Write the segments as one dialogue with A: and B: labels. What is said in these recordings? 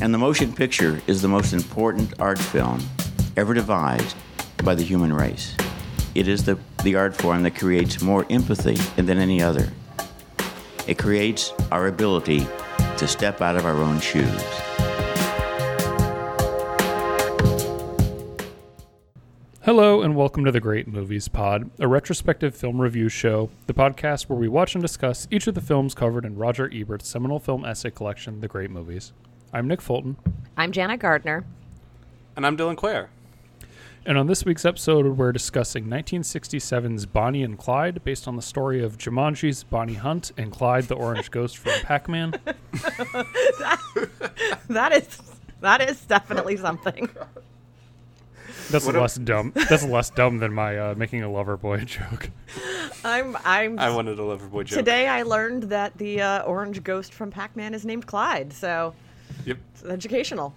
A: And the motion picture is the most important art film ever devised by the human race. It is the, the art form that creates more empathy than any other. It creates our ability to step out of our own shoes.
B: Hello, and welcome to the Great Movies Pod, a retrospective film review show, the podcast where we watch and discuss each of the films covered in Roger Ebert's seminal film essay collection, The Great Movies. I'm Nick Fulton,
C: I'm Janet Gardner.
D: And I'm Dylan Clare.
B: and on this week's episode, we're discussing 1967's Bonnie and Clyde, based on the story of Jumanji's Bonnie Hunt and Clyde the Orange Ghost from Pac Man.
C: That is that is definitely something.
B: That's less dumb. That's less dumb than my uh, making a lover boy joke.
C: I'm I'm
D: I wanted a Loverboy joke.
C: today I learned that the uh, orange ghost from Pac-Man is named Clyde, so
D: Yep.
C: it's educational.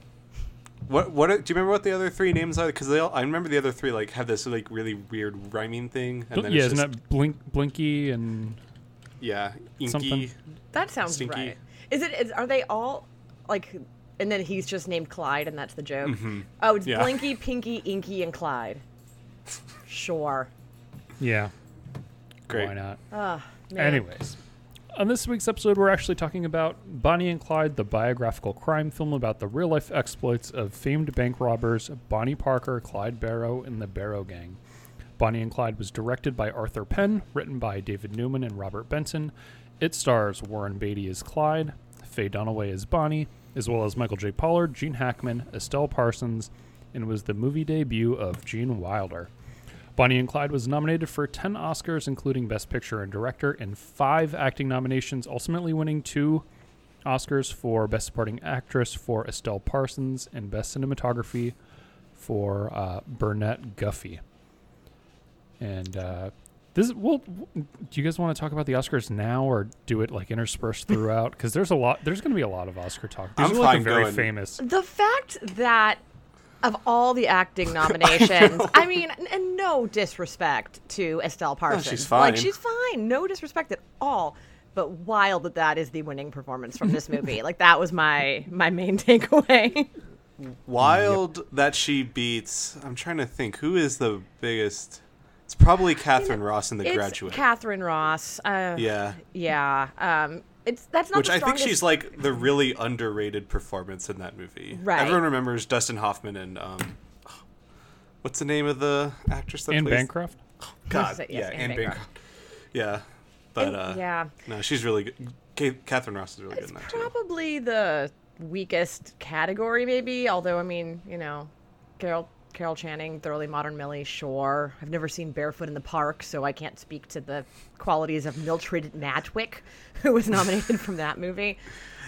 D: What? What? Are, do you remember what the other three names are? Because they all. I remember the other three like have this like really weird rhyming thing. And then
B: yeah,
D: it's
B: isn't
D: just,
B: that Blink, Blinky and
D: Yeah. Inky.
B: Something.
C: That sounds
D: Stinky.
C: right. Is it is are they all like and then he's just named Clyde and that's the joke. Oh, it's
D: Mm-hmm. Yeah.
C: Blinky, Pinky, Inky and Clyde. Sure.
B: yeah?
D: Great.
B: Why not?
C: Man.
B: Anyways, on this week's episode, we're actually talking about Bonnie and Clyde, the biographical crime film about the real life exploits of famed bank robbers Bonnie Parker, Clyde Barrow, and the Barrow Gang. Bonnie and Clyde was directed by Arthur Penn, written by David Newman and Robert Benson. It stars Warren Beatty as Clyde, Faye Dunaway as Bonnie, as well as Michael J. Pollard, Gene Hackman, Estelle Parsons, and was the movie debut of Gene Wilder. Bonnie and Clyde was nominated for 10 Oscars, including Best Picture and Director, and five acting nominations, ultimately winning two Oscars for Best Supporting Actress for Estelle Parsons and Best Cinematography for uh, Burnett Guffey. And uh, this, well, do you guys want to talk about the Oscars now or do it like interspersed throughout? Because there's a lot, there's going to be a lot of Oscar talk. These
D: I'm
B: are like
D: fine
B: the very
D: going-
B: famous.
C: The fact that of all the acting nominations, I, mean, n- and no disrespect to Estelle Parsons,
D: she's
C: Like
D: fine.
C: she's fine, no disrespect at all. But wild that that is the winning performance from this movie. like that was my my main takeaway.
D: Wild that she beats. I'm trying to think. Who is the biggest? It's probably Catherine Ross in The
C: it's
D: Graduate.
C: Catherine Ross. Uh,
D: yeah.
C: yeah. Um, it's that's not
D: Which
C: the
D: I think
C: strongest.
D: she's like the really underrated performance in that movie.
C: Right.
D: Everyone remembers Dustin Hoffman and um, what's the name of the actress that
B: Anne
D: plays?
B: Bancroft?
D: God,
C: Yes,
D: yeah,
C: Anne
D: Anne
C: Bancroft.
D: Bancroft. Yeah, but
C: And-
D: uh,
C: yeah.
D: no, she's really good. Ca- Catherine Ross is really
C: It's
D: good in that too.
C: probably the weakest category, maybe. Although, I mean, you know, Carol Carol Channing, Thoroughly Modern Millie, sure. I've never seen Barefoot in the Park, so I can't speak to the qualities of Mildred Madwick, who was nominated from that movie.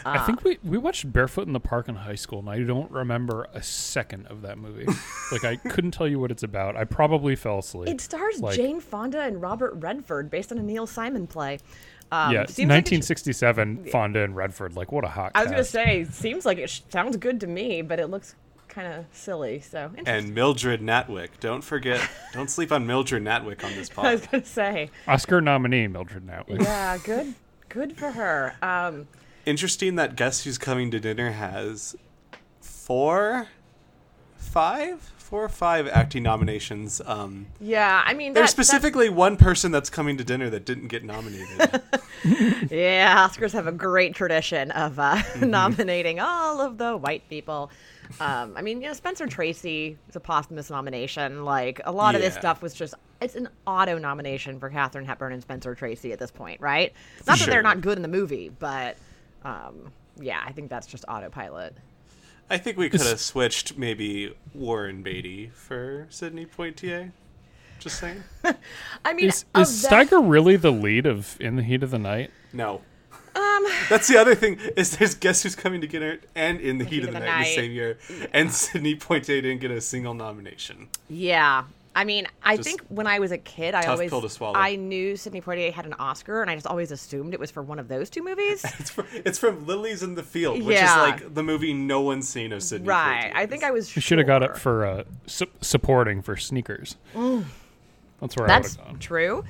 B: I
C: Ah.
B: think we, we watched Barefoot in the Park in high school, and I don't remember a second of that movie. like, I couldn't tell you what it's about. I probably fell asleep.
C: It stars
B: Like-
C: Jane Fonda and Robert Redford, based on a Neil Simon play. Um,
B: yeah,
C: seems like it should-
B: 1967, Fonda and Redford. Like, what a hot
C: I was gonna
B: cast.
C: say, seems like it sh- sounds good to me, but it looks kind of silly. So interesting.
D: And Mildred Natwick. Don't forget, don't sleep on Mildred Natwick on this
C: I was
D: pod.
C: gonna say,
B: Oscar nominee Mildred Natwick.
C: yeah, good, good for her. Um,
D: Interesting that Guess Who's Coming to Dinner has four, five, four or five acting nominations. Um,
C: Yeah, I mean,
D: there's
C: that- that-
D: specifically one person that's coming to dinner that didn't get nominated.
C: yeah, Oscars have a great tradition of uh,
D: Mm-hmm.
C: nominating all of the white people. Um, I mean, you know, Spencer Tracy is a posthumous nomination. Like a lot of this
D: Yeah.
C: stuff was just it's an auto nomination for Katherine Hepburn and Spencer Tracy at this point, right? Not that they're
D: Sure.
C: not good in the movie, but um, yeah, I think that's just autopilot.
D: I think we could have switched maybe Warren Beatty for Sidney Poitier. Just saying.
C: I mean,
B: Is,
C: of
B: is
C: that-
B: Steiger really the lead of In the Heat of the Night?
D: No.
C: Um,
D: That's the other thing is there's Guess Who's Coming to Dinner and In the Heat, of the, night, in the same year, and Sidney Poitier didn't get a single nomination.
C: Yeah. I mean, I
D: Just
C: think when I was a kid, I
D: tough
C: always
D: pill to swallow.
C: I knew Sidney Poitier had an Oscar, and I just always assumed it was for one of those two movies.
D: It's from, it's from Lilies in the Field, which
C: Yeah.
D: is like the movie no one's seen of Sidney.
C: right.
D: Poitier.
C: I think I was.
B: You should have got it for uh, su- supporting for sneakers. That's where
C: Mm.
B: I
C: That's
B: would have gone.
C: true.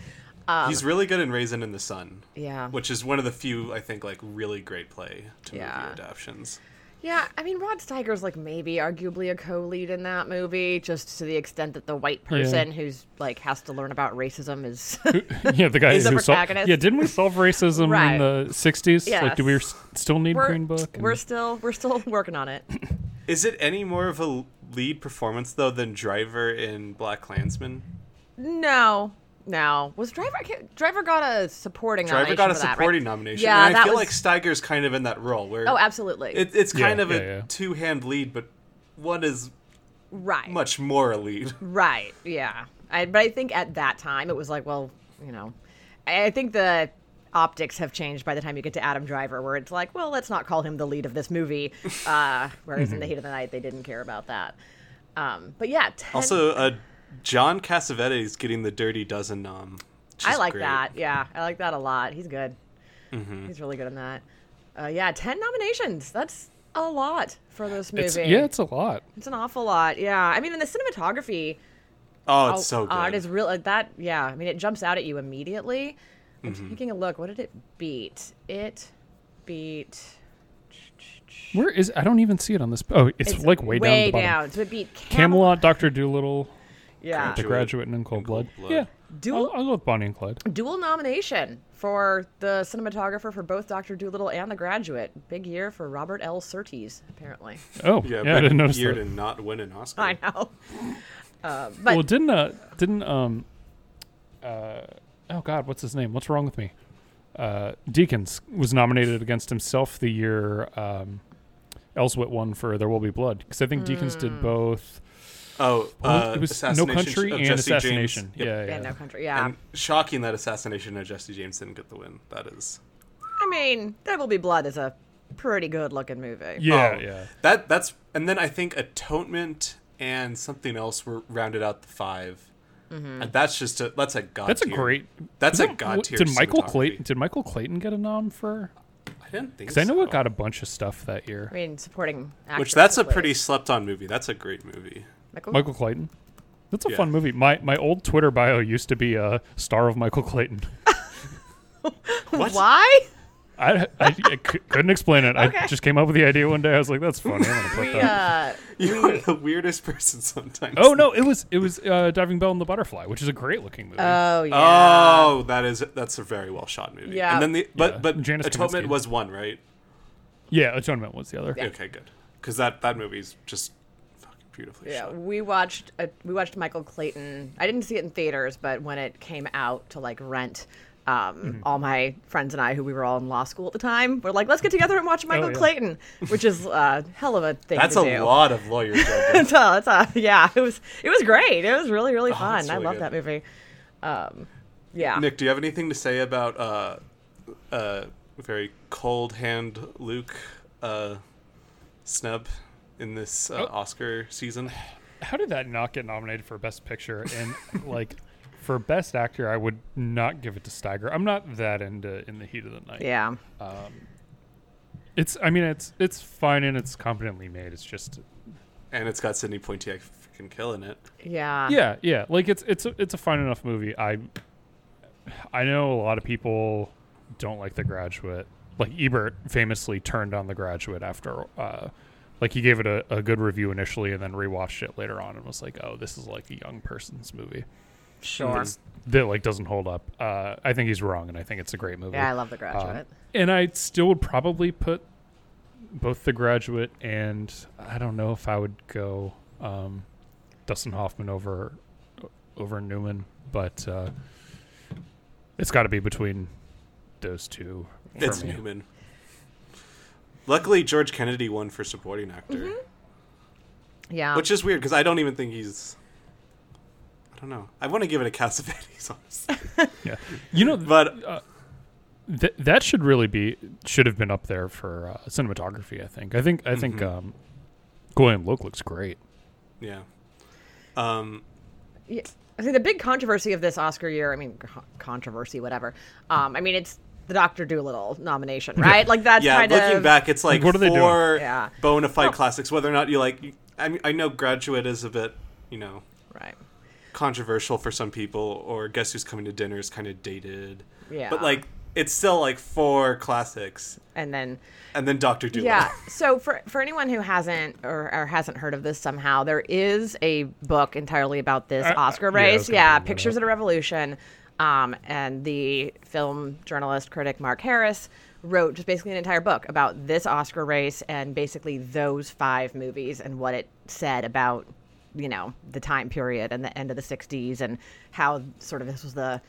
D: he's really good in Raisin in the Sun.
C: Yeah.
D: Which is one of the few I think like really great play to
C: Yeah.
D: movie adaptions.
C: Yeah, I mean, Rod Steiger's like maybe arguably a co-lead in that movie, just to the extent that the white person who's like has to learn about racism is
B: yeah, the guy
C: He's the
B: who solved.
C: protagonist.
B: Yeah, didn't we solve racism
C: Right.
B: in the '60s? Like, do we
C: Yes.
B: s- still need
C: we're,
B: Green Book? And-
C: we're still we're still working on it.
D: Is it any more of a lead performance though than Driver in Black Klansman?
C: No, no, was Driver I can't- Driver got a supporting
D: Driver
C: nomination
D: got a
C: for that, right?
D: supporting nomination,
C: Yeah,
D: and I
C: that
D: feel
C: was-
D: like Steiger's kind of in that role where
C: Oh, absolutely.
D: it, it's kind
B: Yeah,
D: of
B: yeah,
D: a
B: yeah.
D: two-hand lead, but one is
C: right.
D: much more a lead.
C: Right. Yeah. I, but I think at that time it was like, well, you know, I, I think the optics have changed by the time you get to Adam Driver, where it's like, well, let's not call him the lead of this movie. Uh, whereas in the heat of the night, they didn't care about that. Um, but yeah, Ted,
D: Also, uh, John Cassavetes getting the Dirty Dozen nom. which
C: I
D: is
C: like
D: great.
C: that. Yeah, I like that a lot. He's good. He's really good in that. Uh, yeah, ten nominations. That's a lot for this movie.
B: It's- yeah, it's a lot.
C: It's an awful lot. Yeah, I mean, in the cinematography,
D: Oh, it's
C: Oh,
D: so good.
C: uh, it is real. uh, That yeah. I mean, it jumps out at you immediately. I'm
D: Mm-hmm.
C: taking a look. What did it beat? It beat.
B: Where is? I don't even see it on this. Oh, it's, like way, down. at the bottom.
C: So it beat Camelot.
B: Camelot, Doctor Doolittle,
C: Yeah.
B: The
D: Graduate
B: Graduate, and In Cold, Blood.
D: Blood.
B: Yeah,
C: Dual-
B: I'll, I'll go with Bonnie and Clyde.
C: Dual nomination for the cinematographer for both Doctor Doolittle and The Graduate. Big year for Robert L. Surtees, apparently.
B: Oh,
D: Yeah,
B: yeah,
D: but
B: I didn't notice
D: year
B: that.
D: to not win an Oscar.
C: I know. Uh, but
B: well, didn't uh, didn't um, uh, oh God, what's his name? What's wrong with me? Uh, Deacons was nominated against himself the year um, Elswit won for There Will Be Blood because I think Deacons did both.
D: Oh, uh,
B: it was No
D: assassination
B: Country
D: of
B: and
D: Jesse James.
B: Assassination.
D: Yep.
B: Yeah, yeah.
C: yeah, no country. Yeah.
D: And shocking that assassination of Jesse James didn't get the win. That is.
C: I mean, There Will Be Blood is a pretty good looking movie.
B: yeah,
D: Oh,
B: yeah.
D: That that's and then I think Atonement and something else were rounded out the 5
C: Mm-hmm.
D: And that's just a that's a god.
B: That's a
D: tier.
B: great.
D: That's a
B: Did-
D: god tier.
B: Did Michael
D: cinematography.
B: Clayton? Did Michael Clayton get a nom for?
D: I didn't think.
B: Because I know
D: so.
B: it got a bunch of stuff that
C: I
B: year.
C: mean, supporting actors.
D: Which that's a
C: at least.
D: pretty slept on movie. That's a great movie.
C: Michael,
B: Michael Clayton. That's a
D: Yeah.
B: fun movie. My my old Twitter bio used to be uh, star of Michael Clayton.
D: What?
C: Why?
B: I, I, I c- couldn't explain it.
C: Okay.
B: I just came up with the idea one day. I was like, "That's funny." I'm gonna put that.
C: Uh,
D: You are the weirdest person sometimes.
B: Oh no, it was it was uh, Diving Bell and the Butterfly, which is a great looking movie.
C: oh yeah.
D: Oh, that is that's a very well shot movie.
C: Yeah.
D: And then the but
B: Yeah.
D: but
B: Janusz
D: Atonement
B: Kaminski.
D: was one, right?
B: yeah, Atonement was the other.
D: Okay, good. Because that that movie's just fucking beautifully
C: Yeah,
D: shot.
C: we watched uh we watched Michael Clayton. I didn't see it in theaters, but when it came out to like rent, um,
D: Mm-hmm.
C: all my friends and I, who we were all in law school at the time, were like, "Let's get together and watch Michael
B: yeah.
C: Clayton," which is a uh, hell of a thing.
D: Oh, That's
C: to
D: a
C: do.
D: lot of lawyers. out there.
C: It's a- it's a- yeah, it was it was great. It was really really fun.
D: Oh, that's
C: I
D: really
C: love
D: good.
C: that movie. Um, yeah,
D: Nick, do you have anything to say about uh, uh, very cold hand Luke uh, snub in this uh,
B: Oh.
D: Oscar season?
B: How did that not get nominated for Best Picture? And like for Best Actor, I would not give it to Steiger. I'm not that into In the Heat of the Night.
C: yeah.
B: It's I mean it's it's fine and it's competently made. It's just
D: And it's got Sidney Poitier freaking killing it.
C: Yeah.
B: yeah yeah like it's it's a, it's a fine enough movie. I I know a lot of people don't like The Graduate. Like Ebert famously turned on The Graduate after. Uh, like he gave it a, a good review initially and then rewatched it later on and was like, "Oh, this is like a young person's movie."
C: Sure.
B: that like doesn't hold up. Uh, I think he's wrong, and I think it's a great movie.
C: Yeah, I love The
B: Um,
C: Graduate.
B: and I still would probably put both The Graduate and I don't know if I would go um, Dustin Hoffman over over Newman, but uh, it's got to be between those two. For
D: It's
B: me.
D: Newman. Luckily, George Kennedy won for supporting actor,
C: Mm-hmm.
B: Oh.
C: yeah.
D: which is weird because I don't even think he's. I don't know. I want to give it a Cassavetes, honestly.
B: Yeah, you know, th-
D: But
B: th- that should really be should have been up there for uh, cinematography. I think. I think. I think.
D: Mm-hmm.
B: Um, Goyan Look looks great.
D: yeah, um,
C: Yeah. I think the big controversy of this Oscar year, I mean, co- controversy, whatever. Um, I mean, it's the Doctor Doolittle nomination, right? Like that's
D: yeah.
C: kind
D: Looking
C: of
D: back, it's like
B: Like, what are they doing?
D: four
C: Yeah. Oh.
D: bona fide classics. Whether or not you like, I mean, I know Graduate is a bit, you know,
C: right.
D: controversial for some people, or Guess Who's Coming to Dinner is kind of dated.
C: Yeah.
D: But like it's still like four classics,
C: and then
D: and then Doctor Dolittle.
C: Yeah. So for for anyone who hasn't or, or hasn't heard of this somehow, there is a book entirely about this
B: I- I-
C: Oscar
B: Uh, yeah, I was
C: race.
B: gonna
C: Yeah,
B: bring that
C: Pictures at a Revolution. Um, and the film journalist critic Mark Harris wrote just basically an entire book about this Oscar race and basically those five movies and what it said about you know the time period and the end of the 60s and how sort of this was the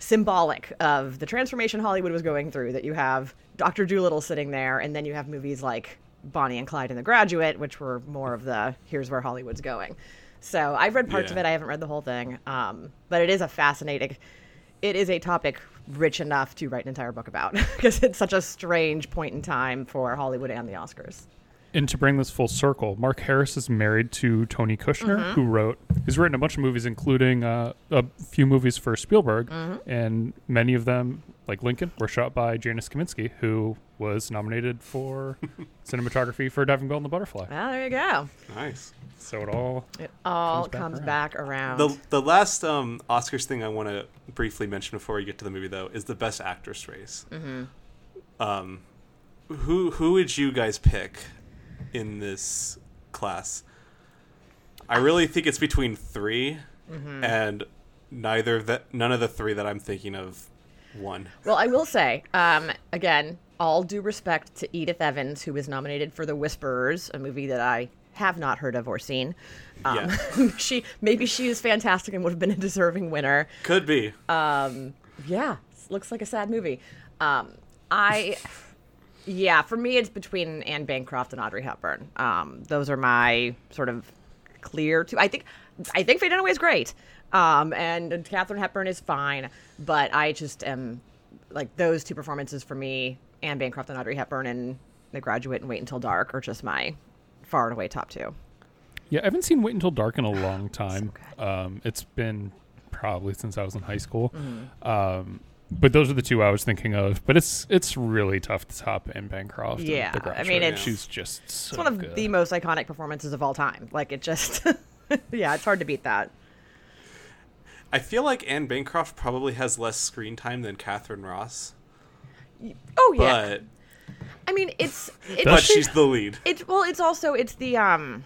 C: symbolic of the transformation hollywood was going through that you have dr dolittle sitting there and then you have movies like bonnie and clyde and the graduate which were more of the here's where hollywood's going so i've read parts of
D: Yeah.
C: it i haven't read the whole thing um, but it is a fascinating it is a topic rich enough to write an entire book about because it's such a strange point in time for hollywood and the oscars
B: And to bring this full circle, Mark Harris is married to Tony Kushner, who wrote, he's written a bunch of movies, including uh, a few movies for Spielberg, and many of them, like Lincoln, were shot by Janice Kaminsky, who was nominated for cinematography for Diving Bell and the Butterfly.
C: well there you go
D: Nice.
B: So it all
C: it all
B: Comes back
C: comes
B: around.
C: back around,
D: The the last um, Oscars thing I want to briefly mention before we get to the movie though is the Best Actress race.
C: Mm-hmm.
D: Um, who who would you guys pick in this class? I really think it's between 3
C: Mm-hmm.
D: and neither of the none of the three that I'm thinking of won.
C: Well, I will say, um, again, all due respect to Edith Evans, who was nominated for The Whisperers, a movie that I have not heard of or seen. Um,
D: Yeah.
C: she maybe she is fantastic and would have been a deserving winner.
D: Could be.
C: Uh, Yeah, looks like a sad movie. Um, I, yeah, for me, it's between Anne Bancroft and Audrey Hepburn. Um, those are my sort of clear two. I think, I think Faye Dunaway is great, um, and Catherine Hepburn is fine, but I just am like those two performances for me, Anne Bancroft and Audrey Hepburn, and The Graduate and Wait Until Dark are just my far and away top two.
B: Yeah, I haven't seen Wait Until Dark in
C: Ah,
B: a long time. um, it's been probably since I was in high school.
C: Mm-hmm.
B: Um, but those are the two I was thinking of. But it's it's really tough to top in Bancroft. and
C: Yeah,
B: The
C: I
B: Graduate.
C: mean, it's-
B: she's just so
C: It's one of
B: good.
C: the most iconic performances of all time. Like it just, yeah, it's hard to beat that.
D: I feel like Anne Bancroft probably has less screen time than Catherine Ross,
C: Oh
D: but
C: yeah, I mean, it's it's
D: but
C: just-
D: she's the lead.
C: it's well, it's also it's the um,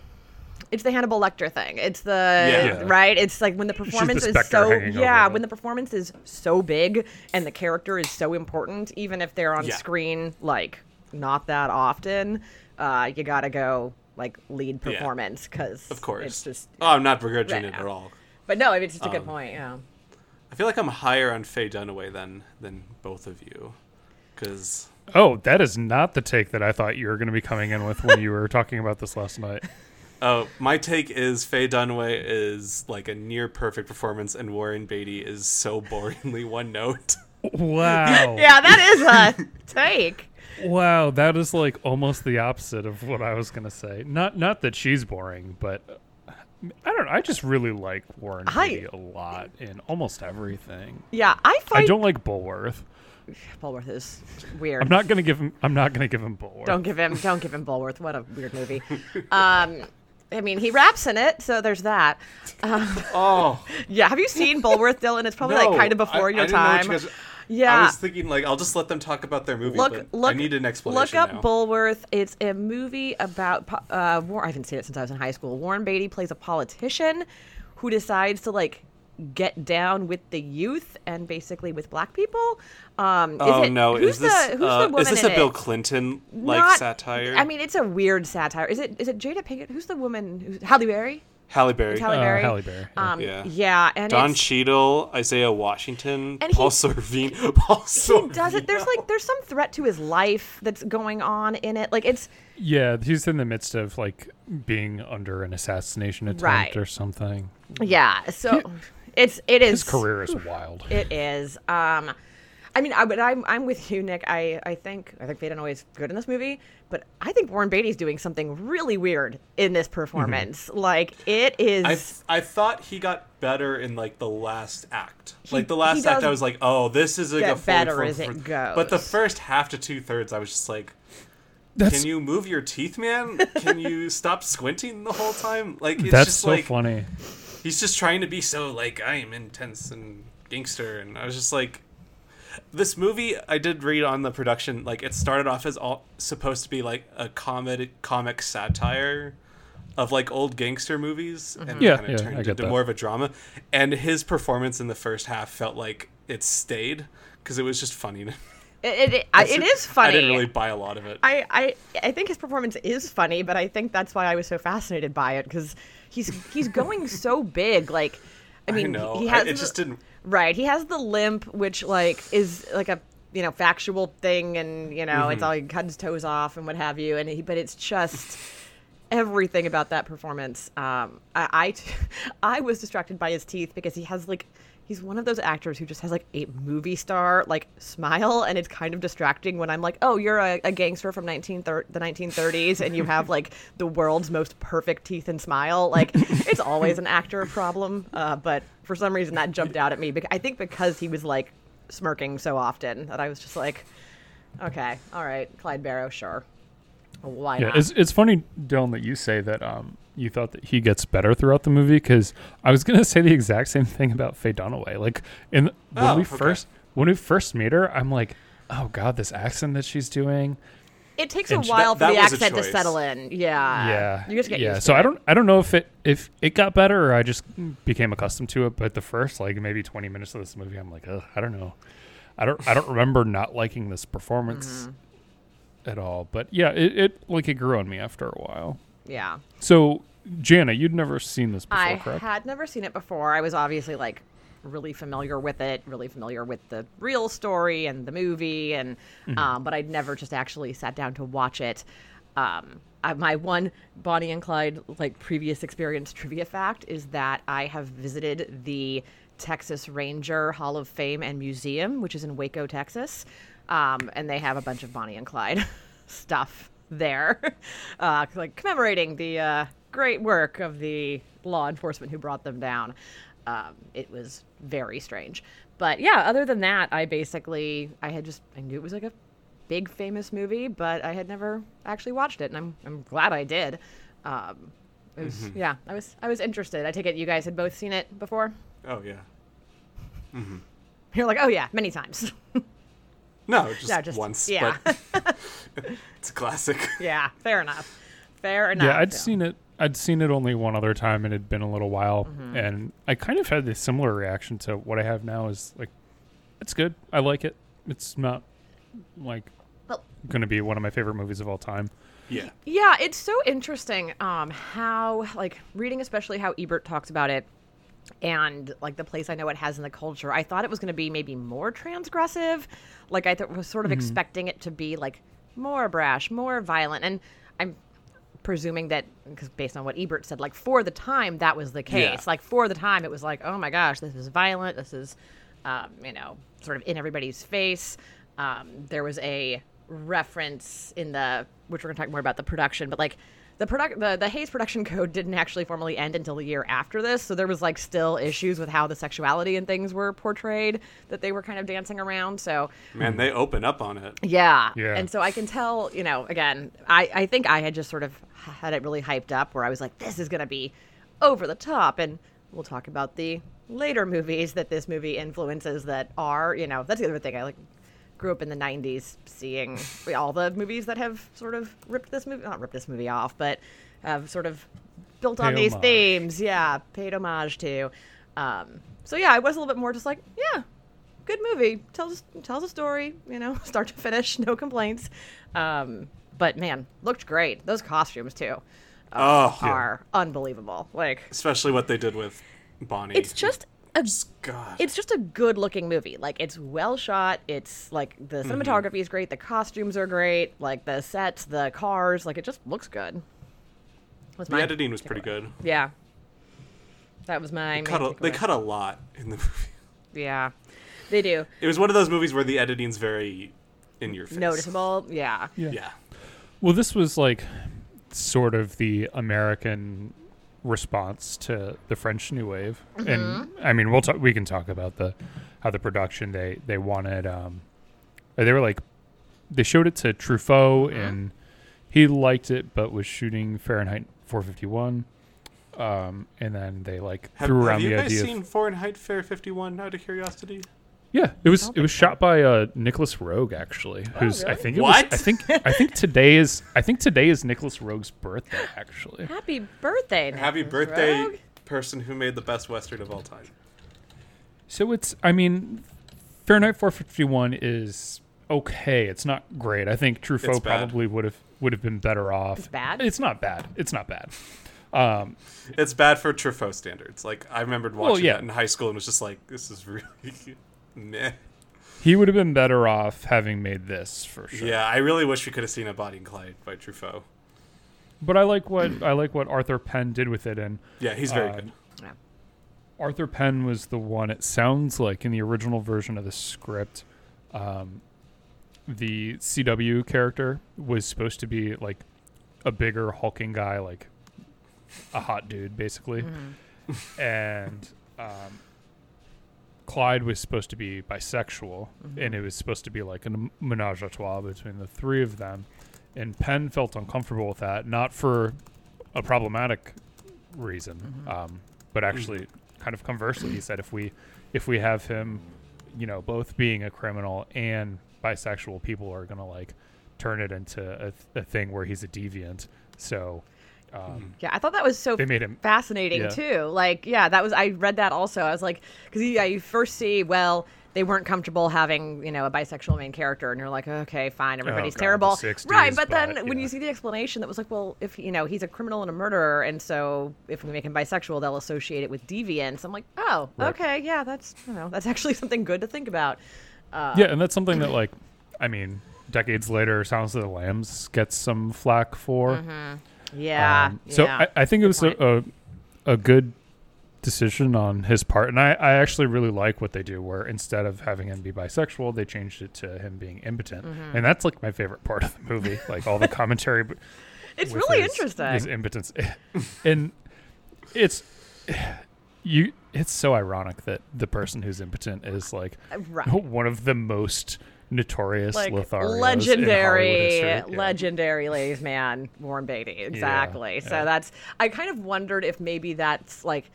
C: it's the Hannibal Lecter thing. It's the
D: Yeah.
C: right. It's like when the performance is
B: specter
C: so
B: hanging over
C: yeah,
B: it.
C: when the performance is so big and the character is so important, even if they're on
D: Yeah.
C: screen like not that often, uh, you gotta go like lead performance because
D: Of course. Um.
C: it's just.
D: oh, I'm not
C: Right.
D: begrudging it at all.
C: But no, I mean, it's just a good point. Yeah.
D: I feel like I'm higher on Faye Dunaway than than both of you, because
B: oh, that is not the take that I thought you were going to be coming in with when you were talking about this last night.
D: oh, my take is Faye Dunaway is like a near perfect performance, and Warren Beatty is so boringly one note.
B: Wow.
C: Yeah, that is a take.
B: Wow, that is like almost the opposite of what I was going to say. Not not that she's boring, but uh, I don't know. I just really like Warren
C: I-
B: Beatty a lot in almost everything.
C: Yeah, I
B: I
C: find
B: don't like Bulworth.
C: Bulworth is weird.
B: I'm not gonna give him. I'm not gonna give him Bulwark.
C: Don't give him. Don't give him Bulworth. What a weird movie. Um, I mean, he raps in it, so there's that.
D: Oh,
C: Yeah, have you seen Bulworth, Dylan? It's probably like kind of before your time.
D: I
C: Yeah.
D: was thinking like I'll just let them talk about their movie.
C: Look,
D: but
C: look.
D: I need an
C: Look
D: explanation.
C: up
D: now.
C: Bulworth. It's a movie about. po- Uh, War- I haven't seen it since I was in high school. Warren Beatty plays a politician who decides to like get down with the youth and basically with black people. Um,
D: Oh
C: is it,
D: no!
C: Who's
D: Is this
C: the, who's
D: uh,
C: the woman
D: is this
C: in
D: a Bill
C: it?
D: Clinton like
C: Not-
D: satire?
C: I mean, it's a weird satire. Is it? Is it Jada Pinkett? Who's the woman? Who's, Halle Berry.
D: Halle Berry,
C: Halle
B: Uh,
C: Berry.
B: Halle Berry, yeah.
C: Um, yeah.
D: Yeah.
C: and
D: Don
C: it's,
D: Cheadle, Isaiah Washington,
C: And
D: Paul
C: he-
D: Sorvino. Paul
C: he
D: Sorvino.
C: does it. There's like there's some threat to his life that's going on in it. Like it's
B: Yeah, he's in the midst of like being under an assassination attempt
C: Right.
B: or something.
C: yeah. So it's it is
B: His career is wild.
C: It is. Um, I mean, I, but I'm I'm with you, Nick. I, I think I think Faye Dunaway is good in this movie, but I think Warren Beatty's doing something really weird in
B: Mm-hmm.
C: this performance. Like it is.
D: I, I thought he got better in like the last act. like the
C: he
D: last
C: does
D: act, I was like, oh, this is like
C: get
D: a fully
C: better
D: formed
C: as it
D: perfor- But the
C: goes.
D: first half to two thirds, I was just like,
B: That's
D: can you move your teeth, man? Can you stop squinting the whole time? Like it's
B: that's
D: just
B: so
D: like
B: funny.
D: he's just trying to be so like I am intense and gangster, and I was just like, This movie, I did read on the production, like it started off as all supposed to be like a comic comic satire of like old gangster movies, and
B: Yeah,
D: kind
B: yeah,
D: of
B: I
D: turned
B: get
D: into
B: that.
D: more of a drama. And his performance in the first half felt like it stayed because it was just funny.
C: It, it, I, it is funny.
D: I didn't really buy a lot of it.
C: I, I I think his performance is funny, but I think that's why I was so fascinated by it because he's he's going so big. Like, I mean,
D: know.
C: he
D: I-
C: has
D: it
C: the-
D: just didn't-
C: Right, he has the limp, which like is like a you know factual thing, and you know
D: Mm-hmm.
C: it's all he cut his toes off and what have you, and he, but it's just. Everything about that performance. Um, I, I, t- I was distracted by his teeth because he has like, he's one of those actors who just has like a movie star like smile, and it's kind of distracting when I'm like, oh, you're a, a gangster from 19 thir- the 1930s, and you have like the world's most perfect teeth and smile. Like, it's always an actor problem. Uh, but for some reason, that jumped out at me. Bec- I think because he was like smirking so often that I was just like, okay, all right, Clyde Barrow, sure, why
B: Yeah,
C: not?
B: it's, it's funny, Dylan, that you say that um, you thought that he gets better throughout the movie because I was gonna say the exact same thing about Faye Dunaway. Like, in when
D: Oh,
B: we
D: okay.
B: first when we first meet her, I'm like, oh god, this accent that she's doing.
C: It takes a
B: And sh-
C: while
D: that-
C: for the
D: that was a
C: accent to
D: choice.
C: settle in. Yeah.
B: yeah,
C: You just get
B: yeah.
C: used
B: So
C: to
B: I
C: it.
B: don't I don't know if it if it got better or I just became accustomed to it. But the first like maybe 20 minutes of this movie, I'm like, Ugh, I don't know, I don't I don't remember not liking this performance.
C: Mm-hmm.
B: At all, but yeah, it, it like it grew on me after a while.
C: Yeah.
B: So, Jana, you'd never seen this before,
C: I
B: correct?
C: had never seen it before. I was obviously like really familiar with it, really familiar with the real story and the movie, and
B: Mm-hmm.
C: um, but I'd never just actually sat down to watch it. Um, I, my one Bonnie and Clyde like previous experience trivia fact is that I have visited the Texas Ranger Hall of Fame and Museum, which is in Waco, Texas, um, and they have a bunch of Bonnie and Clyde stuff there, uh, like commemorating the uh, great work of the law enforcement who brought them down. Um, it was very strange, but yeah. Other than that, I basically I had just I knew it was like a big famous movie, but I had never actually watched it, and I'm I'm glad I did. Um, it was, Yeah, I was I was interested. I take it you guys had both seen it before.
D: oh yeah.
C: You're like, oh yeah, many times.
D: No, just,
C: No, just-
D: once.
C: yeah.
D: But it's a classic.
C: yeah, fair enough. Fair enough.
B: yeah, I'd
C: Yeah.
B: seen it. I'd seen it only one other time, and it'd been a little while.
C: Mm-hmm.
B: And I kind of had a similar reaction to what I have now. Is like, it's good. I like it. It's not like
C: Well,
B: going to be one of my favorite movies of all time.
D: Yeah.
C: Yeah, it's so interesting um, how, like, reading especially how Ebert talks about it and, like, the place I know it has in the culture. I thought it was going to be maybe more transgressive. Like, I th- was sort of
B: Mm-hmm.
C: expecting it to be, like, more brash, more violent. And I'm presuming that, because based on what Ebert said, like, for the time, that was the case.
D: Yeah.
C: Like, for the time, it was like, oh my gosh, this is violent. This is, um, you know, sort of in everybody's face. Um, there was a reference in the, which we're going to talk more about the production, but like the product, the, the Hayes production code didn't actually formally end until the year after this. So there was like still issues with how the sexuality and things were portrayed that they were kind of dancing around. So
D: Man, they open up on it.
C: yeah.
B: Yeah.
C: And so I can tell, you know, again, I, I think I had just sort of had it really hyped up where I was like, this is going to be over the top. And we'll talk about the later movies that this movie influences that are, you know, that's the other thing. I like grew up in the 90s seeing all the movies that have sort of ripped this movie, not ripped this movie off, but have sort of built on
B: Pay
C: these
B: homage.
C: themes. Yeah. Paid homage to. Um, so yeah, I was a little bit more just like, yeah, good movie. Tells tells a story, you know, start to finish, no complaints. Um, but man, looked great. Those costumes too
D: Oh,
C: are unbelievable. Like
D: especially what they did with Bonnie.
C: it's just a
D: God.
C: it's just a good looking movie. Like it's well shot. It's like the
D: Mm-hmm.
C: cinematography is great. The costumes are great. Like the sets, the cars. Like it just looks good. Was
D: the
C: my-
D: editing was pretty good.
C: Yeah. That was my. main
D: Cut a, they
C: takeaway.
D: cut a lot in the movie.
C: Yeah, they do.
D: It was one of those movies where the editing's very in your face.
C: Noticeable. Yeah.
D: Yeah.
B: Well, this was like sort of the American response to the French New Wave,
D: Mm-hmm.
B: and I mean, we'll talk. We can talk about the how the production they they wanted. Um, or they were like they showed it to Truffaut,
D: Mm-hmm.
B: and he liked it, but was shooting Fahrenheit 451. Um, and then they like
D: Have,
B: threw
D: have
B: around
D: you
B: the
D: guys
B: idea.
D: seen
B: of,
D: Fahrenheit Fair 51 out of curiosity?
B: Yeah, it was it was shot by uh, Nicholas Rogue actually, who's I
C: Oh, really?
B: think it
D: What?
B: was I think I think today is I think today is Nicholas Rogue's birthday actually.
C: Happy birthday!
D: Happy
C: Nathan
D: birthday,
C: Rogue.
D: person who made the best western of all time.
B: So it's I mean, Fahrenheit 451 is okay. It's not great. I think
D: It's
B: Truffaut
D: bad.
B: probably would have would have been better off. It's
C: bad?
B: It's not bad. It's not bad.
D: It's bad for Truffaut standards. Like I remembered watching
B: yeah.
D: that in high school and was just like, this is really meh.
B: He would have been better off having made this for sure.
D: Yeah, I really wish we could have seen a body and Clyde by Truffaut.
B: But I like what I like what Arthur Penn did with it and
D: Yeah, he's very
B: Uh,
D: good.
C: Yeah.
B: Arthur Penn was the one. It sounds like in the original version of the script, um, the CW character was supposed to be like a bigger hulking guy, like a hot dude, basically, and um, Clyde was supposed to be bisexual, and it was supposed to be like a m- menage a trois between the three of them. And Penn felt uncomfortable with that, not for a problematic reason. Um, but actually, kind of conversely, he said if we if we have him, you know, both being a criminal and bisexual, people are gonna like turn it into a, th- a thing where he's a deviant. So
C: Yeah, I thought that was so
B: They made him-
C: fascinating
B: yeah.
C: too. Like, yeah, that was I read that also. I was like, because yeah, you first see well they weren't comfortable having you know a bisexual main character, and you're like, okay, fine, everybody's
B: Oh, God, the
C: terrible,
B: 60s,
C: right? But, then
B: but,
C: when
B: yeah.
C: you see the explanation, that was like, well, if you know he's a criminal and a murderer, and so if we make him bisexual, they'll associate it with deviance. I'm like, oh,
B: Right.
C: okay, yeah, that's you know that's actually something good to think about.
B: yeah, and that's something that like, I mean, decades later, Silence of the Lambs gets some flack for.
C: Yeah.
B: Um, so
C: yeah.
B: I, I think it was
C: point.
B: a, a a good decision on his part, and I, I actually really like what they do. Where instead of having him be bisexual, they changed it to him being impotent,
C: Mm-hmm.
B: and that's like my favorite part of the movie. Like all the commentary. b-
C: it's
B: with
C: really
B: his-
C: interesting.
B: His impotence, and it's you. It's so ironic that the person who's impotent is like
C: Uh, Right.
B: one of the most notorious
C: like
B: Lotharios in Hollywood
C: legendary,
B: history. Yeah.
C: legendary ladies man, Warren Beatty. Exactly. so
B: yeah.
C: that's. I kind of wondered if maybe that's like.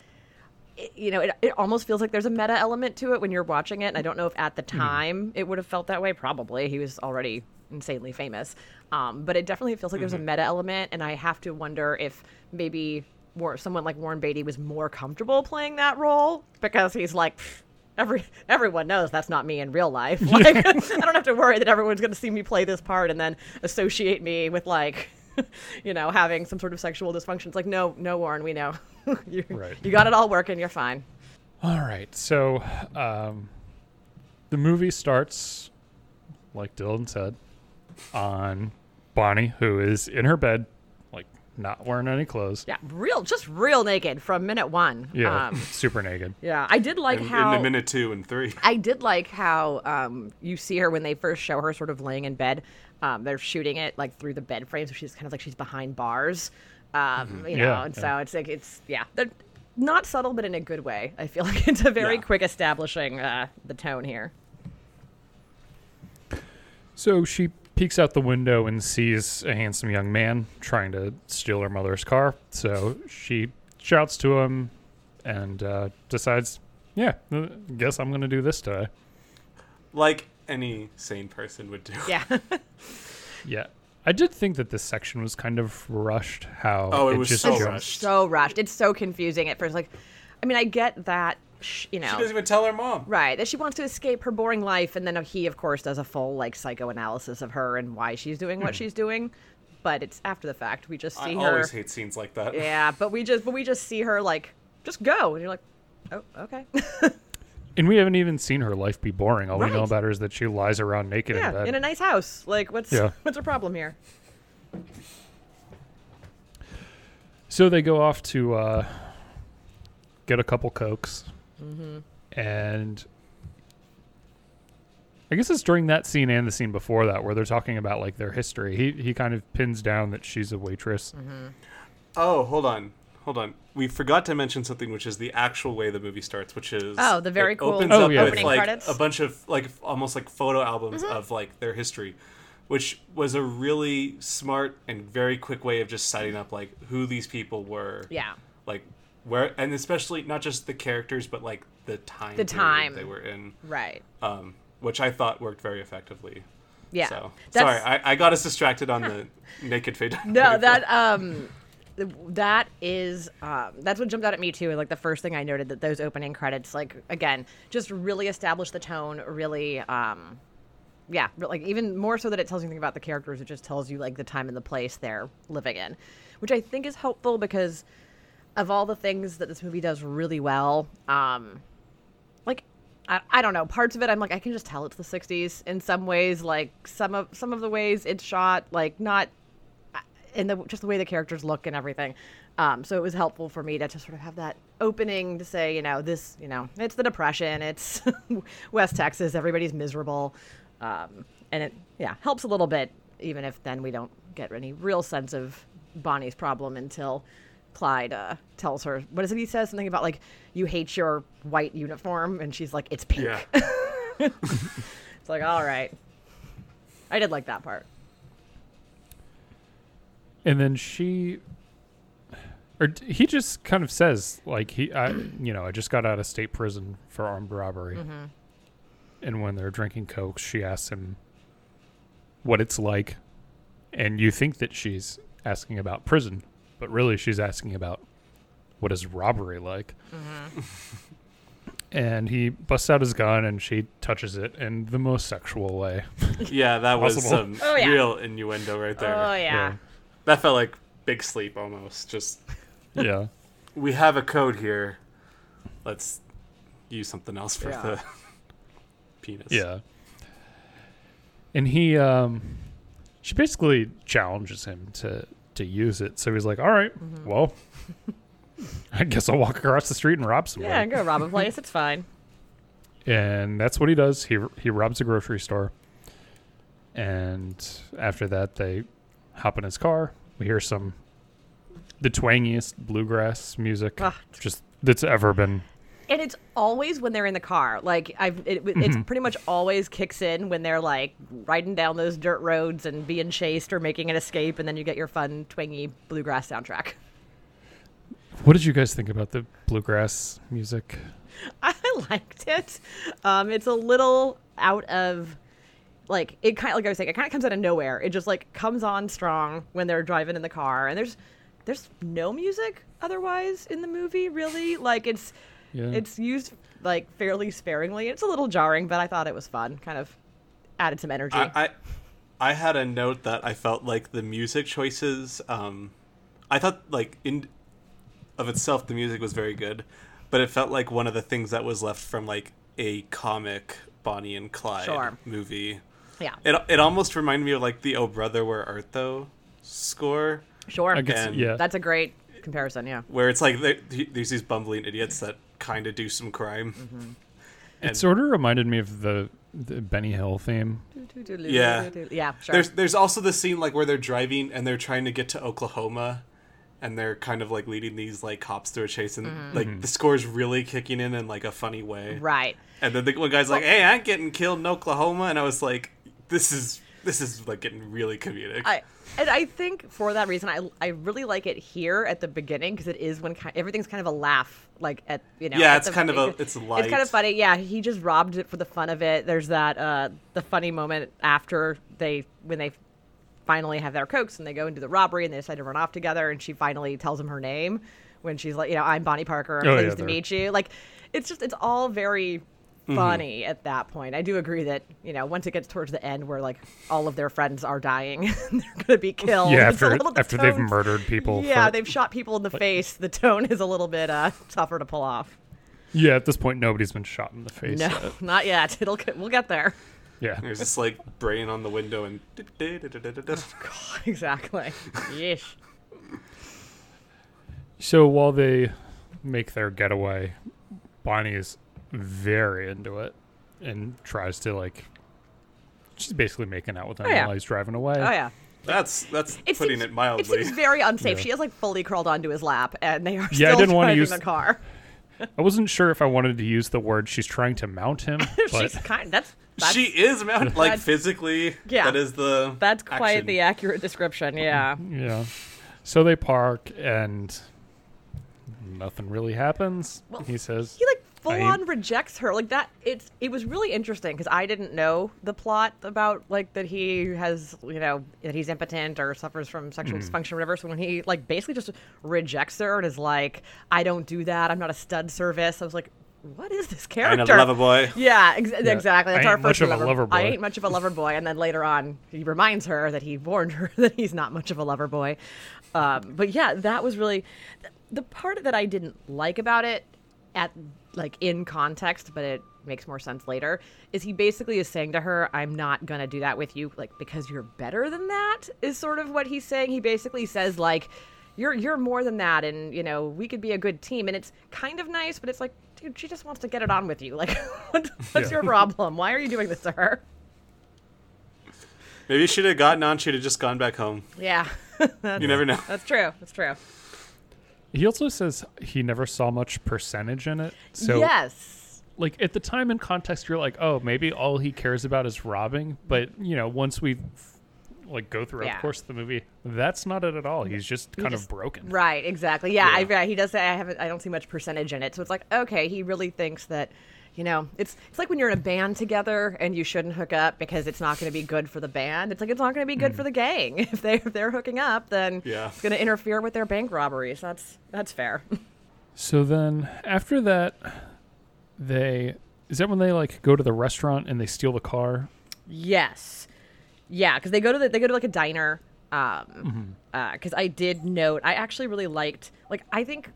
C: i- You know, it, it almost feels like there's a meta element to it when you're watching it. And I don't know if at the time it would have felt that way. Probably. He was already insanely famous. Um, but it definitely feels like there's a meta element. And I have to wonder if maybe more, someone like Warren Beatty was more comfortable playing that role because he's like, "Pfft, every everyone knows that's not me in real life. Like I don't have to worry that everyone's going to see me play this part and then associate me with like you know having some sort of sexual dysfunction. It's like no, no, Warren, we know. you,
B: Right.
C: you got it all working. You're fine.
B: All right. So um, the movie starts, like Dylan said, on Bonnie, who is in her bed, like not wearing any clothes.
C: Yeah, real, just real naked from minute one.
B: Yeah,
C: Um,
B: super naked.
C: yeah, I did like
D: In,
C: how
D: in a minute two and three.
C: I did like how um, you see her when they first show her sort of laying in bed. Um, they're shooting it like through the bed frame, so she's kind of like she's behind bars, um,
D: Mm-hmm.
C: you know.
B: Yeah,
C: and
B: yeah.
C: so it's like it's yeah, they're not subtle, but in a good way. I feel like it's a very
D: Yeah.
C: quick establishing uh, the tone here.
B: So she peeks out the window and sees a handsome young man trying to steal her mother's car. So she shouts to him and uh, decides, yeah, uh, guess I'm going to do this today.
D: Like any sane person would do.
C: Yeah,
B: Yeah. I did think that this section was kind of rushed. How
D: Oh, it was
B: just
D: so
B: jumped-
D: rushed.
C: so rushed. It's so confusing at first. Like, I mean, I get that, sh- you know.
D: She doesn't even tell her mom.
C: Right, that she wants to escape her boring life, and then he, of course, does a full like psychoanalysis of her and why she's doing what she's doing. But it's after the fact. We just
D: Hmm. I
C: see her.
D: always hate scenes like that.
C: Yeah, but we just but we just see her like just go, and you're like, oh, okay.
B: And we haven't even seen her life be boring. All we know
C: Right.
B: about her is that she lies around naked in
C: yeah,
B: bed.
C: in a nice house. Like, what's
B: Yeah.
C: what's her problem here?
B: so they go off to uh, get a couple cokes,
C: Mm-hmm.
B: and I guess it's during that scene and the scene before that where they're talking about like their history. He he kind of pins down that she's a
C: Mm-hmm.
B: waitress.
D: Oh, hold on. Hold on. We forgot to mention something which is the actual way the movie starts, which is
C: Oh, the very
D: it
C: cool
D: opens
B: Oh,
D: up
B: yeah.
D: with
B: opening
D: like
C: credits. Mm-hmm.
D: a bunch of like f- almost like photo albums of like their history, which was a really smart and very quick way of just setting up like who these people were.
C: Yeah.
D: Like where and especially not just the characters but like the time
C: The
D: period
C: time.
D: they were in,
C: Right.
D: um, which I thought worked very effectively.
C: Yeah.
D: So
C: That's-
D: sorry, I, I got us distracted on the naked fate.
C: No, that um th- that is um that's what jumped out at me too. Like the first thing I noted that those opening credits like again, just really establish the tone, really um yeah, but like even more so that it tells you anything about the characters, it just tells you like the time and the place they're living in, which I think is helpful because of all the things that this movie does really well, um, like I, I don't know parts of it i'm like i can just tell it's the 60s in some ways like some of some of the ways it's shot like not in the just the way the characters look and everything um, so it was helpful for me to just sort of have that opening to say you know this you know it's the depression it's west texas everybody's miserable um, and it yeah helps a little bit even if then we don't get any real sense of bonnie's problem until Clyde uh, tells her, what is it he says? Something about like, you hate your white uniform. And she's like, it's pink.
D: yeah.
C: It's like, all right. I did like that part.
B: and then she or d- he just kind of says like he I, you know i just got out of state prison for armed robbery and when they're drinking coke she asks him what it's like and you think that she's asking about prison but really she's asking about what is robbery like and he busts out his gun and she touches it in the most sexual way
D: Yeah, that was
B: Possible.
D: some
C: Oh, yeah.
D: real innuendo right there.
C: Oh, yeah.
D: That felt like big sleep almost. Just
B: yeah, yeah.
D: we have a code here. Let's use something else for
C: Yeah.
D: the penis.
B: Yeah. And he um she basically challenges him to to use it. So he's like, "All right,
C: Mm-hmm.
B: well, I guess I'll walk across the street and rob someone."
C: Yeah, go rob a place. It's fine.
B: And that's what he does. He he robs a grocery store. And after that, they hop in his car. We hear some the twangiest bluegrass music
C: Ah.
B: just that's ever been
C: And it's always when they're in the car. Like I've, it, it's pretty much always kicks in when they're like riding down those dirt roads and being chased or making an escape, and then you get your fun twangy bluegrass soundtrack.
B: What did you guys think about the bluegrass music?
C: I liked it. Um, it's a little out of like it kind of like I was saying, it kind of comes out of nowhere. It just like comes on strong when they're driving in the car, and there's there's no music otherwise in the movie really. Like it's
B: Yeah.
C: it's used like fairly sparingly. It's a little jarring, but I thought it was fun. Kind of added some energy.
D: I, I I had a note that I felt like the music choices. Um, I thought like in of itself the music was very good, but it felt like one of the things that was left from like a comic Bonnie and Clyde
C: Sure.
D: movie.
C: yeah,
D: It it almost reminded me of like the Oh Brother Where Art Thou score.
C: sure.
B: I guess
D: And-
B: yeah.
C: That's a great comparison. Yeah.
D: where it's like there, there's these bumbling idiots that kind of do some crime.
B: It sort of reminded me of the, the Benny Hill theme.
D: Yeah.
C: Yeah. Sure.
D: There's there's also the scene like where they're driving and they're trying to get to Oklahoma, and they're kind of like leading these like cops through a chase, and like the score's really kicking in in like a funny way.
C: Mm-hmm. right.
D: And then the one guy's like, "Hey, I'm getting killed in Oklahoma," and I was like, "This is this is like getting really comedic."
C: I and I think for that reason, I I really like it here at the beginning because it is when ki everything's kind of a laugh, like at you know.
D: Yeah,
C: at
D: it's kind of a-
C: It's
D: it's
C: kind
D: light.
C: of funny. Yeah, he just robbed it for the fun of it. There's that uh the funny moment after they when they finally have their cokes and they go into the robbery and they decide to run off together and she finally tells him her name when she's like, you know, I'm Bonnie Parker. I'm
B: Oh, yeah,
C: pleased to
B: they're-
C: meet you. Like, it's just it's all very
B: Mm-hmm.
C: funny at that point. I do agree that you know once it gets towards the end where like all of their friends are dying, and they're gonna be killed.
B: Yeah,
C: it's a
B: after
C: little- the
B: after they've
C: tone's-
B: murdered people.
C: Yeah,
B: for-
C: they've shot people in the face. The tone is a little bit uh tougher to pull off.
B: yeah. At this point, nobody's been shot in the face.
C: No,
B: yet.
C: not yet. It'll get, we'll get there.
B: Yeah.
D: There's this like brain on the window and
C: exactly. Yeesh.
B: So while they make their getaway, Bonnie is very into it and tries to like. She's basically making out with him
C: Oh, yeah.
B: while he's driving away.
C: Oh yeah.
D: that's that's
C: It
D: putting
C: seems-
D: it mildly.
C: It seems very unsafe.
B: Yeah.
C: She has like fully curled onto his lap, and they are
B: Yeah, I
C: still
B: didn't wanna
C: driving
B: use-
C: the car.
B: I wasn't sure if I wanted to use the word she's trying to mount him, but
C: She's kind. That's, that's
D: she is mounted like
C: That's-
D: physically.
C: Yeah.
D: that is the
C: That's quite
D: action.
C: the
B: Mm-hmm.
C: accurate description. Yeah.
B: yeah. So they park and nothing really happens. he says,
C: he like full
B: I-
C: on rejects her like that it's it was really interesting because i didn't know the plot about like that he has you know that he's impotent or suffers from
D: Mm-hmm.
C: sexual dysfunction or whatever so when he like basically just rejects her and is like i don't do that i'm not a stud service i was like what is this
D: And a
C: character
D: lover boy.
C: yeah, ex- exactly.
B: I
C: That's our
B: ain't much
C: first
B: of a
C: lover.
B: lover
C: I
B: boy.
C: ain't much of a lover boy, and then later on, he reminds her that he warned her that he's not much of a lover boy. Um, but yeah, that was really th- the part that I didn't like about it. At like in context, but it makes more sense later. Is he basically is saying to her, "I'm not gonna do that with you," like because you're better than that is sort of what he's saying. He basically says like. You're, you're more than that and you know we could be a good team and it's kind of nice but it's like dude she just wants to get it on with you like what, what's
B: Yeah.
C: your problem why are you doing this to her
D: Maybe she'd have gotten on. She'd have just gone back home.
C: Yeah. that's,
D: You never know.
C: that's true. That's true.
B: He also says he never saw much percentage in it. So,
C: yes.
B: like at the time in context, you're like, oh, maybe all he cares about is robbing. But you know, once we like go throughout
C: Yeah.
B: the course of the movie, that's not it at all. He's just kind
C: just-
B: of broken.
C: Right, exactly. Yeah, I,
D: Yeah.
C: yeah, he does say I haven't I don't see much percentage in it. So it's like, okay, he really thinks that you know, it's it's like when you're in a band together and you shouldn't hook up because it's not going to be good for the band. It's like it's not going to be good for the gang. If they if they're hooking up, then
D: Mm. Yeah.
C: it's going to interfere with their bank robberies. That's that's fair.
B: So then after that, they is that when they like go to the restaurant and they steal the car?
C: Yes. Yeah, because they go to the, they go to like a diner. Um, because I did note, I actually really liked. Like, I think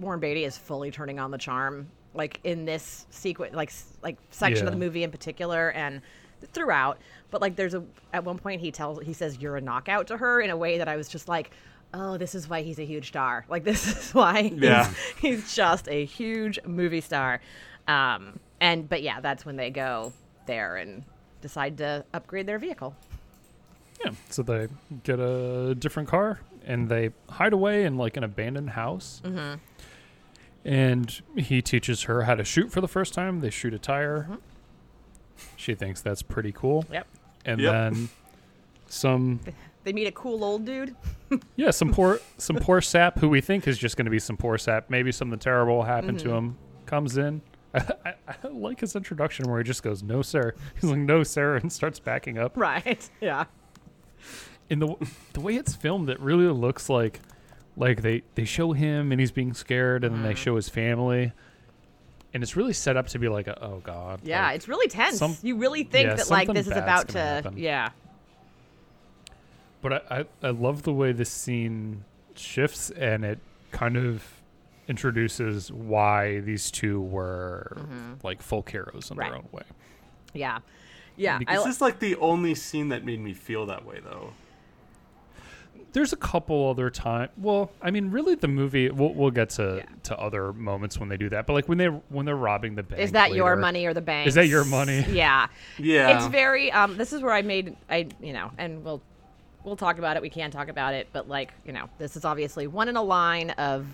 C: Warren Beatty is fully turning on the charm. Like in this sequence, like s- like section of
B: Yeah.
C: the movie in particular, and throughout. But like, there's a at one point he tells he says you're a knockout to her in a way that I was just like. Oh, this is why he's a huge star. Like this is why he's-
D: Yeah.
C: he's just a huge movie star. Um, and but yeah, that's when they go there and decide to upgrade their vehicle.
B: Yeah. So they get a different car and they hide away in like an abandoned house. Mm-hmm. And he teaches her how to shoot for the first time. They shoot a tire. She thinks that's pretty cool.
C: Yep.
B: And
D: Yep.
B: then some
C: They meet a cool old dude.
B: yeah, some poor some poor sap who we think is just going to be some poor sap. Maybe something terrible happened to him. Comes in. I, I, I like his introduction where he just goes, "No, sir." He's like, "No, sir," and starts backing up.
C: Right. Yeah.
B: in the the way it's filmed, it really looks like like they they show him and he's being scared, and
C: Mm-hmm.
B: then they show his family, and it's really set up to be like, a, oh god,
C: Yeah.
B: like-
C: It's really tense.
B: some-
C: you really think
B: yeah,
C: that like
B: something
C: this is
B: bad's
C: about to
B: gonna happen.
C: yeah.
B: but I, I I love the way this scene shifts, and it kind of introduces why these two were like folk heroes in
C: Mm-hmm. Right.
B: their own way.
C: Yeah. Yeah. I,
B: Because
D: This
C: li-
D: is like the only scene that made me feel that way, though.
B: there's a couple other time. Well, I mean, really, the movie. We'll, we'll get to to other moments when they do that. But like when they when they're robbing the bank.
C: is that your
B: later-
C: money or the bank?
B: Is that your money?
C: Yeah.
D: Yeah.
C: It's very um this is where I made I you know, and we'll we'll talk about it, we can talk about it, but like, you know, this is obviously one in a line of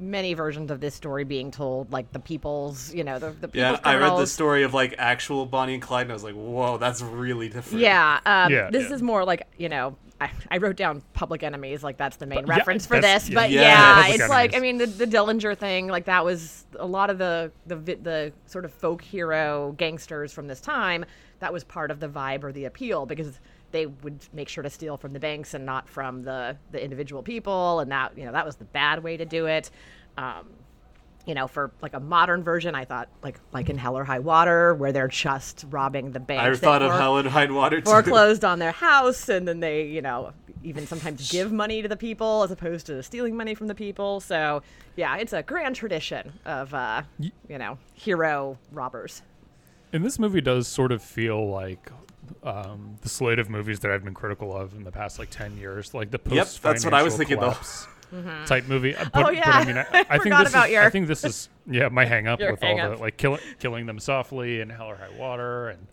C: many versions of this story being told, like the people's you know, the, the people's
D: yeah, I read the
C: criminals.
D: story of like actual Bonnie and Clyde, and I was like, "Whoa, that's really different."
C: Yeah, um,
B: Yeah.
C: this
B: Yeah.
C: is more like you know. I, I wrote down Public Enemies, like that's the main
B: yeah,
C: reference for
B: that's-
C: this.
B: yeah.
C: But
D: Yeah,
C: yeah,
B: Public
C: it's like I
B: Enemies.
C: mean the, the Dillinger thing, like that was a lot of the the vi- the sort of folk hero gangsters from this time. That was part of the vibe or the appeal because they would make sure to steal from the banks and not from the the individual people, and that you know that was the bad way to do it. Um, you know, for like a modern version, I thought like like in Hell or High Water, where they're just robbing the banks.
D: I
C: that
D: thought of
C: were-
D: Helen Hidewater too.
C: foreclosed on their house and then they you know even sometimes give money to the people as opposed to stealing money from the people so yeah it's a grand tradition of uh you know hero robbers
B: And this movie does sort of feel like um, the slate of movies that I've been critical of in the past like ten years, like the post.
D: that's what I was thinking, though.
B: Type movie, Uh, but, but
C: Mm-hmm. Oh, yeah.
B: I mean, I,
C: I
B: I think
C: forgot
B: this
C: about
B: is,
C: your-
B: I think this is yeah my hang up
C: Your
B: with
C: hang
B: all
C: up.
B: the like killing killing them softly and Hell or High Water and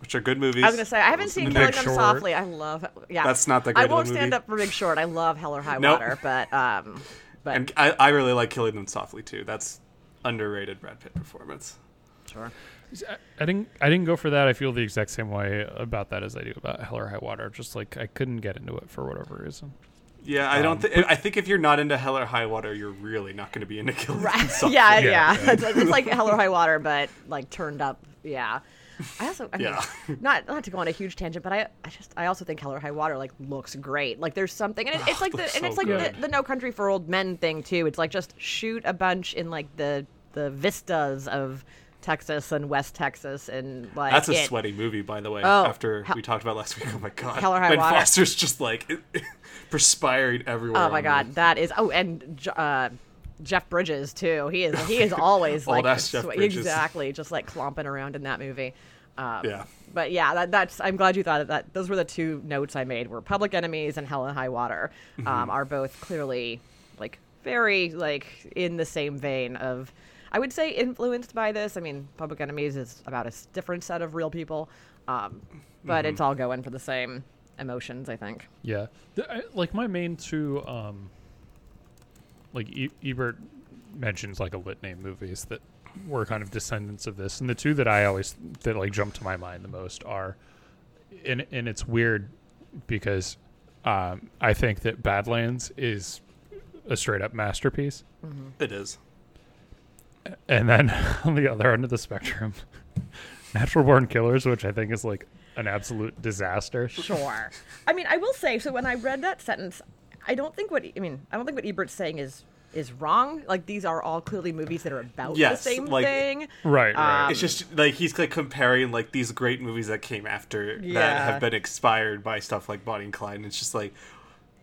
D: which are good movies.
C: i was gonna say i haven't seen
D: Big
C: killing them
B: Short.
C: softly i love yeah
D: That's not that
C: i
D: great of a
C: won't stand
D: movie.
C: up for big short i love hell or high
D: Nope.
C: water but um but
D: And I, I really like Killing Them Softly too. That's underrated Brad Pitt performance.
C: sure
B: I, I didn't I didn't go for that. I feel the exact same way about that as I do about Hell or High Water. Just like I couldn't get into it for whatever reason.
D: Yeah, I don't. Th- I think if you're not into Hell or High Water, you're really not going to be into Killing
C: yeah,
D: Softly.
B: Yeah,
C: yeah,
B: yeah.
C: It's, like, it's like Hell or High Water, but like turned up. Yeah. I also, I mean,
D: Yeah.
C: not not to go on a huge tangent, but I, I just, I also think Hell or High Water like looks great. Like there's something, and it, it's like the,
D: Ah, looks
C: and
D: so
C: it's like the,
D: good.
C: the No Country for Old Men thing too. It's like just shoot a bunch in like the the vistas of Texas and West Texas, and like
D: That's a
C: it-
D: sweaty movie, by the way.
C: Oh,
D: after
C: Hel-
D: we taled about last week, oh my god,
C: Hell or High
D: Ben
C: Water.
D: Foster's just like perspired everywhere.
C: Oh my
D: on
C: god,
D: me.
C: that is. Oh, and J- uh, Jeff Bridges too. He is he is always
D: Old
C: like
D: ass Oh, Jeff
C: swe-
D: Bridges.
C: exactly just like clomping around in that movie. Um,
D: Yeah.
C: But yeah, that, that's. I'm glad you thought of that. Those were the two notes I made. Were Public Enemies and Hell and High Water
D: Mm-hmm.
C: um, are both clearly like very like in the same vein of. I would say influenced by this. I mean, Public Enemies is about a s- different set of real people, um, but
D: Mm-hmm.
C: it's all going for the same emotions. I think.
B: Yeah, Th- I, like my main two, um, like e- Ebert mentions like a litany of movies that were kind of descendants of this, and the two that I always that like jump to my mind the most are, and and it's weird because um, I think that Badlands is a straight up masterpiece,
D: it is.
B: and then on the other end of the spectrum, Natural Born Killers, which I think is like an absolute disaster.
C: Sure. I mean, I will say so. When I read that sentence, I don't think what I mean. I don't think what Ebert's saying is is wrong. Like these are all clearly movies that are about
D: Yes,
C: the same
D: like-
C: thing.
B: Right, right.
C: Um,
D: It's just like he's like comparing like these great movies that came after that
C: Yeah.
D: have been inspired by stuff like Bonnie and Clyde. And it's just like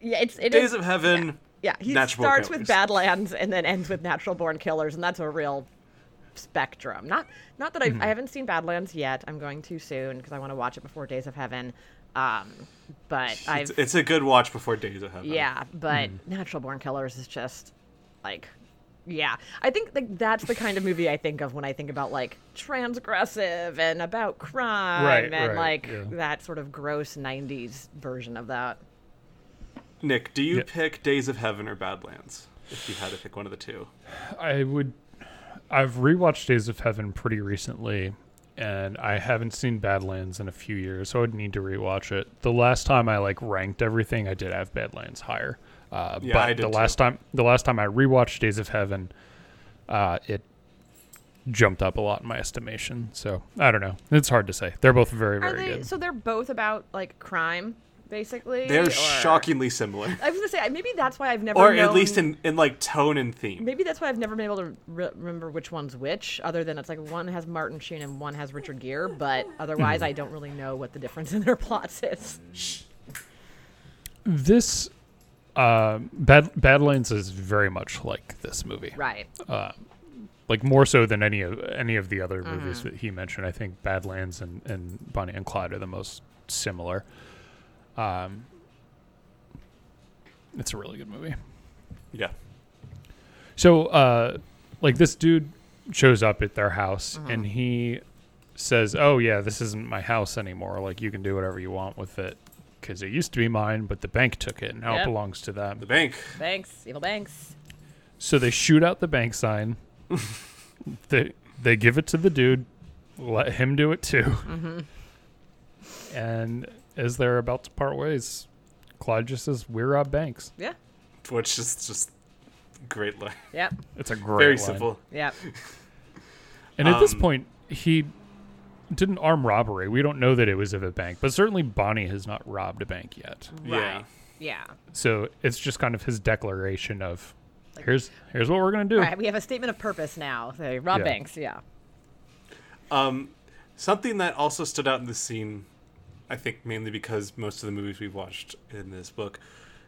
C: Yeah, it's it
D: Days
C: is-
D: of Heaven.
C: yeah. He
D: Natural
C: starts
D: Killers.
C: with Badlands and then ends with Natural Born Killers, and that's a real spectrum. Not not that I've,
D: Mm-hmm.
C: I haven't seen Badlands yet. I'm going to soon because I want to watch it before Days of Heaven. Um, but I've
D: It's, uh, mm-hmm. it's a good watch before Days of Heaven.
C: Yeah, but Natural Born Killers is just like yeah. I think like that's the kind of movie I think of when I think about like transgressive and about crime
B: Right,
C: and
B: right,
C: like
B: yeah.
C: that sort of gross 90s version of that.
D: Nick, do you
B: Yeah.
D: pick Days of Heaven or Badlands? If you had to pick one of the two,
B: I would. I've rewatched Days of Heaven pretty recently, and I haven't seen Badlands in a few years, so I'd need to rewatch it. The last time I like ranked everything, I did have Badlands higher. Uh,
D: Yeah,
B: but
D: I did
B: the
D: too.
B: last time, the last time I rewatched Days of Heaven, uh, it jumped up a lot in my estimation. So I don't know. It's hard to say. They're both very,
C: Are
B: very
C: they
B: good.
C: so they're both about like crime basically?
D: they're
C: or-
D: shockingly similar,
C: I was going to say maybe that's why I've never
D: or at least
C: known-
D: in in like tone and theme.
C: Maybe that's why I've never been able to re- remember which one's which, other than it's like one has Martin Sheen and one has Richard Gere, but
D: Hmm.
C: otherwise I don't really know what the difference in their plots is.
B: this uh, Bad Badlands is very much like this movie.
C: Right.
B: like more so than any of any of the other movies that he mentioned. I think Badlands and, and Bonnie and Clyde are the most similar. Um, it's a really good movie.
D: Yeah.
B: So, uh, like this dude shows up at their house and he says, "Oh yeah, this isn't my house anymore. Like you can do whatever you want with it because it used to be mine, but the bank took it and now
C: Yep.
B: it belongs to them."
D: The bank.
C: Banks, evil banks.
B: So they shoot out the bank sign. they they give it to the dude. Let him do it too.
C: Mm-hmm.
B: And as they're about to part ways, Clyde just says, "We rob banks."
C: Yeah.
D: which is just great line.
C: Yep.
B: It's a great
D: Very
B: line. Um,
D: simple.
C: Yep.
B: And at this point, he did an armed robbery. We don't know that it was of a bank, but certainly Bonnie has not robbed a bank yet.
D: Yeah.
C: Right. Yeah.
B: So it's just kind of his declaration of, "Here's here's what we're gonna do."
C: All right. We have a statement of purpose now. They rob
B: Yeah.
C: banks. Yeah.
D: Something that also stood out in this scene, I think mainly because most of the movies we've watched in this book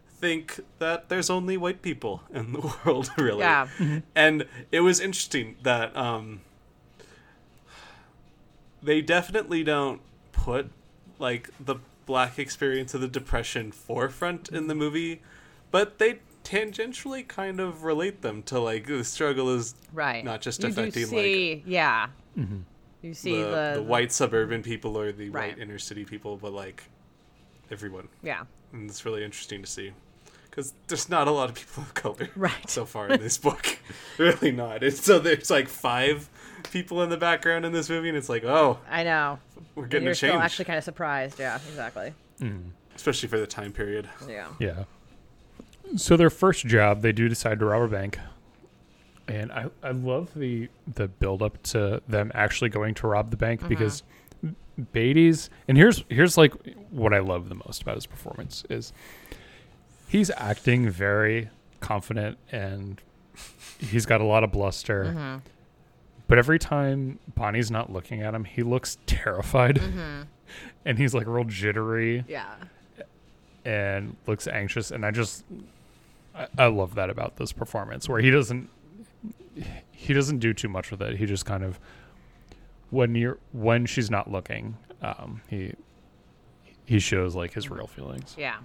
D: think that there's only white people in the world, really.
C: Yeah.
D: And it was interesting that um, they definitely don't put like the black experience of the depression forefront in the movie, but they tangentially kind of relate them to like the struggle is
C: Right.
D: not just
C: you
D: affecting
C: do see, yeah. You
D: like
C: see
D: the,
C: the,
D: the, white suburban people or the
C: Right.
D: white inner city people, but like everyone.
C: Yeah.
D: And it's really interesting to see because there's not a lot of people of color
C: Right.
D: so far in this book, really not. And so there's like five people in the background in this movie, and it's like, oh,
C: I know.
D: we're
C: And
D: getting
C: you're
D: a change,
C: still actually kind of surprised. Yeah. Exactly.
D: especially for the time period.
C: Yeah.
B: Yeah. So their first job, they do decide to rob a bank, and I, I love the the build up to them actually going to rob the bank because Beatty's and here's here's like what I love the most about his performance is he's acting very confident and he's got a lot of bluster. But every time Bonnie's not looking at him, he looks terrified. And he's like real jittery
C: Yeah.
B: and looks anxious and i just I, I love that about this performance where he doesn't he doesn't do too much with it he just kind of when you're when she's not looking um he he shows like his real feelings
C: Yeah.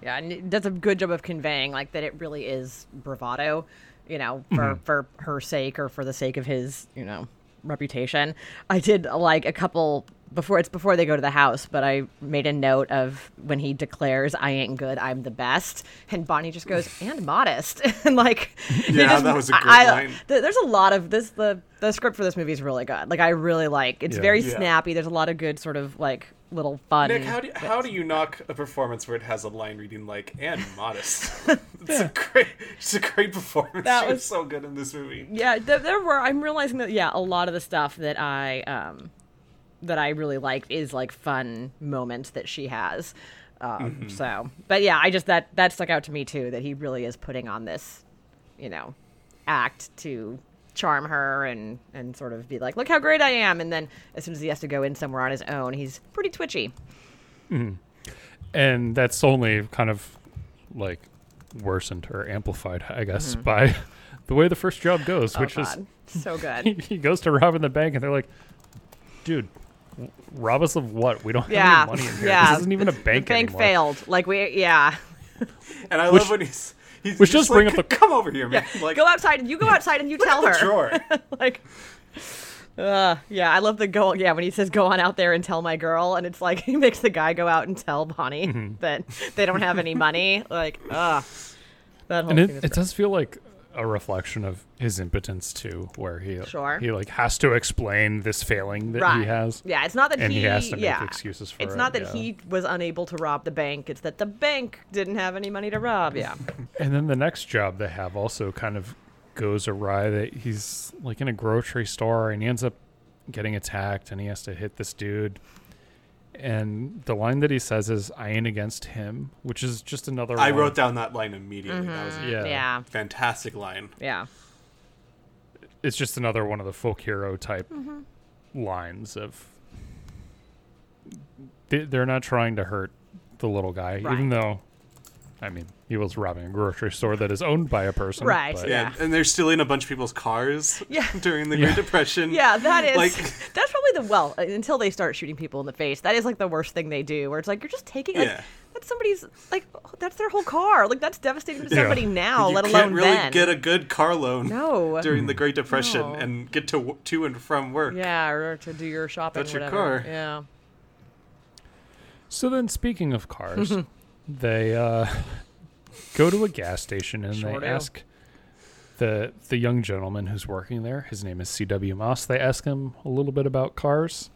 C: Yeah, and it does a good job of conveying like that it really is bravado, you know, for
D: Mm-hmm.
C: for her sake or for the sake of his, you know, reputation. I did like a couple before it's before they go to the house, but I made a note of when he declares I ain't good, I'm the best, and Bonnie just goes and modest. and like they
D: Yeah,
C: just-
D: that was a good
C: I- I-
D: line.
C: th- there's a lot of this the the script for this movie is really good. Like I really like it's
B: Yeah.
C: very
D: Yeah.
C: snappy. There's a lot of good sort of like little fun
D: Nick, how do you, how do you knock a performance where it has a line reading like "and modest"? it's a great, it's a great performance.
C: That
D: That was
C: was-
D: so good in this movie.
C: yeah th- there were i'm realizing that yeah a lot of the stuff that i um that i really liked is like fun moments that she has um
D: Mm-hmm.
C: so but yeah i just that that stuck out to me too that he really is putting on this you know act to charm her and and sort of be like look how great i am and then as soon as he has to go in somewhere on his own he's pretty twitchy
B: and that's only kind of like worsened or amplified i guess by the way the first job goes
C: Mm-hmm. oh
B: which is
C: god so
B: he,
C: good
B: he goes to rob in the bank and they're like dude w- rob us of what we don't
C: yeah
B: have any money in here
C: yeah
B: this isn't even a bank
C: the bank
B: anymore.
C: failed like we yeah
D: And I
B: Which-
D: love when he's he's
B: which
D: just
B: does bring
D: like,
B: up the-
D: come over here, man. Like
C: go outside and you go outside and you tell
D: the
C: her
D: drawer.
C: like uh, yeah i love the go yeah when he says go on out there and tell my girl and it's like he makes the guy go out and tell bonnie
B: Mm-hmm.
C: that they don't have any money like uh that whole
B: and
C: thing
B: it,
C: is
B: it does feel like a reflection of his impotence too where he
C: Sure.
B: he like has to explain this failing that
C: great.
B: he has
C: yeah it's not that
B: and
C: he,
B: he has to make
C: yeah.
B: excuses for
C: it's
B: it,
C: not that
B: yeah.
C: he was unable to rob the bank it's that the bank didn't have any money to rob yeah
B: and then the next job they have also kind of goes awry that he's like in a grocery store and he ends up getting attacked and he has to hit this dude and the line that he says is i ain't against him which is just another
D: I
B: line.
D: wrote down that line immediately. That was
C: Mm-hmm.
D: a
B: yeah
C: yeah
D: fantastic line.
C: yeah
B: it's just another one of the folk hero type
C: Mm-hmm.
B: lines of they, they're not trying to hurt the little guy even
C: Right.
B: though i mean he was robbing a grocery store that is owned by a person
C: Right,
B: but-
D: Yeah, and they're stealing a bunch of people's cars
C: Yeah.
D: during the Great Depression.
C: Yeah, that is.
D: Like-
C: that's probably the well uh, until they start shooting people in the face. That is like the worst thing they do. Where it's like you're just taking. Like,
D: Yeah.
C: That's somebody's like that's their whole car. Like that's devastating to
B: Yeah.
C: somebody now, oh,
D: you
C: let
D: can't
C: alone
D: really
C: then.
D: get a good car loan
C: No.
D: during the Great Depression
C: No.
D: and get to w- to and from work.
C: yeah, or to do your shopping.
D: That's your
C: whatever.
D: car.
C: Yeah.
B: so then speaking of cars they uh, go to a gas station and
C: Sure
B: they
C: do.
B: ask the the young gentleman who's working there his name is cw moss they ask him a little bit about cars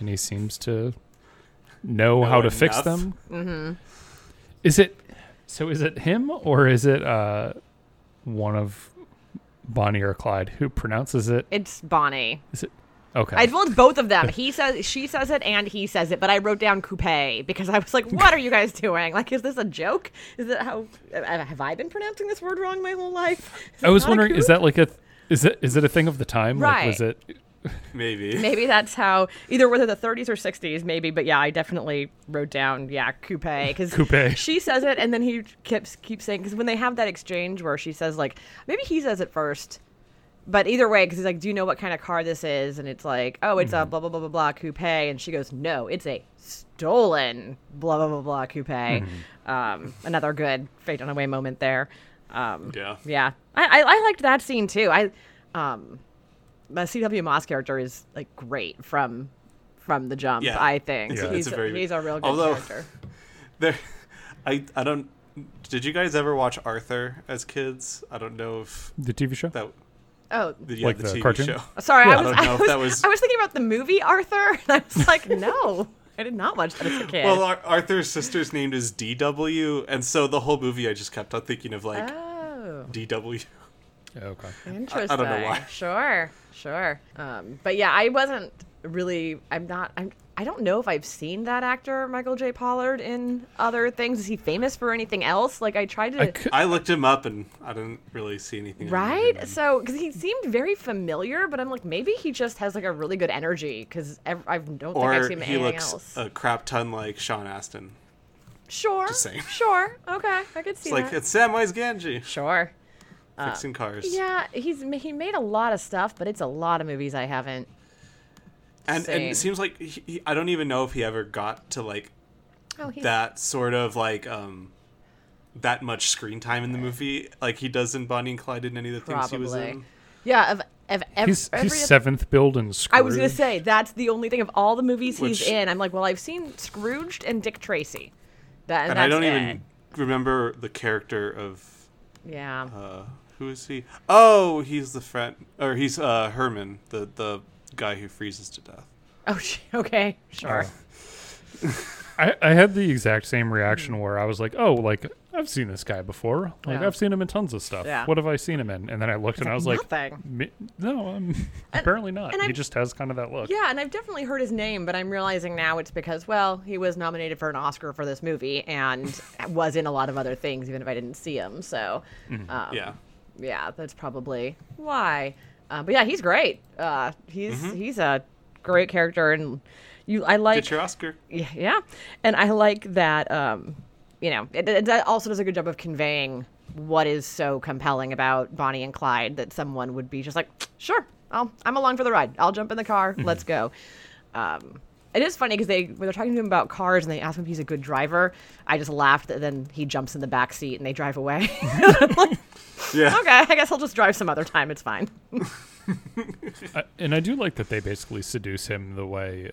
B: and he seems to know, how to fix
D: enough.
B: them mm-hmm. is it so is it him or is it uh, one of bonnie or clyde who pronounces it
C: It's Bonnie.
B: is it okay
C: I well, it's both of them. He says she says it and he says it, but I wrote down coupe because I was like, "What are you guys doing? Like, is this a joke? Is it how have I been pronouncing this word wrong my whole life?" Is
B: I
C: it
B: was
C: not a
B: wondering, is
C: coupe?
B: that like a th- is it is it a thing of the time? Like, was
C: Right.
B: it
D: Maybe.
C: maybe that's how either whether the 30s or 60s maybe but yeah i definitely wrote down yeah coupe because
B: Coupe.
C: she says it and then he keeps keeps saying because when they have that exchange where she says like maybe he says it first but either way because he's like do you know what kind of car this is and it's like oh it's a blah blah blah blah blah coupe and she goes no it's a stolen blah blah blah blah coupe um, another good fade on away moment there um,
D: Yeah.
C: yeah, I, I I liked that scene too. I um, the C.W. Moss character is like great from from the jump.
D: Yeah.
C: I think
D: It's a-
C: he's
D: it's a very-
C: he's a real good
D: although-
C: character.
D: There, I I don't. Did you guys ever watch Arthur as kids? I don't know if
B: the TV show?
D: that
C: Oh,
D: the, yeah,
B: Like
D: the,
B: the
D: TV
B: cartoon?
D: show.
C: sorry,
D: I
C: I was
D: don't
C: I,
D: know if
C: was
D: that was-
C: I was thinking about the movie Arthur, and I was like, no, I did not watch that as a kid.
D: Well, uh, Ar- Arthur's sister's name is DW, and so the whole movie I just kept on thinking of like
C: oh,
D: DW.
B: Okay.
C: interesting.
D: know why.
C: Sure, sure. Um, but yeah, I wasn't really. I'm not. I'm. I don't know if I've seen that actor Michael J. Pollard in other things. Is he famous for anything else? Like I tried to.
B: I could,
D: I looked him up and I didn't really see anything.
C: Right?
D: So-
C: So, because he seemed very familiar, but I'm like, maybe he just has like a really good energy because I don't think I've
D: or
C: seen him in
D: he
C: anything
D: looks uh,
C: else.
D: a crap ton like Sean Astin.
C: sure.
D: saying.
C: Sure. Okay. I could see
D: It's like
C: that.
D: it's Samwise Ganji
C: Sure.
D: fixing cars.
C: Uh, Yeah, he's ma- he made a lot of stuff, but it's a lot of movies I haven't.
D: and and
C: Same.
D: it seems like he, he, I don't even know if he ever got to like
C: Oh, he's
D: that sort of like um that much screen time in the movie like he does in Bonnie and Clyde in any of the things he was
C: probably.
D: in.
C: Yeah, of of ev-
B: he's,
C: every
B: he's seventh build in Scrooge.
C: I was gonna say that's the only thing of all the movies
D: Which-
C: he's in. I'm like, well, I've seen Scrooged and Dick Tracy. That, and
D: And
C: that's
D: I don't
C: it.
D: even remember the character of
C: Yeah.
D: uh who is he? Oh, he's the friend or he's uh Herman, the the guy who freezes to death.
C: Oh, sh- okay. Sure.
D: Uh,
B: I, I had the exact same reaction where I was like, oh, like, I've seen this guy before. Like,
C: Hmm. Yeah.
B: I've seen him in tons of stuff.
C: Yeah.
B: What have I seen him in? And then I looked and I was like,
C: Nothing.
B: "Me- no, I'm apparently not.
C: and
B: he
C: I'm-
B: just has kind of that look.
C: Yeah, and I've definitely heard his name, but I'm realizing now it's because, well, he was nominated for an Oscar for this movie and was in a lot of other things, even if I didn't see him. So, um,
D: Yeah.
C: yeah, that's probably why. Uh, but yeah, he's great. Uh, he's he's a great character, and you, I like
D: Get your Oscar.
C: yeah, yeah. and i like that um you know it, it, that also does a good job of conveying what is so compelling about bonnie and clyde that someone would be just like sure I'll, i'm along for the ride i'll jump in the car let's go um it is funny because they when they're talking to him about cars and they ask him if he's a good driver i just laughed and then he jumps in the back seat and they drive away
D: Yeah.
C: okay i guess i'll just drive some other time it's fine
B: I, and I do like that they basically seduce him the way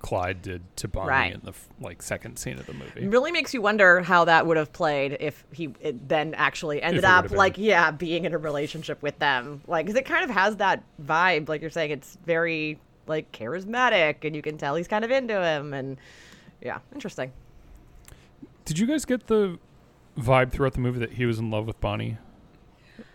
B: Clyde did to Bonnie
C: Right.
B: in the f- like second scene of the movie.
C: really makes you wonder how that would have played if he it then actually ended
B: it would
C: up
B: have been.
C: like yeah being in a relationship with them like 'cause it kind of has that vibe like you're saying it's very like charismatic and you can tell he's kind of into him and yeah interesting
B: Did you guys get the vibe throughout the movie that he was in love with Bonnie?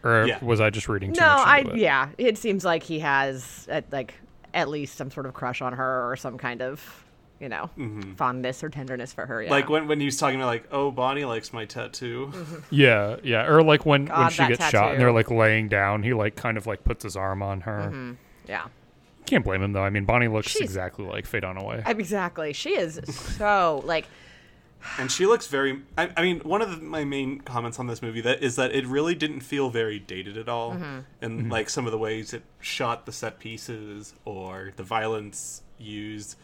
B: Or
D: Yeah.
B: was I just reading too
C: no
B: much
C: i
B: into it?
C: yeah it seems like he has at, like at least some sort of crush on her or some kind of you know
B: Mm-hmm.
C: fondness or tenderness for her yeah.
D: Like when when he was talking about like, oh Bonnie likes my tattoo.
C: Mm-hmm.
B: Yeah, yeah. Or like when when
C: God,
B: she
C: that
B: gets shot and they're
C: tattoo.
B: like laying down, he like kind of like puts his arm on her.
C: yeah
B: Can't blame him though. I mean, Bonnie looks
C: She's-
B: exactly like Fade on Away.
C: exactly she is so like
D: And she looks very. I, I mean, one of the, my main comments on this movie that is that it really didn't feel very dated at all,
C: Mm-hmm.
D: and like some of the ways it shot the set pieces or the violence used.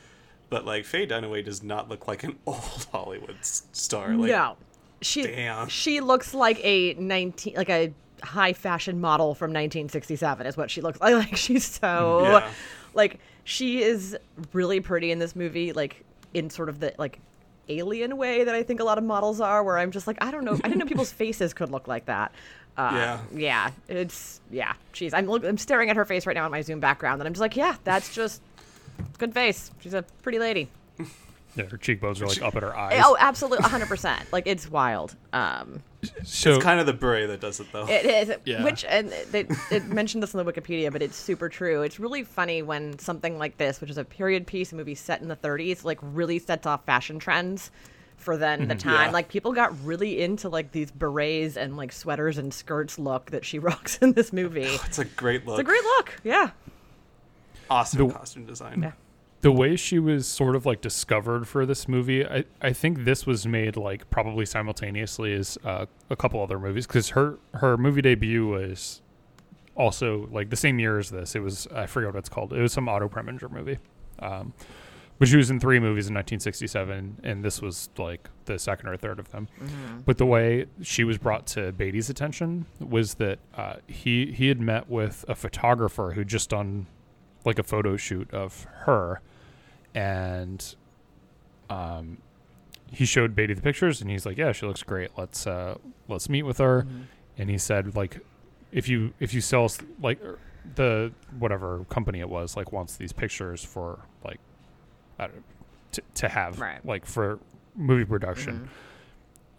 D: But like Faye Dunaway does not look like an old Hollywood s- star. Like,
C: no, she
D: damn.
C: she looks like a nineteen like a high fashion model from 1967 is what she looks like. Like she's so
D: Yeah.
C: like she is really pretty in this movie. Like in sort of the like alien way that I think a lot of models are, where I'm just like I don't know I didn't know people's faces could look like that. Uh,
D: Yeah.
C: yeah, it's yeah. Jeez, I'm look, I'm staring at her face right now on my Zoom background, and I'm just like, yeah, that's just good face. She's a pretty lady.
B: Yeah, her cheekbones are like up at her eyes.
C: Oh, absolutely, 100%. like it's wild. Um,
B: so
D: It's kind of the beret that does it though.
C: It is,
B: Yeah.
C: which and they, it mentioned this on the Wikipedia, but it's super true. It's really funny when something like this, which is a period piece, a movie set in the 30s, like really sets off fashion trends for then the time.
D: Yeah.
C: Like people got really into like these berets and like sweaters and skirts look that she rocks in this movie. It's
D: it's a great look.
C: a great look, yeah.
D: awesome
B: The-
D: costume design.
C: Yeah.
B: the way she was sort of like discovered for this movie, I, I think this was made like probably simultaneously as uh, a couple other movies because her her movie debut was also like the same year as this. It was I forget what it's called. It was some Otto Preminger movie, um, but she was in three movies in 1967, and this was like the second or third of them. But the way she was brought to Beatty's attention was that uh, he he had met with a photographer who just done like a photo shoot of her and um, he showed Beatty the pictures, and he's like, "Yeah, she looks great. Let's uh, let's meet with her." And he said, "Like, if you if you sell s- like er, the whatever company it was, like wants these pictures for like, I don't to, to have
C: Right.
B: like for movie production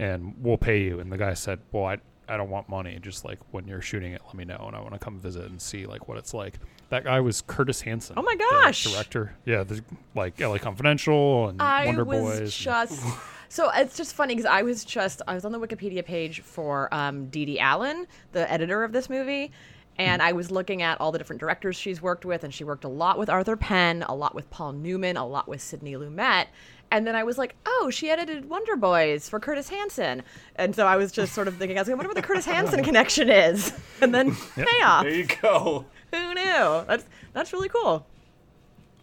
B: and we'll pay you and the guy said well I, I don't want money just like when you're shooting it let me know and i want to come visit and see like what it's like that guy was curtis hanson
C: Oh my
B: the
C: gosh!
B: director yeah the, like la confidential and
C: I
B: wonder
C: was
B: boys and-
C: just so it's just funny because I was just I was on the Wikipedia page for um, Dee Dee Allen, the editor of this movie, and I was looking at all the different directors she's worked with, and she worked a lot with Arthur Penn, a lot with Paul Newman, a lot with Sidney Lumet. And then I was like, oh, she edited Wonder Boys for Curtis Hanson. And so I was just sort of thinking, I was like, I wonder what the Curtis Hanson connection is. And then payoff.
D: There you go.
C: Who knew? That's that's really cool.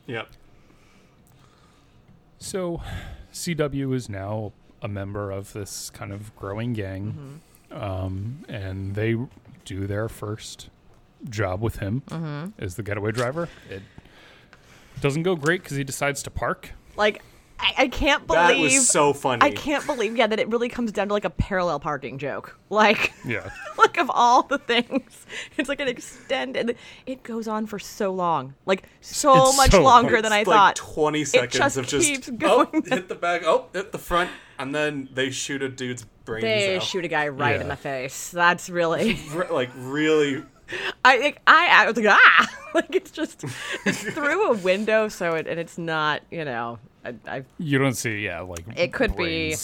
D: Yep.
B: So, CW is now a member of this kind of growing gang,
C: Mm-hmm.
B: um, and they do their first job with him
C: Mm-hmm.
B: as the getaway driver. It doesn't go great because he decides to park.
C: Like, I, I can't believe
D: That was so funny.
C: I can't believe, yeah, that it really comes down to like a parallel parking joke. Like,
B: Yeah,
C: like of all the things, it's like an extended. It goes on for so long, like so
B: It's
C: much
B: so long.
C: longer than I
D: It's like
C: thought.
D: 20 seconds
C: just
D: of just
C: keeps going.
D: oh, hit the back, oh, hit the front, and then they shoot a dude's brains
C: They
D: out.
C: shoot a guy right in
B: Yeah.
C: the face. That's really.
D: Re- like really
C: I like, I I was like ah, like it's just it's through a window, so it and it's not you know I, I
B: you don't see. Yeah, like
C: It could be-
B: brains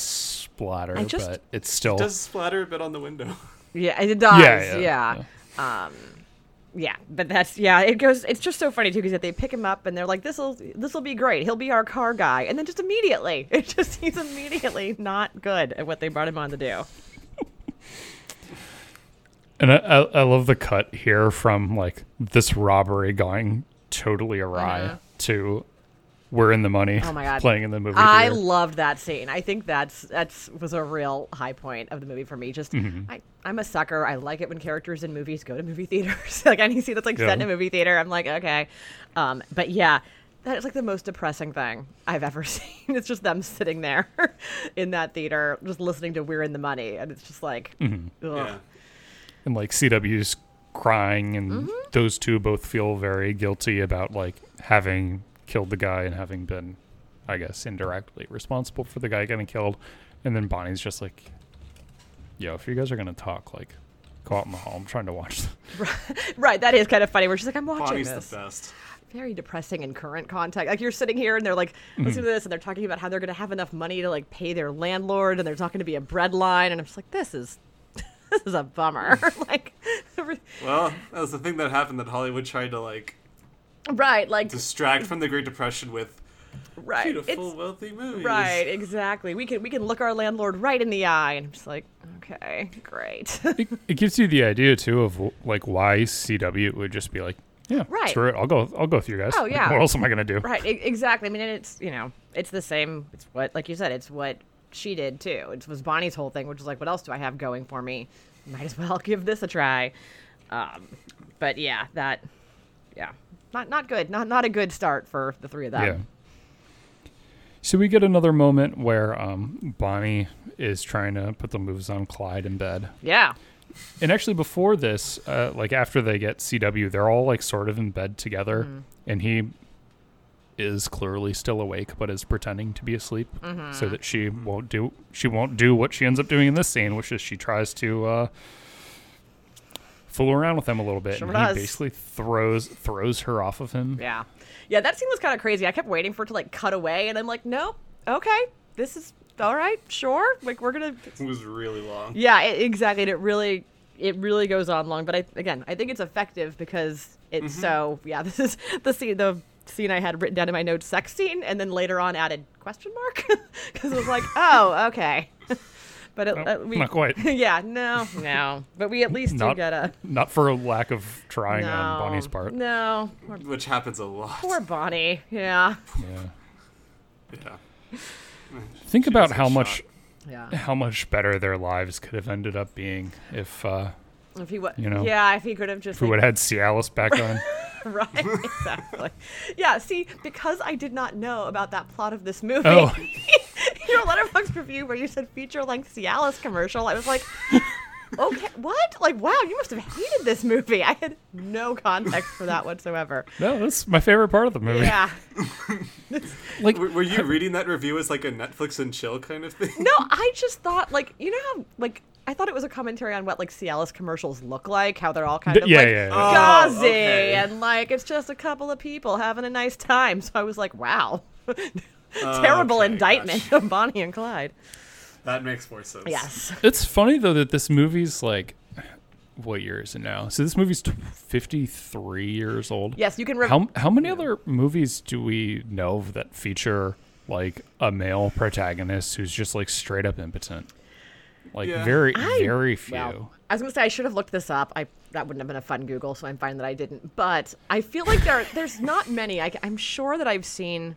B: splatter,
C: I just-
B: but it's still
D: does splatter a bit on the window.
C: Yeah, it does.
B: Yeah,
C: Yeah,
B: yeah,
C: Um, yeah, but that's yeah. It goes. It's just so funny too because they pick him up and they're like, "This will this will be great. He'll be our car guy," and then just immediately, it just he's immediately not good at what they brought him on to do.
B: And I, I, I love the cut here from like this robbery going totally awry to we're in the money.
C: Uh-huh. Oh my God.
B: playing in the movie.
C: I
B: theater.
C: loved that scene. I think that's that's was a real high point of the movie for me. Just I, I'm a sucker. I like it when characters in movies go to movie theaters. like any scene that's like set in
B: Yeah.
C: a movie theater, I'm like, okay. Um, but yeah, that is like the most depressing thing I've ever seen. it's just them sitting there in that theater, just listening to "We're in the Money," and it's just like, ugh.
D: Yeah.
B: and like CW's crying, and
C: Mm-hmm.
B: those two both feel very guilty about like having killed the guy and having been, I guess, indirectly responsible for the guy getting killed. And then Bonnie's just like, "Yo, if you guys are gonna talk, like, go out in the hall. I'm trying to watch." this."
C: right. That is kind of funny. Where she's like, "I'm watching
D: Bonnie's
C: this."
D: the best.
C: very depressing in current context. Like you're sitting here and they're like, listen to this, and they're talking about how they're going to have enough money to like pay their landlord, and there's not going to be a bread line, and I'm just like, this is, this is a bummer. like, every-
D: Well, that was the thing that happened that Hollywood tried to like
C: right, like,
D: distract from the Great Depression with
C: right,
D: beautiful, wealthy movies.
C: it's right, exactly. We can we can look our landlord right in the eye, and I'm just like, okay, great.
B: it, it gives you the idea too of w- like why CW would just be like, yeah,
C: Right.
B: screw it, I'll go, I'll go with you guys.
C: Oh,
B: Like,
C: yeah.
B: what else am I gonna do?
C: Right, e- exactly. I mean, and it's you know, it's the same. It's what, like you said, it's what she did too. It was Bonnie's whole thing, which is like, what else do I have going for me? Might as well give this a try. Um, but yeah, that, yeah, not not good. Not not a good start for the three of them.
B: Yeah. So we get another moment where um, Bonnie is trying to put the moves on Clyde in bed,
C: Yeah.
B: and actually before this, uh, like after they get CW, they're all like sort of in bed together,
C: Mm-hmm.
B: and he is clearly still awake but is pretending to be asleep
C: Mm-hmm.
B: so that she won't do she won't do what she ends up doing in this scene, which is she tries to uh, fool around with him a little bit,
C: Sure
B: and
C: does.
B: he basically throws throws her off of him.
C: Yeah. Yeah, that scene was kind of crazy. I kept waiting for it to like cut away, and I'm like, nope, okay, this is all right, sure. Like we're gonna
D: It was really long.
C: Yeah, it, exactly. And it really, it really goes on long. But I, again, I think it's effective because it's
B: Mm-hmm.
C: so. Yeah, this is the scene. The scene I had written down in my notes, sex scene, and then later on added question mark because it was like, oh, okay. but it,
B: Well,
C: uh, we,
B: not quite.
C: yeah, no, no. But we at least do
B: Not-
C: get a
B: Not for a lack of trying
C: no,
B: on Bonnie's part.
C: No, poor,
D: Which happens a lot.
C: poor Bonnie. Yeah,
B: Yeah.
D: Yeah.
B: Think about
D: does
B: how
D: get
B: much
C: yeah.
B: how much better their lives could have ended up being if uh,
C: If he would,
B: You know,
C: yeah, if he could have just
B: if we
C: like,
B: would have had Cialis back on.
C: Right, exactly. Yeah, see, because I did not know about that plot of this movie,
B: Oh.
C: your letterbox review where you said feature length Cialis commercial, I was like, okay, what? Like, wow, you must have hated this movie. I had no context for that whatsoever.
B: No, that's my favorite part of the movie.
C: Yeah.
B: Like,
D: Were, were you reading that review as like a Netflix and chill kind of thing?
C: No, I just thought like you know how like I thought it was a commentary on what like Cialis commercials look like, how they're all kind
B: Th-
C: of
B: yeah,
C: like uh,
B: yeah, yeah.
D: Oh,
C: gauzy
D: okay.
C: and like it's just a couple of people having a nice time. So I was like, wow. Terrible
D: Oh, okay,
C: indictment of Bonnie and Clyde.
D: That makes more sense.
C: Yes.
B: it's funny though that this movie's like, what year is it now? So this movie's t- fifty-three years old.
C: Yes, you can re-
B: How how many other movies do we know of that feature like a male protagonist who's just like straight up impotent? Like
D: Yeah.
B: very
C: I-
B: very few.
C: Wow. I was gonna say I should have looked this up. I that wouldn't have been a fun Google, so I'm fine that I didn't. But I feel like there there's not many. I, am sure that I've seen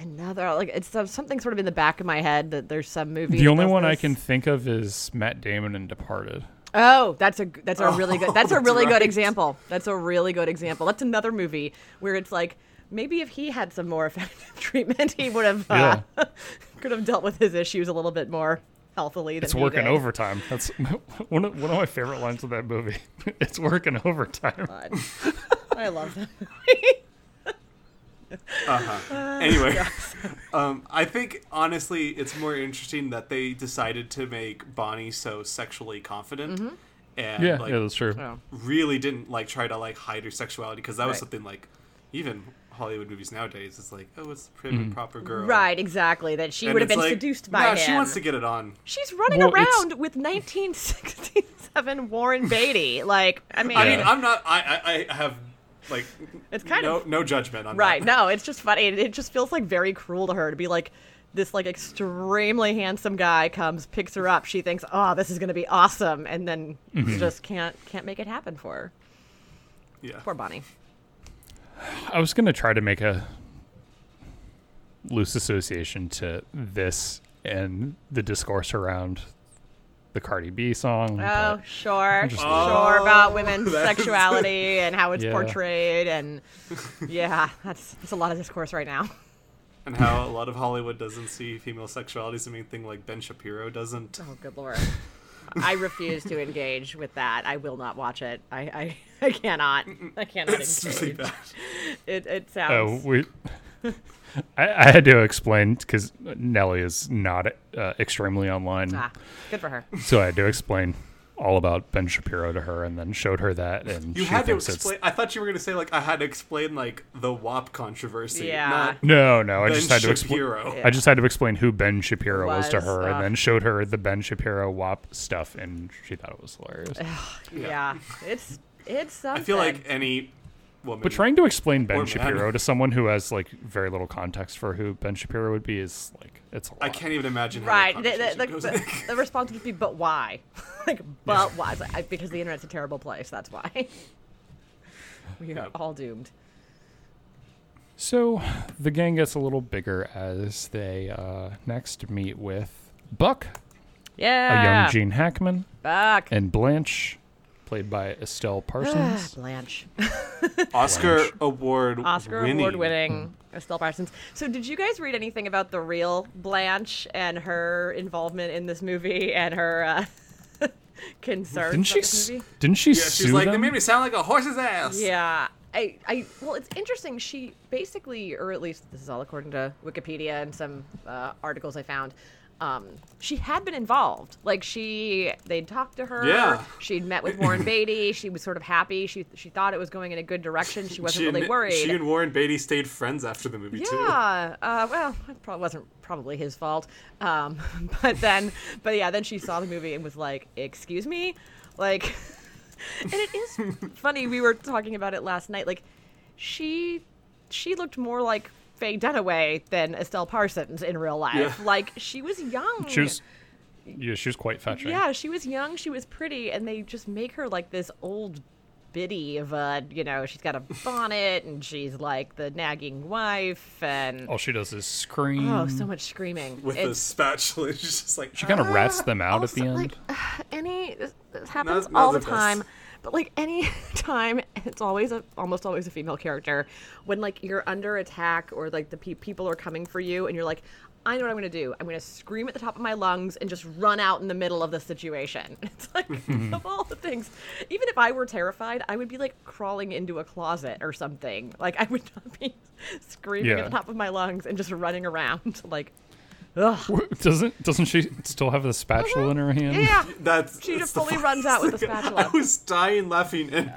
C: another like it's some- something sort of in the back of my head that there's some movie.
B: The
C: that
B: only
C: does
B: one I
C: this.
B: can think of is Matt Damon in Departed.
C: Oh, that's a g- that's a really good that's a
D: that's
C: really
D: right.
C: good example. That's a really good example. That's another movie where it's like maybe if he had some more effective treatment, he would have uh, could have dealt with his issues a little bit more healthily. Than
B: It's
C: he
B: working
C: did.
B: overtime. That's one of, one of my favorite lines of that movie. it's working overtime.
C: God. I love that.
D: Anyway, um, I think honestly, it's more interesting that they decided to make Bonnie so sexually confident,
C: Mm-hmm.
D: and
B: Yeah,
D: like
B: yeah, that's true.
C: Oh.
D: really didn't like try to like hide her sexuality because that was
C: Right.
D: something like even Hollywood movies nowadays it's like oh it's the prim
B: Mm-hmm.
D: and proper girl
C: Right, exactly. That she
D: And
C: would have
D: it's
C: been
D: like,
C: seduced by
D: no,
C: him.
D: she wants to get it on
C: She's running
B: Well, it's-
C: around with 1967 Warren Beatty. Like, I mean,
D: I mean
B: Yeah.
D: I'm not I I, I have like
C: It's kind
D: no
C: of-
D: no judgment on
C: Right.
D: that.
C: No, it's just funny. It, it just feels like very cruel to her to be like this like extremely handsome guy comes, picks her up. She thinks, "Oh, this is going to be awesome," and then
B: Mm-hmm.
C: just can't can't make it happen for her.
D: yeah
C: Poor Bonnie.
B: I was gonna try to make a loose association to this and the discourse around the Cardi B song.
C: Oh,
B: but
C: sure,
B: just-
D: Oh.
C: sure about women's
D: that's-
C: sexuality and how it's
B: Yeah.
C: portrayed, and yeah, that's that's a lot of discourse right now.
D: and how a lot of Hollywood doesn't see female sexuality as anything like Ben Shapiro doesn't
C: Oh, good lord. I refuse to engage with that. I will not watch it. I I, I cannot. I cannot
D: it's really
C: engage.
D: bad
C: It it
B: Oh,
C: sounds.
B: we. I, I had to explain because Nellie is not uh, extremely online,
C: Ah, good for her.
B: so I had to explain all about Ben Shapiro to her, and then showed her that, and
D: you
B: she
D: had to
B: thinks
D: explain
B: it's
D: I thought you were gonna say like I had to explain like the WAP controversy
C: Yeah.
D: not
B: no, no. I
D: Ben
B: just had to explain.
D: Shapiro
B: I just had to explain who Ben Shapiro was, to
C: Was,
B: her,
C: ugh.
B: and then showed her the Ben Shapiro WAP stuff, and she thought it was hilarious.
C: Yeah, it's it's something.
D: I feel like any woman
B: But trying to explain
D: Or
B: Ben
D: man.
B: Shapiro to someone who has like very little context for who Ben Shapiro would be is like it's a lot.
D: I can't even imagine how
C: right.
D: that
C: The, the,
D: conversation
C: the,
D: goes.
C: the, the response would be, but why? like, but why? It's like, I, because the internet's a terrible place. That's why. we are
D: Yeah.
C: all doomed.
B: So the gang gets a little bigger as they uh, next meet with Buck, a
C: Yeah.
B: young Gene Hackman,
C: Buck.
B: and Blanche, played by Estelle
C: Ah,
B: Parsons.
C: Blanche.
D: Oscar award
C: Oscar
D: winning.
C: award winning Estelle Parsons. So, did you guys read anything about the real Blanche and her involvement in this movie and her uh, concerns
B: Didn't
C: about
B: she?
C: this
B: s-
C: movie?
B: Didn't she
D: Yeah,
B: sue
D: she's like they
B: them?
D: made me sound like a horse's ass.
C: Yeah. I, I well it's interesting she basically or at least this is all according to wikipedia and some uh, articles i found um, she had been involved like she they'd talked to her
D: Yeah.
C: she'd met with warren beatty she was sort of happy she she thought it was going in a good direction she wasn't
D: she
C: really
D: and,
C: worried
D: She and Warren Beatty stayed friends after the movie too.
C: yeah. Uh, well, it probably wasn't probably his fault. Um, but then, but yeah, then she saw the movie and was like, "Excuse me," like, and it is funny. We were talking about it last night. Like, she she looked more like Faye Dunaway than Estelle Parsons in real life.
D: Yeah.
C: Like, she was young.
B: She was. Yeah, she was quite fetching.
C: Yeah, she was young, she was pretty, and they just make her like this old biddy of a, you know, she's got a bonnet and she's like the nagging wife and
B: All she does is scream.
C: oh, so much screaming.
D: With the
C: it's,
D: spatula, she's just like
B: she kind of rats them out at
C: also,
B: the end.
C: like, any this, this happens
D: not
C: all
D: the
C: the,
D: best.
C: time, but like any time, it's always a almost always a female character when like you're under attack or like the pe- people are coming for you and you're like, I know what I'm going to do. I'm going to scream at the top of my lungs and just run out in the middle of the situation. It's like, of all the things, even if I were terrified, I would be like crawling into a closet or something. Like, I would not be screaming
B: Yeah.
C: at the top of my lungs and just running around. Like, ugh.
B: Doesn't doesn't she still have the spatula in her hand?
C: Uh-huh. Yeah.
D: That's
C: She
D: that's
C: just
D: the
C: fully
D: fu-
C: runs out with the
D: I
C: spatula.
D: was dying laughing, and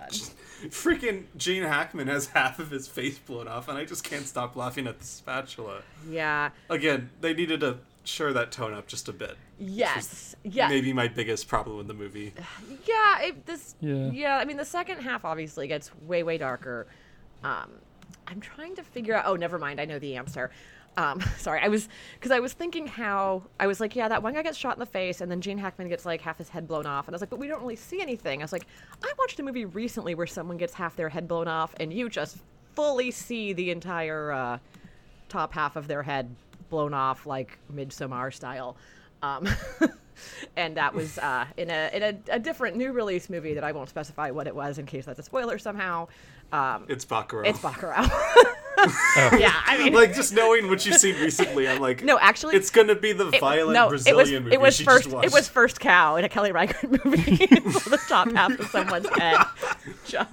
D: freaking Gene Hackman has half of his face blown off, and I just can't stop laughing at the spatula.
C: Yeah.
D: Again, they needed to shore that tone up just a bit.
C: Yes. Yes.
D: Maybe my biggest problem with the movie.
C: yeah it, this
B: Yeah.
C: yeah. i mean the second half obviously gets way way darker um i'm trying to figure out oh never mind i know the answer um sorry i was because i was thinking how i was like yeah that one guy gets shot in the face and then gene hackman gets like half his head blown off and i was like but we don't really see anything i was like i watched a movie recently where someone gets half their head blown off and you just fully see the entire uh top half of their head blown off like midsummer style um, and that was uh, in, a, in a, a different new release movie that i won't specify what it was in case that's a spoiler somehow um,
D: It's Baccarat.
C: it's baccarat yeah i mean
D: like just knowing what you've seen recently, I'm like,
C: No, actually,
D: it's gonna be the
C: it-
D: violent
C: no, it
D: Brazilian
C: was,
D: movie.
C: It was
D: she
C: first.
D: just watched.
C: It was first cow in a Kelly Reichardt movie. the top half of someone's head, just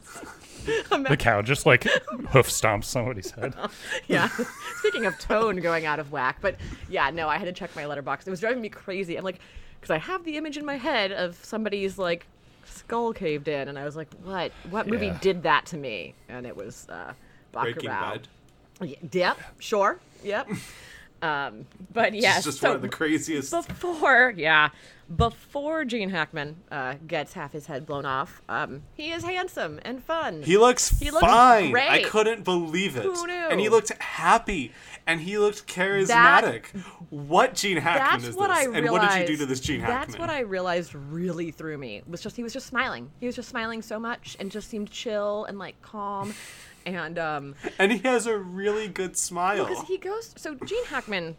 B: The cow just like hoof stomps somebody's head.
C: yeah. Speaking of tone going out of whack, but yeah, no, I had to check my letterbox. It was driving me crazy. I'm like, because I have the image in my head of somebody's like skull caved in, and I was like, what? What movie
B: Yeah.
C: did that to me? And it was uh, Baccarat.
D: Breaking Bad.
C: Y- Yep, sure, yep. um, but yeah,
D: It's just
C: so
D: one of the craziest.
C: before, yeah, before Gene Hackman uh, gets half his head blown off, um, he is handsome and fun.
D: He looks
C: He looks
D: fine. I
C: great.
D: couldn't believe it.
C: Who knew?
D: And he looked happy. And he looked charismatic. what Gene Hackman
C: that's
D: is
C: what
D: this?
C: I
D: and
C: realized.
D: what did you do to this Gene Hackman?
C: That's what I realized really threw me. Was just he was just smiling. He was just smiling so much and just seemed chill and like calm, and um,
D: And he has a really good smile.
C: because he goes so Gene Hackman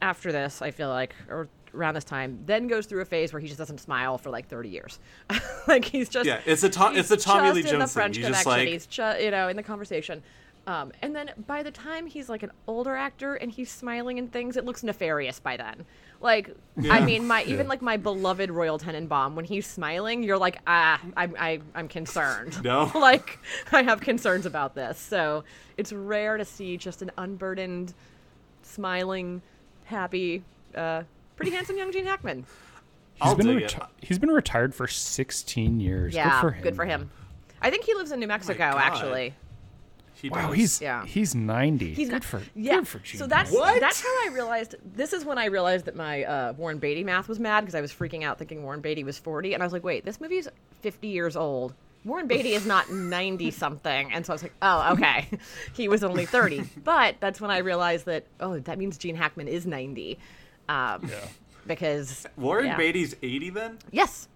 C: after this, I feel like, or around this time, then goes through a phase where he just doesn't smile for like 30 years. like he's just
D: Yeah, it's a Tom-
C: he's
D: it's a Tommy
C: just
D: Lee
C: in the
D: Jones thing.
C: French
D: He's just
C: Connection.
D: like-
C: he's ju- you know in the conversation. Um, and then by the time he's like an older actor and he's smiling and things, it looks nefarious by then. Like, I mean, my even like my beloved Royal Tenenbaum, when he's smiling, you're like, ah, I'm I, I'm concerned.
D: No.
C: like I have concerns about this. So it's rare to see just an unburdened, smiling, happy, uh, pretty handsome young Gene Hackman.
D: I'll
B: been
D: dig it.
B: reti- he's been retired for 16 years.
C: Yeah,
B: good for him.
C: I think he lives in New Mexico,
D: Oh God.
C: actually.
D: He
B: Wow,
D: does.
B: he's
C: Yeah.
B: he's 90.
C: He's
B: good
C: not-
B: for
C: yeah.
B: good for Gene.
C: So that's
D: What?
C: that's how I realized. This is when I realized that my uh, Warren Beatty math was mad because I was freaking out thinking Warren Beatty was forty, and I was like, wait, this movie's fifty years old. Warren Beatty is not ninety something, and so I was like, oh, okay, he was only thirty. But that's when I realized that oh, that means Gene Hackman is ninety, um,
B: yeah.
C: because
D: Warren
C: yeah.
D: Beatty's 80 then?
C: Yes.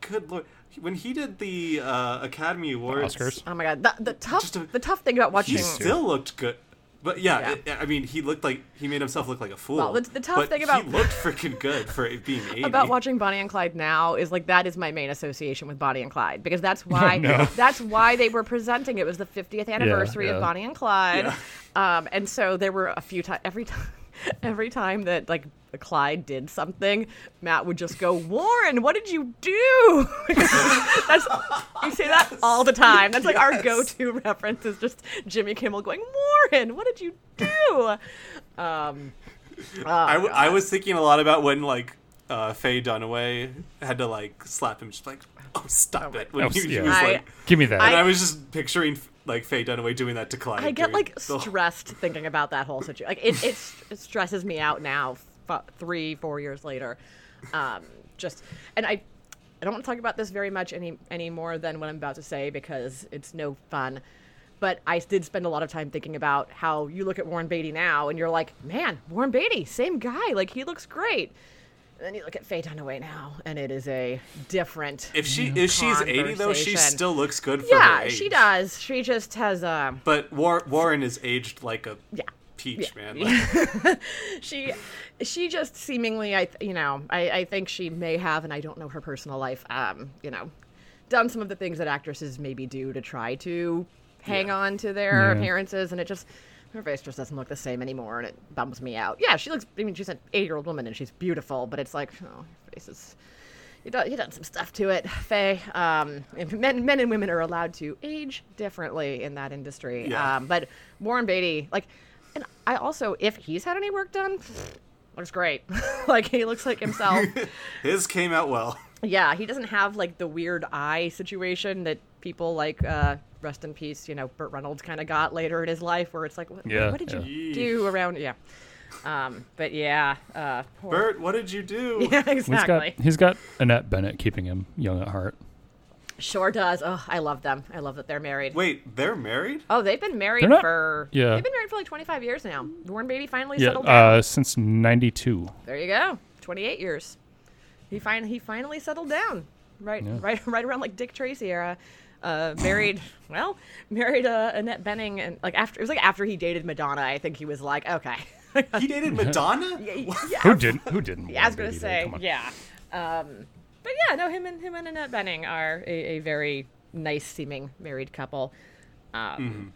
D: Good lord. When he did the uh, Academy Awards,
B: Oscars.
C: Oh my god, the, the tough
D: Just a-
C: the tough thing about
D: he
C: watching
D: still looked good. But yeah,
C: Yeah.
D: It, I mean, he looked like he made himself look like a fool.
C: Well, the- the tough
D: but
C: thing about-
D: he looked freaking good for it being 80.
C: about watching Bonnie and Clyde now is like that is my main association with Bonnie and Clyde because that's why
B: no.
C: that's why they were presenting it was the 50th anniversary
B: yeah.
C: of Bonnie and Clyde, um, and so there were a few times every time every time that like Clyde did something, Matt would just go Warren, what did you do? that's you say that all the time. That's like our
D: Yes.
C: go-to reference is just Jimmy Kimmel going Warren, what did you do? Um,
D: I, w- I was thinking a lot about when like uh, Faye Dunaway had to like slap him, just like, oh stop it. When
B: Oh,
D: he, he
B: yeah.
D: was
C: I-
D: like,
B: Give me that.
D: and I was just picturing like Faye Dunaway doing that to Clyde.
C: I get
D: during
C: like
D: the-
C: stressed thinking about that whole situation. Like it, it, s- it stresses me out now, f- three, four years later. Um, just and I, I don't want to talk about this very much any any more than what I'm about to say because it's no fun. But I did spend a lot of time thinking about how you look at Warren Beatty now and you're like, man, Warren Beatty, same guy. Like he looks great. And then you look at Faye Dunaway now, and it is a different.
D: If she if she's eighty though, she
C: Conversation.
D: still looks good for her
C: yeah,
D: age.
C: she does. She just has um,
D: But War- Warren is aged like a
C: Yeah.
D: peach, man. Like,
C: she she just seemingly i th- you know I, I think she may have and i don't know her personal life um you know done some of the things that actresses maybe do to try to hang
D: Yeah.
C: on to
B: Yeah.
C: their appearances and it just her face just doesn't look the same anymore, and it bums me out. Yeah, she looks. I mean, she's an eight-year-old woman, and she's beautiful, but it's like, oh, her face is. You done, you done some stuff to it, Faye. Um, and men, men and women are allowed to age differently in that industry.
D: Yeah.
C: Um, but Warren Beatty, like, and I also, if he's had any work done, looks great. like he looks like himself.
D: His came out well.
C: Yeah, he doesn't have like the weird eye situation that people like uh, rest in peace, you know, Burt Reynolds kind of got later in his life, where it's like, what,
B: Yeah,
C: what did you
D: yeah.
C: do around? Yeah, um, but yeah, uh, poor.
D: Bert, what did you do?
C: Yeah,
B: He's
C: exactly.
B: got he's got Annette Bennett keeping him young at heart.
C: Sure does. Oh, I love them. I love that they're married.
D: Wait, they're married?
C: Oh, they've been married
B: They're not-
C: for
B: yeah.
C: They've been married for like 25 years now. Warren Beatty finally
B: Yeah,
C: settled down.
B: uh, since '92.
C: there you go. 28 years. He fin- he finally settled down. Right
B: Yeah.
C: right right around like Dick Tracy era. Uh, married well, married uh, Annette Benning and like after it was like after he dated Madonna, I think he was like, okay.
D: He dated Madonna?
C: Uh, yeah,
B: Who didn't? Who didn't?
C: I was
B: want a
C: gonna
B: baby, though?
C: say,
B: Come on.
C: yeah. Um, but yeah, no, him and him and Annette Benning are a, a very nice seeming married couple. Um,
B: Mm-hmm.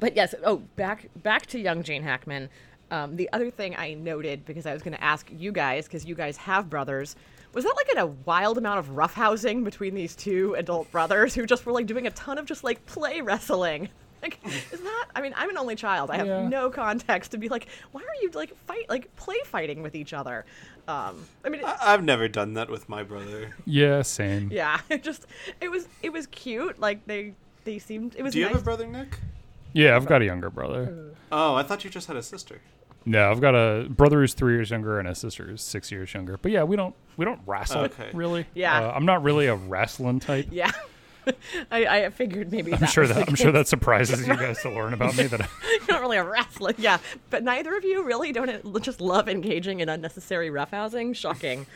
C: But yes, oh, back back to young Jane Hackman. Um, the other thing I noted because I was going to ask you guys because you guys have brothers. Was that like in a wild amount of roughhousing between these two adult brothers who just were like doing a ton of just like play wrestling? Like, is that? I mean, I'm an only child. I have
B: Yeah.
C: no context to be like, why are you like fight like play fighting with each other? Um, I mean, it-
D: I- I've never done that with my brother.
B: Yeah, same.
C: yeah, it just it was it was cute. Like they they seemed it was
D: Do you
C: nice.
D: have a brother, Nick?
B: Yeah, I've got a younger brother.
D: Oh, I thought you just had a sister.
B: No, I've got a brother who's three years younger and a sister who's six years younger. But yeah, we don't we don't wrestle
D: Okay.
B: really.
C: Yeah.
B: Uh, I'm not really a wrestling type.
C: Yeah. I, I figured maybe
B: I'm sure
C: was the
B: that I'm sure that surprises you guys to learn about me that I,
C: You're not really a wrestler, yeah. But neither of you really don't just love engaging in unnecessary roughhousing. Shocking.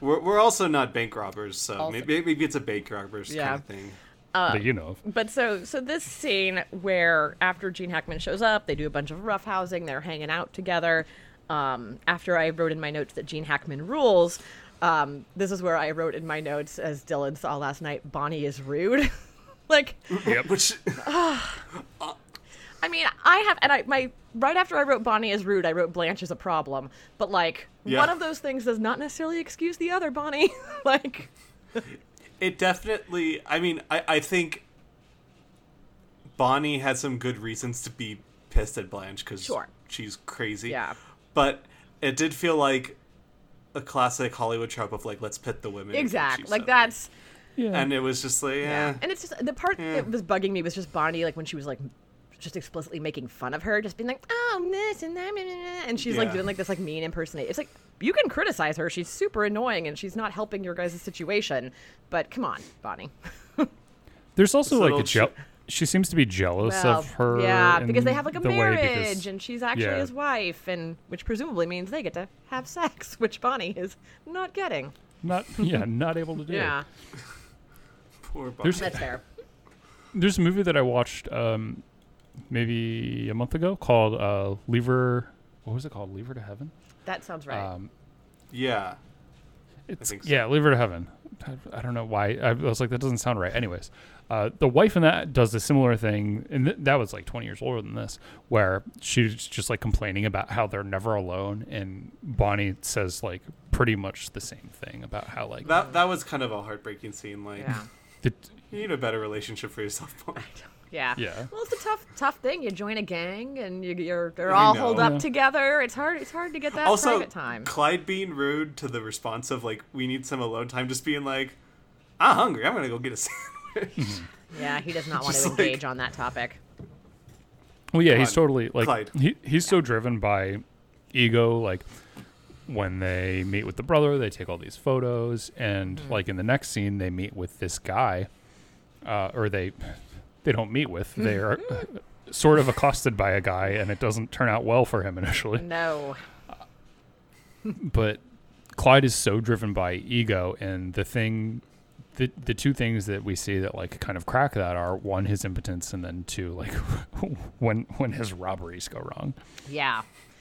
D: We're, we're also not bank robbers, so
C: Also-
D: maybe, maybe it's a bank robbers
C: Yeah.
D: kind of thing.
C: Uh,
B: that you know of.
C: But so so this scene where after Gene Hackman shows up, they do a bunch of roughhousing. They're hanging out together. Um, after I wrote in my notes that Gene Hackman rules, um, this is where I wrote in my notes, as Dylan saw last night, Bonnie is rude. like
B: Yep.
D: Which
C: I mean, I have, and I my right after I wrote Bonnie is rude, I wrote Blanche is a problem. But like,
D: Yeah.
C: one of those things does not necessarily excuse the other, Bonnie. like,
D: it definitely, I mean, I, I think Bonnie had some good reasons to be pissed at Blanche because
C: Sure.
D: she's crazy.
C: Yeah.
D: But it did feel like a classic Hollywood trope of like, let's pit the women. against
C: exact,
D: each
C: like
D: other.
C: that's
B: Yeah.
D: And it was just like, eh, yeah.
C: And it's just the part that was bugging me was just Bonnie, like when she was like just explicitly making fun of her, just being like, oh, this and that, and, and she's like
D: Yeah.
C: doing like this like mean impersonate. It's like you can criticize her; she's super annoying and she's not helping your guys' situation. But come on, Bonnie.
B: There's also
D: It's
B: like
D: that
B: a
D: old
B: je- she seems to be jealous
C: Well,
B: of her.
C: Yeah, because they
B: in
C: have like a
B: the way
C: marriage,
B: because-
C: and she's actually
B: yeah.
C: his wife, and which presumably means they get to have sex, which Bonnie is not getting.
B: not yeah not able to do.
D: Poor Bonnie.
B: There's
C: that's fair.
B: there's a movie that I watched um, maybe a month ago called uh, Lever. What was it called? Lever to Heaven.
C: That sounds right.
B: Um,
D: Yeah.
B: it's
D: think so.
B: yeah, Lever to Heaven. I, I don't know why. I was like, that doesn't sound right. Anyways, uh, the wife in that does a similar thing, and th- that was like 20 years older than this, where she's just like complaining about how they're never alone, and Bonnie says like pretty much the same thing about how like
D: That that was kind of a heartbreaking scene. Like
C: yeah.
B: the,
D: you need a better relationship for yourself. Paul.
C: Yeah.
B: Yeah.
C: Well, it's a tough, tough thing. You join a gang, and you, you're they're all
D: know.
C: holed up
B: Yeah.
C: together. It's hard. It's hard to get that
D: Also,
C: private time.
D: Clyde being rude to the response of like we need some alone time, just being like, I'm hungry. I'm gonna go get a sandwich.
C: Yeah, he does not want to
D: Just like-
C: engage on that topic.
B: Well, yeah, he's
D: Clyde.
B: totally like
D: Clyde.
B: he he's so driven by ego. Like when they meet with the brother, they take all these photos, and
D: Mm-hmm.
B: like in the next scene, they meet with this guy, uh, or they they don't meet with.
D: Mm.
B: They are uh, sort of accosted by a guy, and it doesn't turn out well for him initially.
C: No.
D: Mm.
B: But Clyde is so driven by ego, and the thing. The, the two things that we see that like kind of crack that are one his impotence and then two like when when his robberies go wrong
C: Yeah.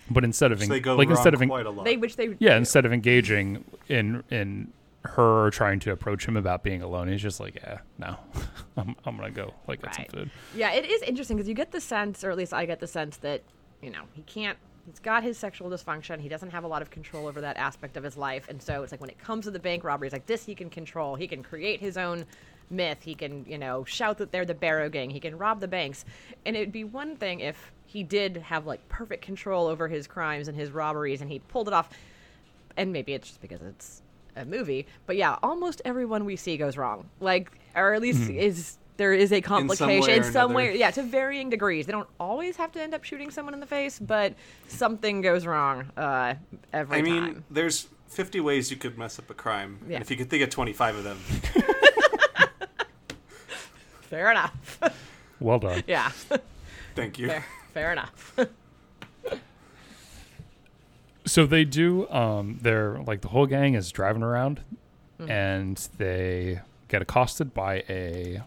B: but instead of
D: So
B: en-
D: they go
B: like
D: wrong
B: instead of en-
D: quite a lot.
C: They which they
B: yeah instead of engaging in in her trying to approach him about being alone. He's just like, yeah, no, I'm, I'm gonna go like get
C: Right.
B: some food.
C: Yeah, it is interesting because you get the sense, or at least I get the sense that you know he can't. He's got his sexual dysfunction. He doesn't have a lot of control over that aspect of his life, and so it's like when it comes to the bank robberies, like this he can control. He can create his own myth. He can you know shout that they're the Barrow gang. He can rob the banks, and it'd be one thing if he did have like perfect control over his crimes and his robberies, and he pulled it off. And maybe it's just because it's a movie, but yeah, almost everyone we see goes wrong. Like, or at least is there is a complication
D: Hmm. way
C: in
D: or
C: some
D: another.
C: way yeah, to varying degrees. They don't always have to end up shooting someone in the face, but something goes wrong uh, every
D: I mean,
C: time.
D: there's 50 ways you could mess up a crime.
C: Yeah.
D: And if you could think of 25 of them,
C: Fair enough.
B: Well done.
C: yeah,
D: thank you.
C: fair, fair enough.
B: So they do. Um, they're like the whole gang is driving around, and they get accosted by a.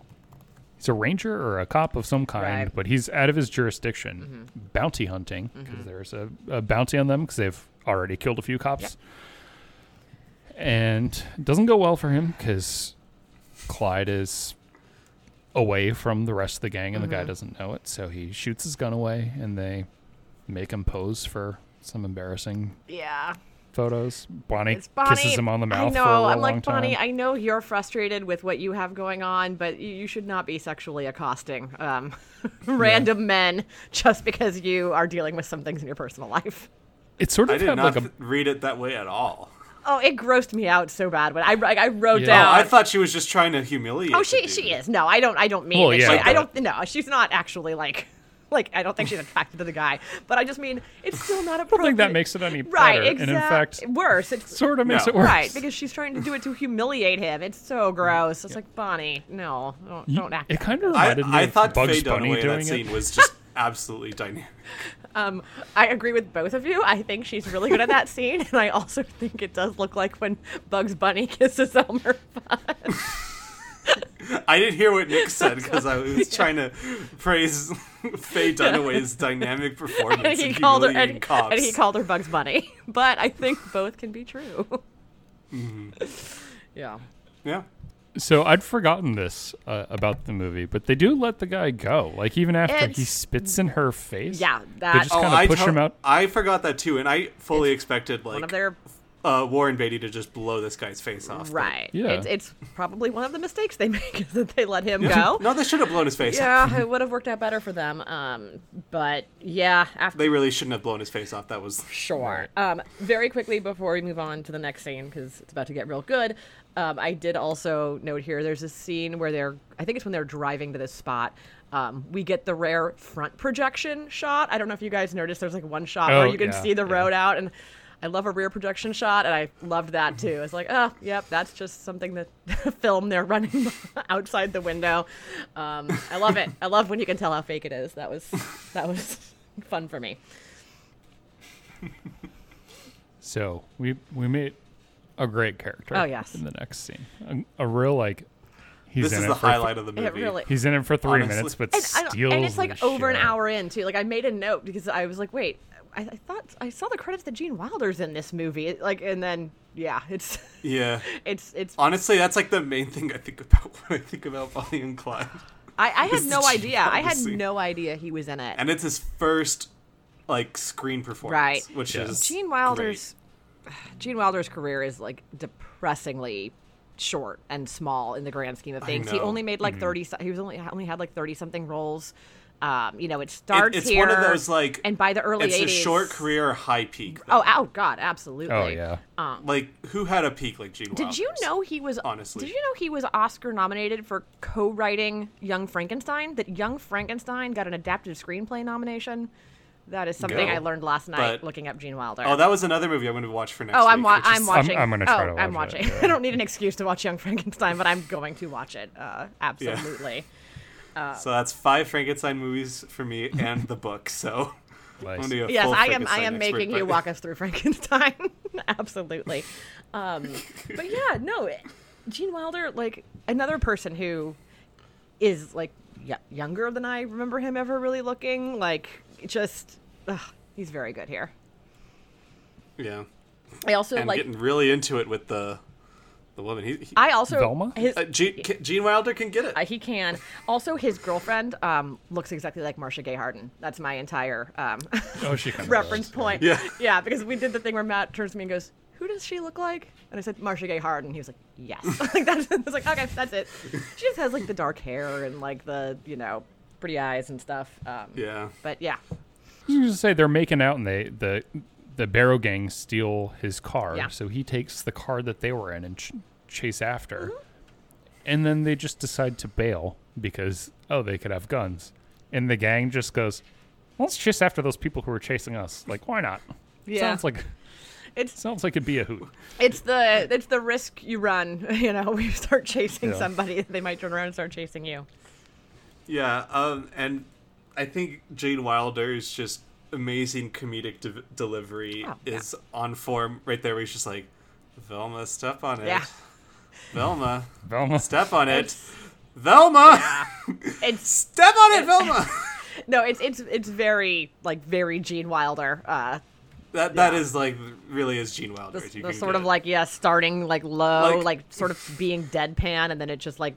B: He's a ranger or a cop of some kind,
C: Right.
B: but he's out of his jurisdiction, bounty hunting because there's a, a bounty on them because they've already killed a few cops. And it doesn't go well for him because Clyde is away from the rest of the gang and the guy doesn't know it, so he shoots his gun away and they make him pose for some embarrassing
C: Yeah,
B: photos. Bonnie,
C: it's Bonnie.
B: kisses him on the mouth
C: I know.
B: for a
C: I'm
B: long
C: like Bonnie.
B: time.
C: I know you're frustrated with what you have going on, but you, you should not be sexually accosting um, random men just because you are dealing with some things in your personal life.
B: It sort
D: I
B: of
D: did
B: had
D: not
B: like a
D: th- read it that way at all.
C: Oh, it grossed me out so bad when I like, I wrote
B: Yeah.
D: Oh,
C: down.
D: I thought she was just trying to humiliate.
C: Uh, Oh,
D: the
C: she
D: dude.
C: she is. No, I don't. I don't mean.
B: Well,
C: that
B: yeah,
C: she, I
B: but-
C: don't. No, she's not actually like. Like I don't think she's attracted to the guy, but I just mean it's still not appropriate.
B: think that makes it any
C: right.
B: better,
C: Exactly.
B: and in fact,
C: worse. It's
B: sort of makes
D: No.
B: it worse.
C: right because she's trying to do it to humiliate him. It's so gross. It's like Bonnie, no, don't,
B: You-
C: don't act.
B: It kind of
D: I,
B: reminded me
D: I
B: of
D: thought
B: Bugs
D: Faye
B: Bunny
D: Dunaway in
B: doing
D: that
B: it.
D: scene was just absolutely dynamic.
C: Um, I agree with both of you. I think she's really good at that scene, and I also think it does look like when Bugs Bunny kisses Elmer Fudd.
D: I didn't hear what Nick said because I was trying to praise Faye Dunaway's dynamic performance.
C: and he
D: in
C: called her
D: humiliating
C: and,
D: cops.
C: and he called her Bugs Bunny. But I think both can be true.
B: Mm-hmm.
C: yeah.
D: Yeah.
B: So I'd forgotten this uh, about the movie, but they do let the guy go. Like even after he
C: It's-
B: spits in her face.
C: Yeah,
B: they
C: that-
B: just
C: Oh,
B: kind
D: I
B: of push
D: to-
B: him out.
D: I forgot that too, and I fully expected like
C: One of their
D: uh, Warren Beatty to just blow this guy's face off. but-
C: right.
B: Yeah.
C: It's it's probably one of the mistakes they make is that they let him go.
D: No, they should have blown his face. off.
C: Yeah, it would have worked out better for them. Um, but yeah, after
D: They really shouldn't have blown his face off. That was
C: Sure. Um, very quickly before we move on to the next scene, because it's about to get real good, um, I did also note here there's a scene where they're, I think it's when they're driving to this spot. Um, we get the rare front projection shot. I don't know if you guys noticed, there's like one shot
B: Oh,
C: where you can
B: yeah,
C: see the
B: yeah.
C: road out, and I love a rear projection shot, and I loved that too. It's like, oh, yep, that's just something that film they're running outside the window. Um, I love it. I love when you can tell how fake it is. That was that was fun for me.
B: So we we made a great character.
C: Oh, yes.
B: In the next scene, a, a real like he's
D: this
B: in
D: is
B: it
D: the
B: for th-
D: highlight of the movie.
C: It really
B: He's in it for three
D: Honestly.
B: minutes, but
C: and, I don't-
B: steals.
C: and it's like
B: the
C: over an
B: show.
C: hour in too. Like I made a note because I was like, wait, I, I thought I saw the credits that Gene Wilder's in this movie. It- Like, and then yeah, it's
D: Yeah.
C: it's it's. I
D: Honestly, that's like the main thing I think about when I think about Bonnie and Clyde.
C: I had
D: it's
C: no
D: Gene
C: idea. I had
D: Wilder's scene.
C: no idea he was in it.
D: And it's his first like screen performance,
C: Right.
D: which
B: Yeah.
D: is
C: Gene Wilder's Gene Wilder's career is like depressingly short and small in the grand scheme of things. He
D: know.
C: only made like
B: Mm-hmm.
C: thirty. so- He was only only had like thirty something roles. Um, you know, it
D: great. It-
C: starts
D: it's
C: here,
D: one of those like
C: and by the early
D: it's
C: eighties,
D: a short career high peak.
C: Oh, oh, God, absolutely.
B: Oh yeah.
D: Like who had a peak like Gene
C: Did you
D: Wilder's?
C: know he was
D: honestly.
C: Did you know he was Oscar nominated for co-writing Young Frankenstein? That Young Frankenstein got an adapted screenplay nomination. That is something
D: Go.
C: I learned last night
D: But-
C: looking up Gene Wilder.
D: Oh, that was another movie I'm going to watch for next
C: Oh, I'm
D: week,
C: wa-
D: which
C: I'm
D: is-
C: watching.
B: I'm gonna try
C: oh,
B: to
C: I'm
B: watch it,
C: watching.
B: yeah.
C: I don't need an excuse to watch Young Frankenstein, but I'm going to watch it. Uh, absolutely.
D: So that's five Frankenstein movies for me and the book. So I'm gonna do a
C: yes,
D: full
C: I am. I
D: Frankenstein
C: am
D: expert,
C: making
D: but-
C: you walk us through Frankenstein. absolutely. Um, but yeah, no, Gene Wilder, like another person who is like y- younger than I remember him ever really looking. Like just, ugh, he's very good here.
D: Yeah.
C: I also
D: and
C: like
D: getting really into it with the the woman. He, he
C: I also
B: Velma?
C: his
D: uh, Gene, K- Gene Wilder can get it.
C: uh, he can. Also, his girlfriend um, looks exactly like Marcia Gay Harden. That's my entire um,
B: Oh, she kind of
C: reference point.
D: Yeah.
C: yeah, because we did the thing where Matt turns to me and goes, "Who does she look like?" And I said, "Marcia Gay Harden." He was like, "Yes." like that's. I was like, "Okay, that's it." She just has like the dark hair and like the you know pretty eyes and stuff. Um,
D: yeah.
C: But yeah,
B: You just say they're making out, and they the the Barrow gang steal his car.
C: Yeah.
B: So he takes the car that they were in and ch- chase after,
C: Mm-hmm.
B: and then they just decide to bail because oh they could have guns, and the gang just goes, let's chase after those people who are chasing us. Like why not?
C: Yeah.
B: Sounds like
C: it's
B: sounds like it'd be a hoot.
C: it's the it's the risk you run. You know, we start chasing
B: Yeah.
C: somebody, they might turn around and start chasing you.
D: Yeah, um, and I think Jane Wilder's just amazing comedic de- delivery
C: Oh, yeah.
D: is on form right there. Where he's just like, "Velma, step on it.
C: Yeah.
D: Velma,
B: Velma.
D: step on it. Velma,
C: It's
D: step on it, Velma."
C: no, it's it's it's very like very Gene Wilder. Uh,
D: that that is like really is Gene Wilder.
C: the,
D: if you
C: the
D: can
C: sort
D: get
C: of
D: it.
C: like yeah, starting like low,
D: Like-
C: like, sort of being deadpan, and then it just like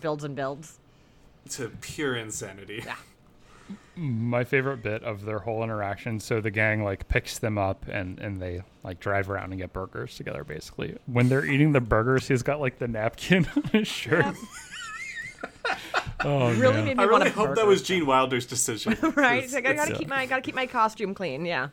C: builds and builds.
D: to pure insanity.
C: Yeah.
B: My favorite bit of their whole interaction. So the gang like picks them up and and they like drive around and get burgers together. Basically, when they're eating the burgers, he's got like the napkin on his shirt. oh
C: Really
B: man.
C: made me
D: I
C: want
D: really
C: a
D: hope that
C: burger.
D: was Gene Wilder's decision.
C: right.
D: It's-
C: It's like, I
D: it's-
C: gotta keep my gotta keep my costume clean. Yeah.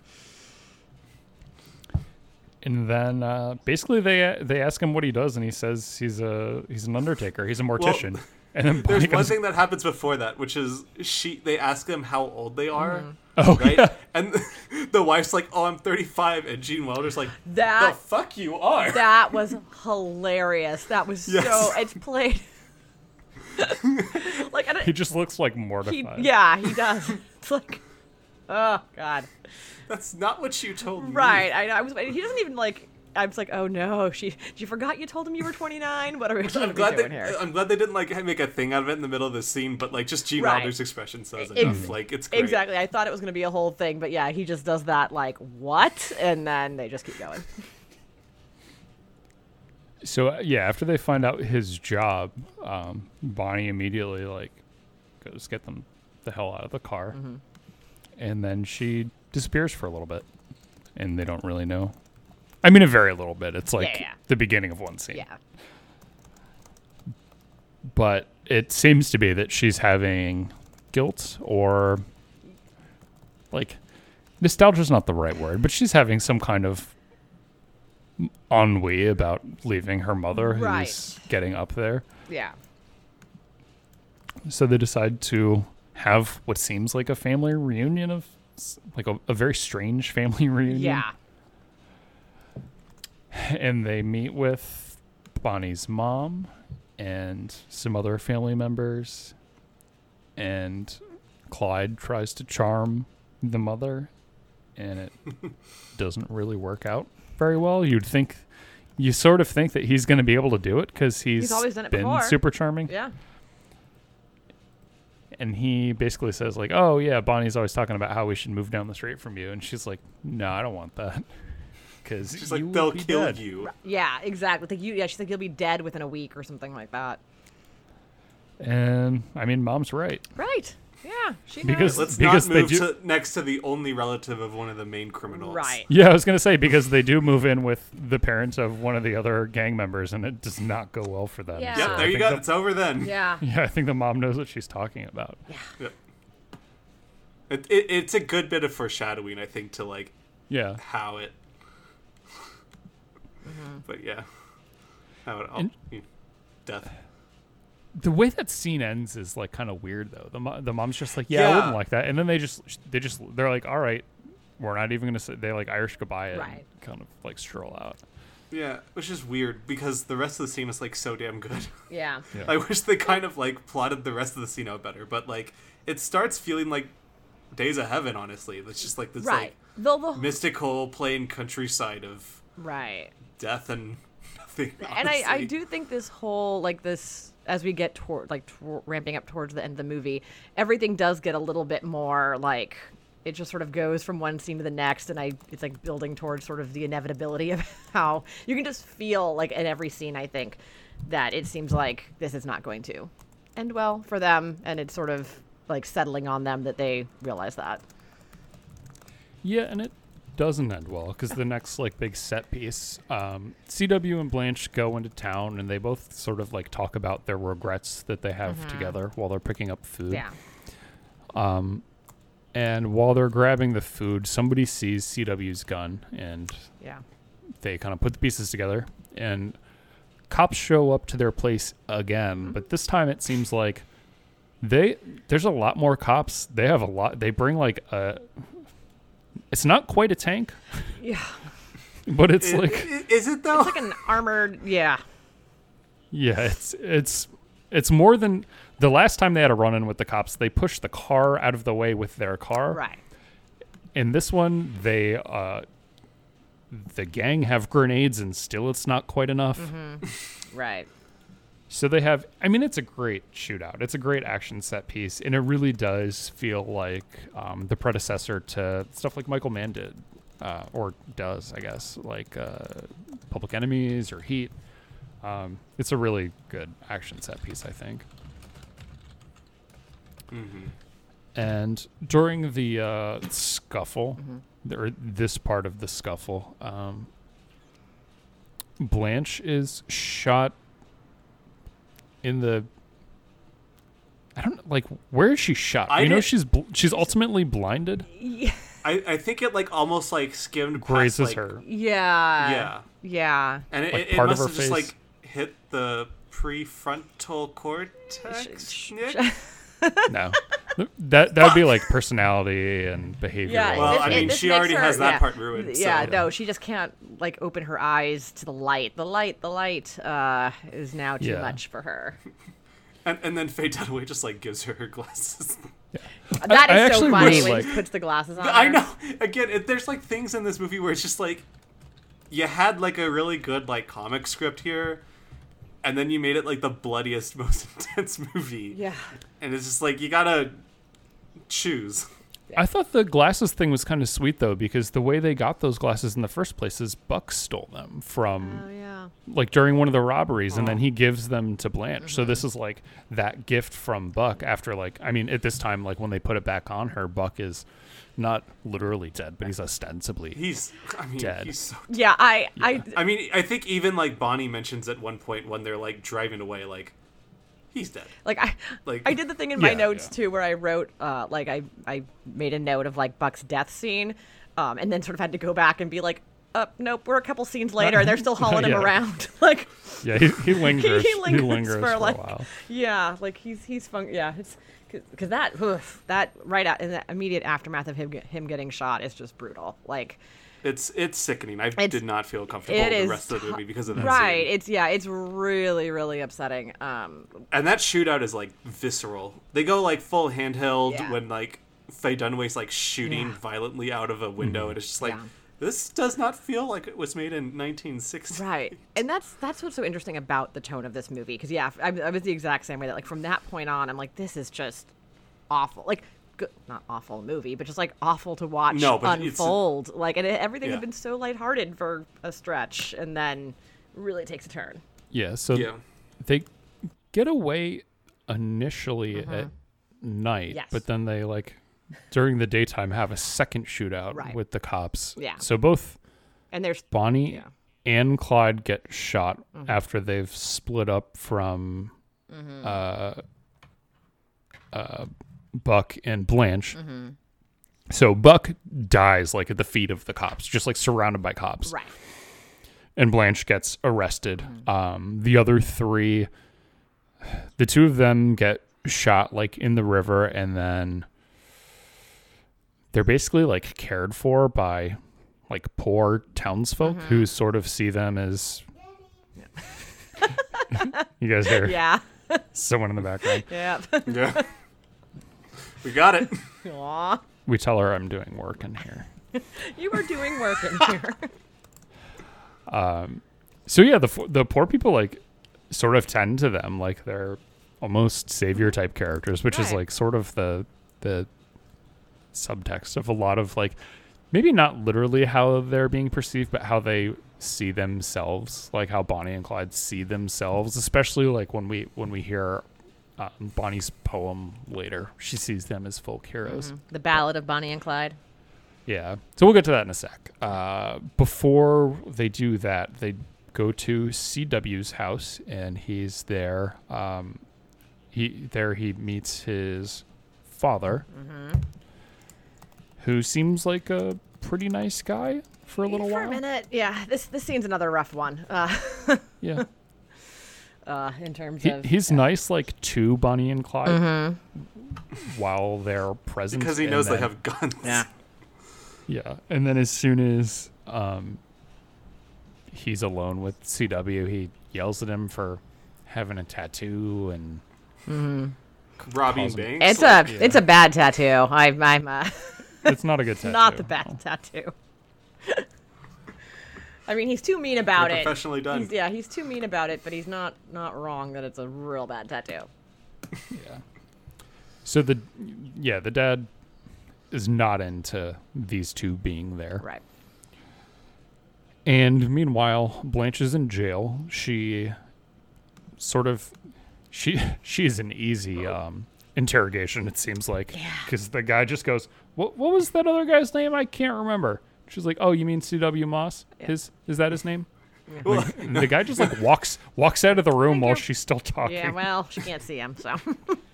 B: And then uh, basically they they ask him what he does, and he says he's a he's an undertaker, he's a mortician. and then
D: There's
B: Bonnie
D: one
B: goes,
D: thing that happens before that, which is she they ask them how old they are,
C: Mm-hmm.
B: Oh,
D: right?
B: yeah.
D: And the wife's like, "Oh, I'm 35," and Gene Wilder's like,
C: That-
D: the fuck you are."
C: That was hilarious. That was
D: Yes.
C: so. It's played. like I don't,
B: he just looks like
C: he,
B: mortified.
C: yeah, he does. It's like, oh god,
D: That's not what you told me.
C: right? I know. I was. He doesn't even like. I was like, oh no, she. You forgot you told him you were 29. What are we, what are
D: I'm
C: we
D: glad
C: doing
D: they.
C: here?
D: I'm glad they didn't like make a thing out of it in the middle of the scene, but like just Gene
C: Right.
D: Wilder's expression says
C: Ex-
D: enough. Like it's great.
C: Exactly. I thought it was going to be a whole thing, but yeah, he just does that like what, and then they just keep going.
B: So uh, yeah, after they find out his job, um, Bonnie immediately like goes get them the hell out of the car,
C: Mm-hmm.
B: and then she disappears for a little bit, and they don't really know. I mean, a very little bit. It's like
C: yeah.
B: the beginning of one scene,
C: Yeah.
B: but it seems to be that she's having guilt or like nostalgia's not the right word, but she's having some kind of ennui about leaving her mother,
C: Right.
B: who's getting up there.
C: Yeah.
B: so they decide to have what seems like a family reunion of s- like a, a very strange family reunion
C: Yeah.
B: and they meet with bonnie's mom and some other family members and clyde tries to charm the mother and it doesn't really work out very well you'd think you sort of think that he's going to be able to do it because he's,
C: always done it
B: been
C: before.
B: super charming
C: Yeah.
B: and he basically says like oh yeah bonnie's always talking about how we should move down the street from you and she's like no i don't want that because
D: She's like, "They'll kill you."
C: Yeah. Exactly. Like you. Yeah. She's like, you'll be dead within a week or something like that.
B: and i mean mom's right
C: Right. Yeah. She knows.
B: Because-
D: Let's
B: Because
D: not
B: they
D: move
B: do-
D: to, next to the only relative of one of the main criminals.
C: right.
B: yeah i was gonna say because they do move in with the parents of one of the other gang members and it does not go well for them
C: Yeah.
B: So
D: Yep.
B: I
D: there you
B: think
D: go.
B: the-
D: It's over then.
C: Yeah.
B: yeah i think the mom knows what she's talking about
D: Yep. It, it, it's a good bit of foreshadowing, I think, to like
B: yeah
D: how it.
C: Mm-hmm.
D: But yeah, how it all
B: And-
D: you know, death.
B: the way that scene ends is like kind of weird though. The, mo- the mom's just like, yeah, I
D: Yeah.
B: wouldn't like that, and then they just they just they're like, all right, we're not even gonna say they like Irish goodbye and
C: Right.
B: kind of like stroll out.
D: Yeah, which is weird because the rest of the scene is like so damn good.
C: Yeah.
B: Yeah.
D: I wish they kind of like plotted the rest of the scene out better, but like it starts feeling like Days of Heaven. Honestly, it's just like this
C: Right. The, the,
D: like mystical plain countryside of
C: right.
D: death and nothing.
C: and I, I
D: honestly.
C: do think this whole like this as we get toward like tor- ramping up towards the end of the movie everything does get a little bit more like it just sort of goes from one scene to the next and i it's like building towards sort of the inevitability of how you can just feel like at every scene i think that it seems like this is not going to end well for them and it's sort of like settling on them that they realize that
B: Yeah, and it doesn't end well because the next like big set piece, um, CW and Blanche go into town and they both sort of like talk about their regrets that they have together while they're picking up food.
C: yeah
B: And while they're grabbing the food, somebody sees CW's gun and
C: yeah
B: they kind of put the pieces together and cops show up to their place again but this time it seems like they there's a lot more cops they have a lot they bring like a it's not quite a tank
C: yeah
B: but it's
D: I-
B: like
D: i- is it though?
C: it's like an armored yeah
B: yeah it's it's it's more than the last time they had a run-in with the cops they pushed the car out of the way with their car
C: right
B: in this one they uh the gang have grenades and still it's not quite
C: Mm-hmm.
B: enough
C: right
B: So they have, I mean, it's a great shootout. It's a great action set piece, and it really does feel like um, the predecessor to stuff like Michael Mann did, uh, or does, I guess, like uh, Public Enemies or Heat. Um, it's a really good action set piece, I think.
D: Mm-hmm.
B: And during the uh, scuffle,
D: Mm-hmm.
B: or this part of the scuffle, um, Blanche is shot in the. I don't know, like where is she shot?
D: I
B: I know
D: did-
B: she's bl- she's ultimately blinded.
D: I, I think it like almost like skimmed past,
B: Grazes
D: like-
B: her.
C: yeah
D: Yeah,
C: yeah
D: and it,
B: Like,
D: it, it
B: part of
D: must
B: her
D: have just
B: face.
D: like hit the prefrontal cortex. Nick?
B: No, Th- that that would be like personality and behavior.
C: Yeah,
D: Well,
C: this-
D: I
C: it-
D: mean,
C: this
D: she
C: makes
D: already
C: her-
D: has that
C: yeah.
D: part ruined,
C: Th- Yeah,
D: so-
C: no, she just can't like open her eyes to the light. The light, the light uh, is now too
B: Yeah.
C: much for her.
D: And, and then Faye Dunaway just like gives her her glasses.
C: That
B: I
C: is so
B: actually
C: funny
B: really
C: when
B: like-
C: she puts the glasses on.
D: I
C: her.
D: know. Again, it, there's like things in this movie where it's just like you had like a really good like comic script here, and then you made it like the bloodiest, most intense movie.
C: Yeah,
D: And it's just like you gotta choose.
B: I thought the glasses thing was kind of sweet though, because the way they got those glasses in the first place is Buck stole them from
C: oh yeah,
B: like during one of the robberies, and then he gives them to Blanche. So this is like that gift from Buck after like I mean at this time like when they put it back on her, Buck is not literally dead, but he's ostensibly
D: He's. I mean,
B: Dead.
D: he's so.
C: yeah. I, I,
D: I mean, I think even like Bonnie mentions at one point when they're like driving away, like he's dead.
C: like I,
D: Like-
C: I did the thing in
B: Yeah,
C: my notes
B: yeah.
C: too, where I wrote, uh, like I, I made a note of like Buck's death scene, um, and then sort of had to go back and be like, uh, nope, we're a couple scenes later, and they're still hauling him
B: Yeah.
C: around, like.
B: Yeah, he, he lingers. he lingers,
C: lingers for,
B: for,
C: like-
B: a while.
C: Yeah, like he's he's fun. Yeah, it's because that oof, that right out in the immediate aftermath of him get- him getting shot is just brutal. Like
D: It's it's sickening. I
C: It's-
D: did not feel comfortable
C: it
D: with the
C: is
D: rest of the
C: t-
D: movie because of that.
C: right,
D: scene.
C: it's yeah, it's really really upsetting. Um,
D: and that shootout is like visceral. They go like full handheld
C: Yeah.
D: when like Faye Dunaway's like shooting
C: Yeah.
D: violently out of a window,
B: Mm-hmm.
D: and it's just like
C: Yeah.
D: this does not feel like it was made in 1960.
C: right, and that's that's what's so interesting about the tone of this movie because yeah, I, I was the exact same way that like from that point on, I'm like this is just awful. Like. Good, not awful movie, but just like awful to watch
D: No, but it's-
C: unfold. Like, and it, everything
D: Yeah.
C: had been so lighthearted for a stretch, and then really takes a turn.
B: Yeah, so
D: Yeah.
B: they get away initially at night,
C: Mm-hmm. Yes.
B: but then they like during the daytime have a second shootout
C: Right.
B: with the cops.
C: Yeah.
B: So both
C: And there's
B: Bonnie
C: Yeah. Mm-hmm.
B: and Clyde get shot after they've split up from uh, uh, Buck and Blanche.
C: Mm-hmm.
B: So Buck dies like at the feet of the cops, just like surrounded by cops.
C: right.
B: and Blanche gets arrested.
C: Hmm.
B: Um, the other three, the two of them get shot like in the river, and then they're basically like cared for by like poor townsfolk
C: Mm-hmm.
B: who sort of see them as. you guys hear
C: Yeah.
B: someone in the background.
C: Yeah.
D: Yeah. we got it.
C: Aw.
B: We tell her I'm doing work in here.
C: You are doing work in here.
B: So yeah, the fo- the poor people like sort of tend to them like they're almost savior type characters, which is
C: Right.
B: like sort of the the subtext of a lot of like maybe not literally how they're being perceived, but how they see themselves, like how Bonnie and Clyde see themselves, especially like when we when we hear uh, Bonnie's poem later, she sees them as folk heroes.
C: The Ballad of Bonnie and Clyde.
B: Yeah. So we'll get to that in a sec. Uh, before they do that, they go to CW's house, and he's there. Um, he there he meets his father,
C: Mm-hmm.
B: who seems like a pretty nice guy for a little
C: For a
B: while.
C: minute, yeah. This this scene's another rough one. Uh,
B: yeah.
C: uh, in terms
B: He,
C: of
B: he's nice, like to Bonnie and Clyde,
C: Mm-hmm.
B: while they're present.
D: because he
B: and
D: knows they
B: then-
D: have guns.
A: Yeah.
B: Yeah, and then as soon as um, he's alone with CW, he yells at him for having a tattoo, and
D: Robbing
B: Calls him-
D: banks.
C: It's a
D: like,
C: it's a bad tattoo. I, I'm uh,
B: it's not a good tattoo.
C: not the best tattoo. I mean, he's too mean about it.
D: professionally done.
C: He's, yeah, he's too mean about it, but he's not not wrong that it's a real bad tattoo.
B: Yeah. So the yeah the dad is not into these two being there.
C: Right.
B: And meanwhile, Blanche is in jail. She sort of she she's an easy um interrogation it seems like cuz the guy just goes, "What what was that other guy's name? I can't remember." She's like, "Oh, you mean CW Moss? His is that his name?"
D: Well,
B: And the guy just like walks walks out of the room while she's still talking.
C: Yeah. Well, she can't see him, so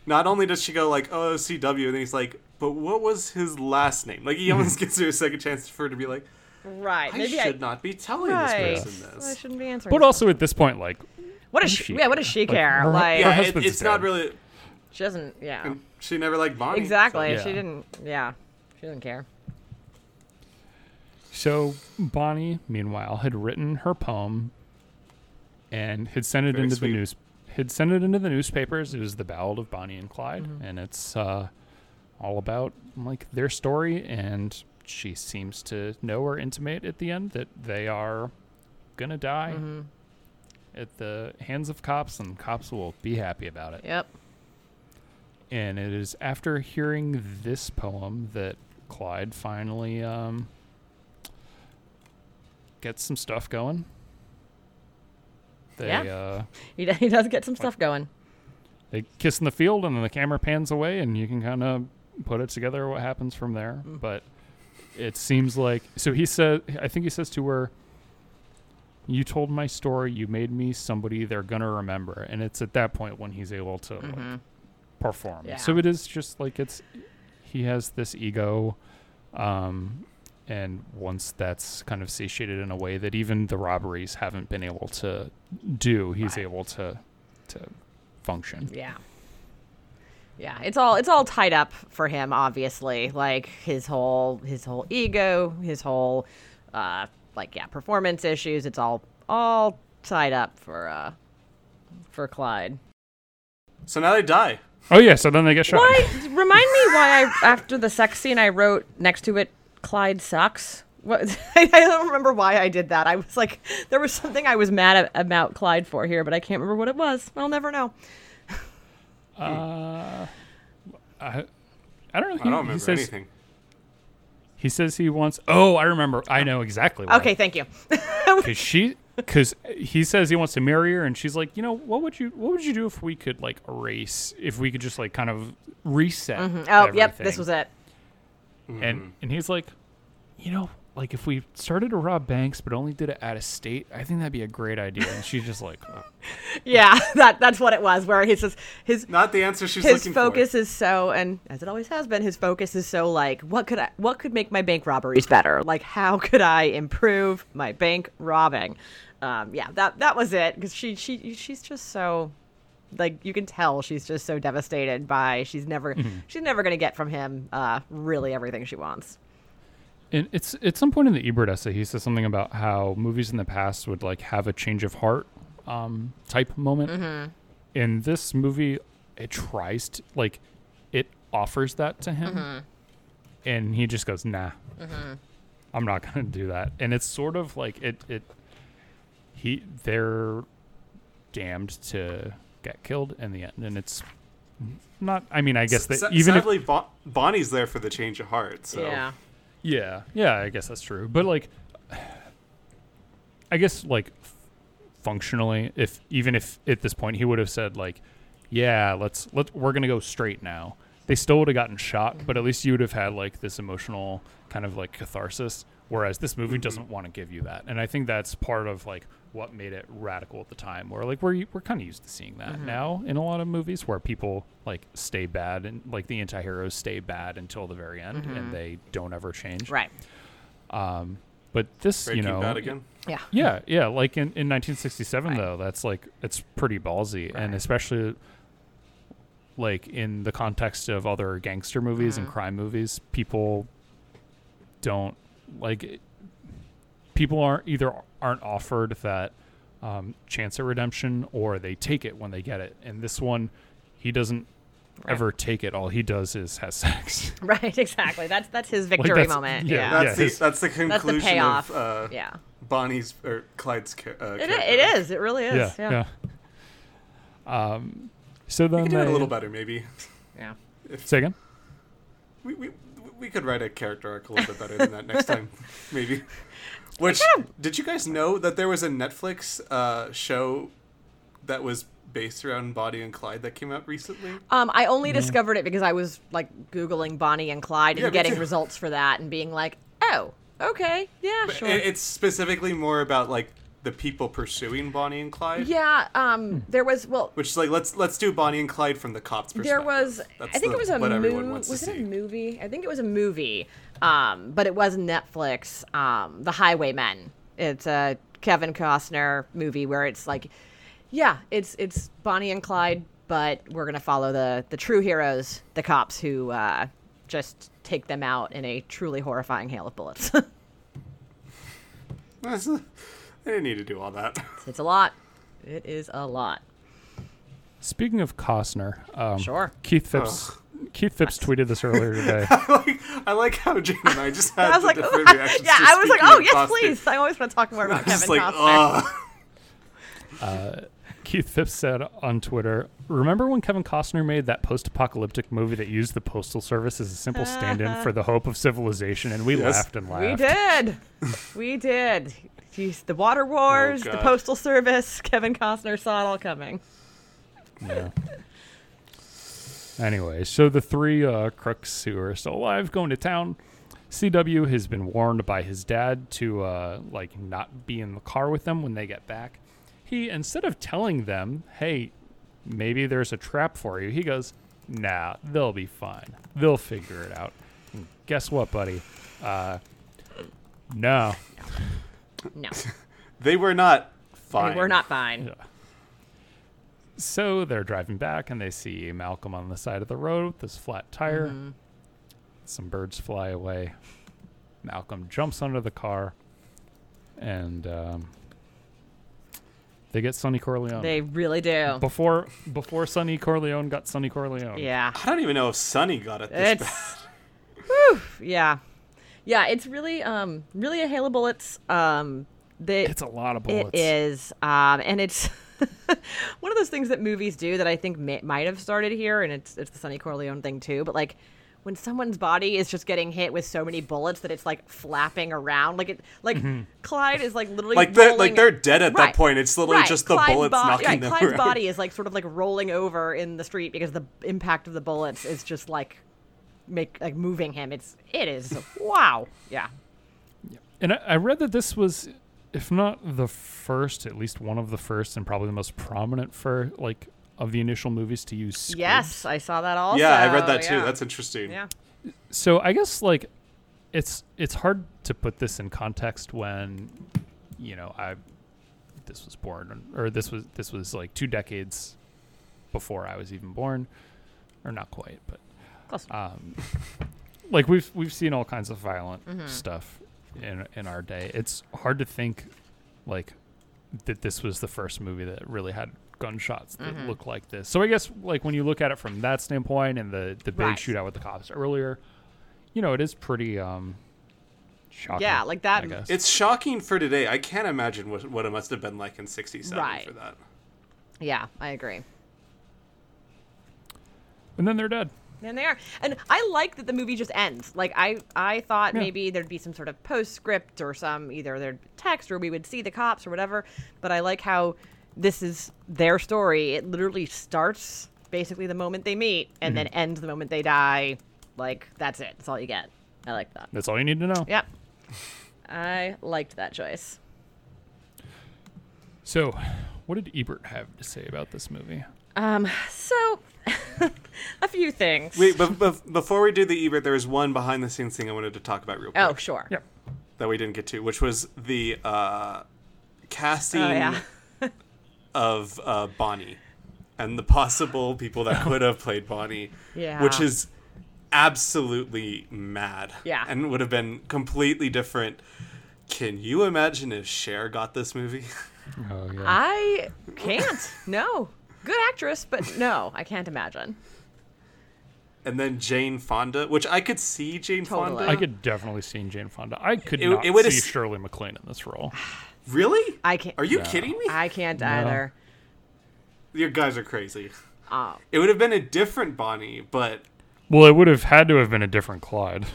D: not only does she go like, "Oh, CW," and then he's like, "But what was his last name?" Like he almost gives her a second chance for her to be like,
C: right.
D: "I
C: Maybe
D: should not be telling
C: Right.
D: this person
C: I
D: this."
C: shouldn't be answering.
B: but
C: this.
B: also at this point like
C: what does
B: does
C: she?
B: she
C: Yeah. What does she
B: care? Like,
C: care?
B: her-
C: Like,
B: her
D: Yeah, it,
B: husband's
D: it's not
B: dead.
D: really.
C: she doesn't. Yeah.
D: She never liked Bonnie. so-
C: Exactly. She
B: Yeah.
C: didn't. Yeah. She doesn't care.
B: So Bonnie, meanwhile, had written her poem and had sent it
D: Very
B: into
D: sweet.
B: the news had sent it into the newspapers. It was the Ballad of Bonnie and Clyde, and it's uh, all about like their story. And she seems to know or intimate at the end that they are gonna die at the hands of cops, and cops will be happy about it
C: Yep.
B: and it is after hearing this poem that Clyde finally um, gets some stuff going. They
C: Yeah.
B: uh,
C: He, d- he does get some stuff going.
B: they kiss in the field, and then the camera pans away, and you can kind of put it together what happens from there. But it seems like so he says. I think he says to her. You told my story. You made me somebody they're gonna remember, and it's at that point when he's able to like, perform.
C: Yeah.
B: So it is just like it's he has this ego, um, and once that's kind of satiated in a way that even the robberies haven't been able to do, he's able to to function.
C: Yeah. Yeah, it's all it's all tied up for him obviously. Like his whole his whole ego, his whole uh like yeah, performance issues, it's all all tied up for uh for Clyde.
D: So now they die.
B: Oh yeah, so then they get shot.
C: Why remind me why I after the sex scene I wrote next to it Clyde sucks? What I don't remember why I did that. I was like there was something I was mad at, about Clyde for here, but I can't remember what it was. I'll never know.
B: I, I don't know. He,
D: I don't remember
B: he says,
D: anything.
B: He says he wants. Oh, I remember. I know exactly. Why.
C: Okay, thank you.
B: because she because he says he wants to marry her and she's like you know what would you what would you do if we could like erase if we could just like kind of reset
C: Oh, yep, this
B: everything?"
C: was it.
B: and and he's like you know like if we started to rob banks but only did it out of state i think that'd be a great idea and she's just like "Oh,
C: Yeah, that that's what it was. Where he says his
D: Not the answer she's
C: his
D: looking
C: focus is so, and as it always has been, his focus is so like, what could I, what could make my bank robberies better? Like, how could I improve my bank robbing? Um, yeah, that that was it. Because she she she's just so, like you can tell she's just so devastated by she's never she's never gonna get from him uh, really everything she wants.
B: And it's at some point in the Ebert essay, he says something about how movies in the past would like have a change of heart um, type moment. In this movie, it tries to like it offers that to him, and he just goes, "Nah, I'm not gonna do that." And it's sort of like it it he they're damned to get killed in the end, and it's not. I mean, I guess that
D: Sa-
B: even if
D: sadly, Bon- Bonnie's there for the change of heart. So
C: Yeah.
B: Yeah, yeah, I guess that's true. But like, I guess like f- functionally, if even if at this point he would have said like, yeah, let's let we're gonna go straight now, they still would have gotten shot. But at least you would have had like this emotional kind of like catharsis. Whereas this movie doesn't want to give you that, and I think that's part of like what made it radical at the time. Where like we're we're kind of used to seeing that now in a lot of movies where people like stay bad and like the anti-heroes stay bad until the very end and they don't ever change.
C: Right.
B: But this,
D: Breaking
B: you know,
D: Bad again.
C: Yeah.
B: yeah, yeah. Like in, in 1967, though, that's like it's pretty ballsy, and especially like in the context of other gangster movies and crime movies, people don't like it- people aren't either aren't offered that um, chance at redemption or they take it when they get it. And this one, he doesn't ever take it. All he does is has sex.
C: Right. Exactly. That's that's his victory
B: that's-
C: moment.
B: yeah,
C: Yeah.
D: That's
B: Yeah,
D: the
B: his-
D: that's the
C: That's the
D: conclusion
C: payoff.
D: of uh,
C: yeah.
D: Bonnie's or Clyde's. ca- Uh,
C: It,
D: character.
C: i- it is. It really is. Yeah.
B: Um. So then
D: We could do it a
B: they-
D: little better, maybe.
C: Yeah.
B: Say again.
D: We, we we could write a character arc a little bit better than that next time, maybe. Which did you guys know that there was a Netflix uh, show that was based around Bonnie and Clyde that came out recently?
C: Um, I only discovered it because I was like googling Bonnie and Clyde and
D: Yeah, me
C: getting
D: too.
C: results for that and being like, oh, okay, yeah, sure.
D: It, it's specifically more about like the people pursuing Bonnie and Clyde.
C: yeah. Um, there was well,
D: Which is like let's let's do Bonnie and Clyde from the cops' perspective.
C: there was.
D: That's
C: I think it
D: the-
C: was a
D: what everyone
C: movie.
D: wants
C: Was
D: to
C: it a
D: see.
C: movie? I think it was a movie. Um, but it was Netflix. Um, The Highwaymen. It's a Kevin Costner movie where it's like, yeah, it's it's Bonnie and Clyde, but we're gonna follow the the true heroes, the cops who uh, just take them out in a truly horrifying hail of bullets.
D: they didn't need to do all that.
C: It's a lot. It is a lot.
B: Speaking of Costner, um,
C: Sure.
B: Keith Phipps. Keith Phipps tweeted this earlier today.
D: I like I like how Jane and I just had
C: I was
D: the
C: like,
D: different reactions.
C: yeah,
D: to
C: I was like,
D: speaking
C: oh
D: of
C: yes,
D: Costner.
C: please. I always want to talk more about Kevin
D: Just like, oh,
C: Costner.
D: ugh.
B: Keith Phipps said on Twitter, "Remember when Kevin Costner made that post-apocalyptic movie that used the postal service as a simple stand-in for the hope of civilization?" And we
D: Yes.
B: laughed and laughed.
C: we did. we did. Jeez, the water wars, the
D: God.
C: postal service. Kevin Costner saw it all coming.
B: Yeah. Anyway, so the three uh, crooks who are still alive going to town. CW has been warned by his dad to uh, like not be in the car with them when they get back. He instead of telling them, "Hey, maybe there's a trap for you," he goes, "Nah, they'll be fine. They'll figure it out." And guess what, buddy? Uh, no,
C: No,
D: They were not fine.
C: we're not fine.
B: So they're driving back and they see Malcolm on the side of the road with his flat tire.
C: Mm-hmm.
B: Some birds fly away. Malcolm jumps under the car and um, they get Sonny Corleone.
C: They really do.
B: before before Sonny Corleone got Sonny Corleone.
C: Yeah,
D: I don't even know if Sonny got it this bad.
C: it's. Whew, yeah, yeah. It's really, um, really a hail of bullets. Um, they,
B: It's a lot of bullets.
C: It is, um, and it's one of those things that movies do that I think may, might have started here, and it's it's the Sonny Corleone thing too. But like when someone's body is just getting hit with so many bullets that it's like flapping around, like it like Clyde is like literally
D: Mm-hmm. Like they're like
C: rolling-
D: they're dead at that
C: Right,
D: point. It's literally
C: right.
D: just the
C: Clyde's
D: bullets
C: bo-
D: knocking
C: right,
D: them
C: Clyde's
D: around.
C: body is like sort of like rolling over in the street because the impact of the bullets is just like make like moving him. It's it is wow, yeah.
B: And I, I read that this was, if not the first, at least one of the first and probably the most prominent for like of the initial movies to use. Squibs.
C: Yes, I saw that also.
D: yeah, I read that too.
C: yeah.
D: That's interesting.
C: yeah.
B: so I guess like it's it's hard to put this in context when you know I this was born or this was this was like two decades before I was even born or not quite but
C: Close.
B: um like we've we've seen all kinds of violent
D: Mm-hmm.
B: stuff in in our day it's hard to think like that this was the first movie that really had gunshots that
D: Mm-hmm.
B: look like this. So I guess like when you look at it from that standpoint and the the big
C: Right.
B: shootout with the cops earlier, you know, it is pretty um shocking.
C: Yeah, like that-
B: I guess.
D: It's shocking for today. I can't imagine what, what it must have been like in '67
C: Right.
D: for that.
C: Yeah, I agree.
B: and then they're dead.
C: And they are. And I like that the movie just ends. Like I, I thought
B: Yeah.
C: maybe there'd be some sort of postscript or some either there'd be text or we would see the cops or whatever. But I like how this is their story. It literally starts basically the moment they meet and then ends the moment they die. Like that's it. That's all you get. I like that.
B: That's all you need to know.
C: Yep. I liked that choice.
B: So, what did Ebert have to say about this movie?
C: So, a few things.
D: Wait, but, but before we do the Ebert, there was one behind the scenes thing I wanted to talk about real quick
C: oh, sure.
B: Yep.
D: that we didn't get to, which was the uh, casting
C: Oh yeah.
D: of uh, Bonnie and the possible people that could have played Bonnie,
C: Yeah.
D: which is absolutely mad.
C: Yeah.
D: and would have been completely different. Can you imagine if Cher got this movie?
B: Oh yeah.
C: I can't. No. Good actress, but no, I can't imagine.
D: and then Jane Fonda, which I could see Jane
C: Totally.
D: Fonda.
B: I could definitely see Jane Fonda. I could
D: It-
B: not
D: it would've
B: see
D: s-
B: Shirley MacLaine in this role.
D: really?
C: I can't.
D: Are you kidding me?
C: I can't either.
D: Your guys are crazy.
C: Oh,
D: It would have been a different Bonnie, but
B: Well, it would have had to have been a different Clyde.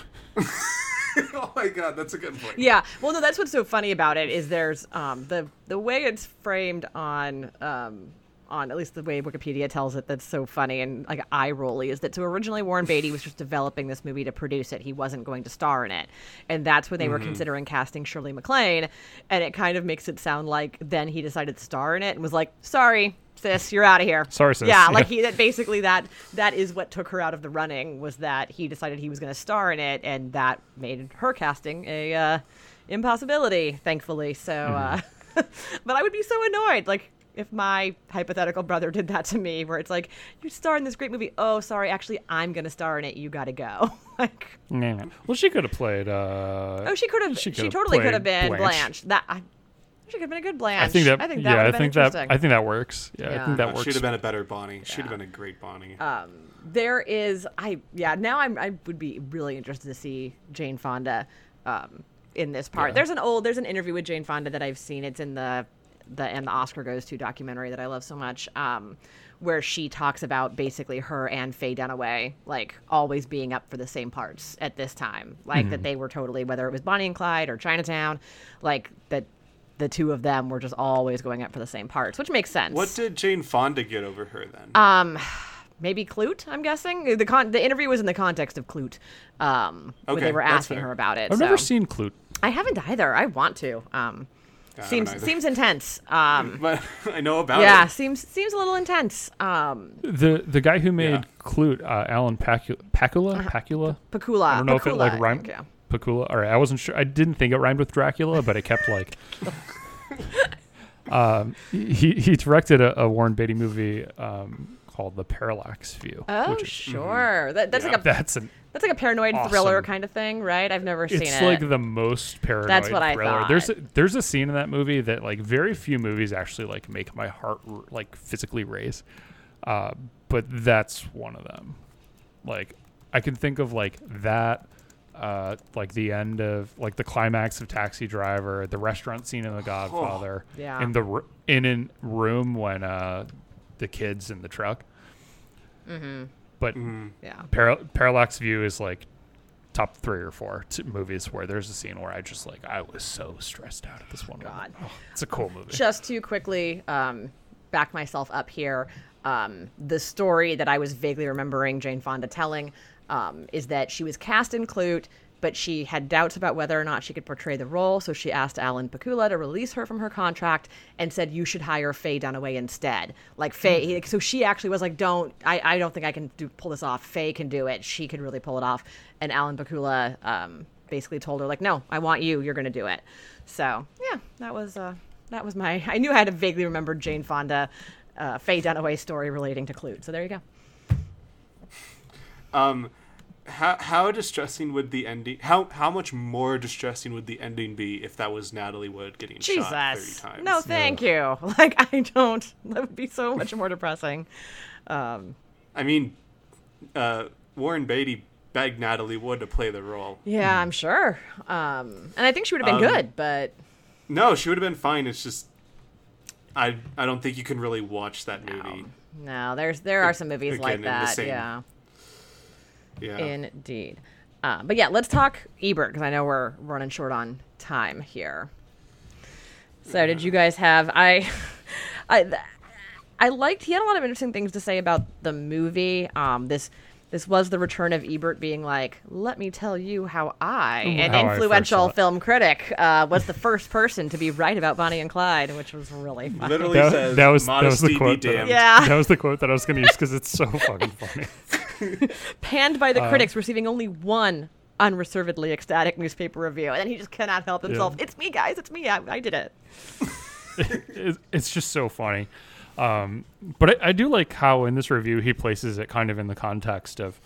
D: oh my god, that's a good point.
C: yeah. Well, no, that's what's so funny about it is there's um, the the way it's framed on um, on at least the way Wikipedia tells it that's so funny and like eye rolly is that so originally Warren Beatty was just developing this movie to produce it. He wasn't going to star in it, and that's when they
B: Mm-hmm.
C: were considering casting Shirley MacLaine, and it kind of makes it sound like then he decided to star in it and was like, sorry. Sis, you're out of here.
B: Sorry, sis.
C: Yeah,
B: Yeah.
C: like he that basically that that is what took her out of the running was that he decided he was going to star in it, and that made her casting a uh, impossibility. Thankfully, so. Uh,
B: Mm-hmm.
C: but I would be so annoyed, like if my hypothetical brother did that to me, where it's like you star in this great movie. Oh, sorry, actually, I'm going to star in it. You got to go. like,
B: Well, she could have played. Uh,
C: oh, she could have.
B: She
C: She,
B: could've
C: totally could have
B: played
C: been Blanche.
B: Blanche.
C: That I, she could have been a good Blanche.
B: I think that.
C: I think that
B: yeah,
C: would
B: I
C: have been
B: think
C: interesting.
B: that. I think that works. Yeah, I
C: Yeah.
B: think that
D: Uh,
B: works.
D: She'd have been a better Bonnie. She'd have been a great Bonnie.
C: Uh, there is I yeah now I'm I would be really interested to see Jane Fonda um, in this part.
B: Yeah.
C: There's an old there's an interview with Jane Fonda that I've seen. It's in the the and the Oscar goes to documentary that I love so much, um, where she talks about basically her and Faye Dunaway like always being up for the same parts at this time, like that they were totally whether it was Bonnie and Clyde or Chinatown, like that the two of them were just always going up for the same parts, which makes sense.
D: what did Jane Fonda get over her then?
C: Um, maybe Clute. I'm guessing the con- the interview was in the context of Clute, um, where
D: Okay,
C: they were
D: that's
C: asking
D: fair.
C: her about it.
B: I've never
C: so-
B: seen Clute.
C: I haven't either. I want to. Um,
D: don't
C: seems
D: either.
C: seems intense. Um,
D: but I know about
C: yeah,
D: it.
C: seems seems a little intense. Um,
B: The the guy who made
D: Yeah.
B: Clute, uh, Alan Pacula, Pacula, Pacula.
C: Pacula.
B: I don't know if it
C: Uh-huh. Uh, Pacula,
B: like
C: I
B: rhymed.
C: think, yeah.
B: Pacula. All right, I wasn't sure. I didn't think it rhymed with Dracula, but it kept like. um, he he directed a, a Warren Beatty movie um, called The Parallax View.
C: Oh
B: which is,
C: sure, that, that's like a
B: that's an
C: that's like a paranoid thriller
B: awesome.
C: kind of thing, right? I've never seen
B: it's
C: it.
B: like the most paranoid
C: what I
B: thriller.
C: thought.
B: There's a, there's a scene in that movie that like very few movies actually like make my heart r- like physically race, uh, but that's one of them. Like I can think of like that, uh, like the end of like the climax of Taxi Driver, the restaurant scene in The Godfather,
C: Oh, Yeah.
B: in the r- in in room when uh, the kids in the truck.
C: Mm-hmm.
B: But
C: yeah.
B: Paral- Parallax View is like top three or four t- movies where there's a scene where I just like I was so stressed out at this one. moment.
C: God.
B: Oh, it's a cool movie.
C: just to quickly um, back myself up here, um, the story that I was vaguely remembering Jane Fonda telling um, is that she was cast in Clute, but she had doubts about whether or not she could portray the role, so she asked Alan Pakula to release her from her contract and said, "You should hire Faye Dunaway instead." Like Faye, he- so she actually was like, "Don't, I, I don't think I can do pull this off. Faye can do it. She can really pull it off." And Alan Pakula. Um, basically told her like no i want you you're gonna do it so yeah that was uh that was my i knew i had to vaguely remember jane fonda uh, faye dunaway story relating to clute so there you go
D: How how distressing would the ending? How how much more distressing would the ending be if that was Natalie Wood getting shot thirty
C: jesus
D: times?
C: no thank you like i don't that would be so much more depressing um
D: I mean, uh, Warren Beatty begged Natalie Wood to play the role.
C: yeah i'm sure um and i think she would have been good but
D: No, she would have been fine. It's just I I don't think you can really watch that movie
C: No, there's there are some movies
D: Again,
C: like
D: in the
C: that.
D: same-
C: Yeah,
D: Yeah.
C: indeed. Uh, but yeah, let's talk Ebert because I know we're running short on time here. So did you guys have I? I th- I liked. He had a lot of interesting things to say about the movie. Um, this this was the return of Ebert being like, "Let me tell you how I, an
B: how I first
C: influential
B: saw it."
C: film critic, uh, was the first person to be right about Bonnie and Clyde," which was really fun.
D: Literally
B: That-
D: says
B: that was- that was the
D: modesty
B: quote that
D: be
B: I-
D: damned.
C: Yeah.
B: That was the quote that I was going to use because it's so fucking funny.
C: panned by the critics, receiving only one unreservedly ecstatic newspaper review, and then he just cannot help himself. It's me, guys. It's me. I, I did it.
B: It's, it's just so funny. Um, but I, I do like how in this review he places it kind of in the context of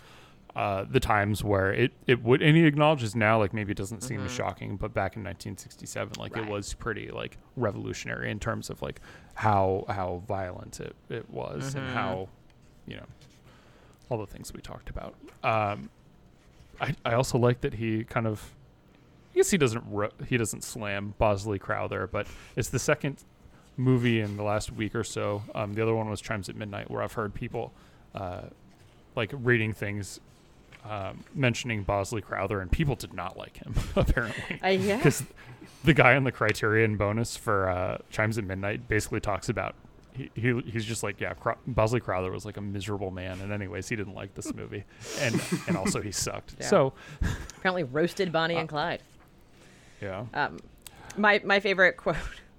B: uh, the times where it, it would, and he acknowledges now, like maybe it doesn't seem as shocking, but back in 1967, like
C: Right.
B: it was pretty like revolutionary in terms of like how how violent it, it was and how, you know, all the things we talked about. Um, I, I also like that he kind of I guess he doesn't ro- he doesn't slam Bosley Crowther, but it's the second movie in the last week or so. Um, the other one was Chimes at Midnight, where I've heard people uh, like reading things um, mentioning Bosley Crowther, and people did not like him apparently
C: I yeah.
B: because the guy on the Criterion bonus for uh, Chimes at Midnight basically talks about. He, he, he's just like yeah. Cro- Bosley Crowther was like a miserable man, and anyways, he didn't like this movie, and and also he sucked.
C: Yeah.
B: So
C: Apparently, roasted Bonnie and Clyde.
B: yeah,
C: Um, my my favorite quote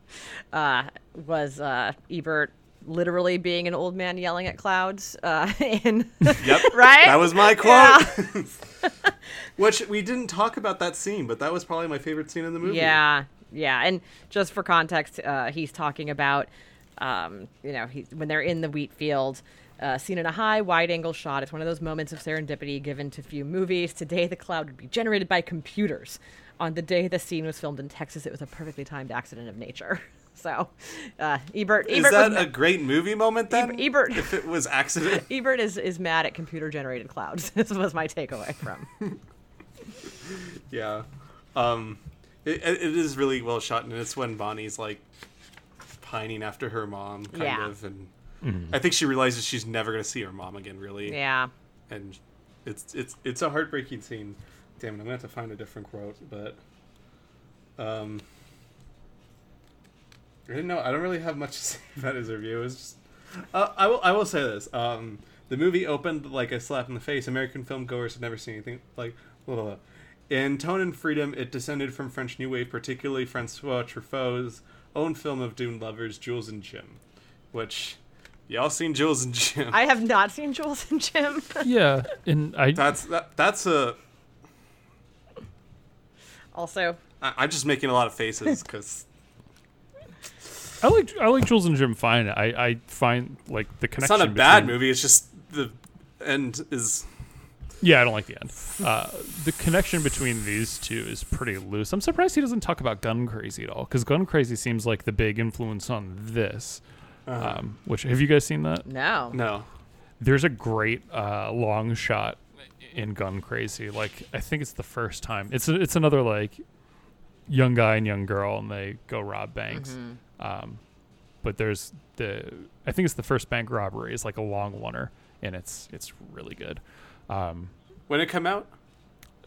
C: uh, was uh, Ebert literally being an old man yelling at clouds uh, in
D: Yep.
C: Right?
D: That was my quote.
C: Yeah.
D: Which we didn't talk about that scene, but that was probably my favorite scene in the movie.
C: Yeah, yeah. And just for context, uh, he's talking about, um, you know, he, when they're in the wheat field, uh, seen in a high, wide angle shot. It's one of those moments of serendipity given to few movies. Today, the cloud would be generated by computers. On the day the scene was filmed in Texas, it was a perfectly timed accident of nature. So, uh, Ebert,
D: Is
C: Ebert,
D: that
C: was,
D: a great movie moment then?
C: Ebert-
D: If it was accident.
C: Ebert is, is mad at computer generated clouds. this was my takeaway from.
D: Yeah. Um, it, it it is really well shot, and it's when Bonnie's like pining after her mom, kind
C: Yeah.
D: of, and I think she realizes she's never gonna see her mom again, really.
C: Yeah.
D: And it's it's it's a heartbreaking scene. Damn it, I'm gonna have to find a different quote, but um, I didn't know. I don't really have much to say about his review. It's just uh, I will. I will say this. Um, the movie opened like a slap in the face. American film goers have never seen anything like. Blah, blah, blah. In tone and freedom, it descended from French New Wave, particularly Francois Truffaut's own film of doomed lovers, Jules and Jim, which y'all seen Jules and Jim.
C: I have not seen Jules and Jim.
B: yeah, and I
D: that's that. That's a.
C: also,
D: I, I'm just making a lot of faces because
B: I like I like Jules and Jim fine. I, I find like the
D: it's
B: connection.
D: not a bad
B: between-
D: movie. It's just the end is.
B: Yeah, I don't like the end. Uh, the connection between these two is pretty loose. I'm surprised he doesn't talk about Gun Crazy at all because Gun Crazy seems like the big influence on this.
D: Uh-huh.
B: Um, which have you guys seen that?
C: no.
D: No,
B: There's a great uh, long shot in Gun Crazy. Like I think it's the first time. It's a, it's another like young guy and young girl, and they go rob banks. Um, but there's the I think it's the first bank robbery. It's like a long oneer, and it's it's really good. Um,
D: when it come out,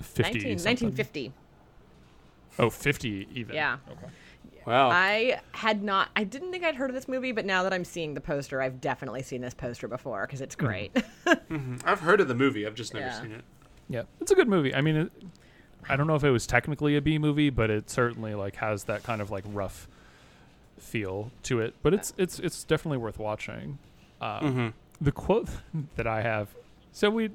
B: 50
C: 19,
B: something.
C: 1950.
B: Oh, 50 even.
C: Yeah.
B: Okay.
D: wow.
C: I had not. I didn't think I'd heard of this movie, but now that I'm seeing the poster, I've definitely seen this poster before because
B: Hmm.
C: it's great.
D: I've heard of the movie. I've just never
C: Yeah.
D: seen it.
B: Yeah. It's a good movie. I mean, it, I don't know if it was technically a B movie, but it certainly like has that kind of like rough feel to it. But it's it's it's definitely worth watching. Um, The quote that I have. So we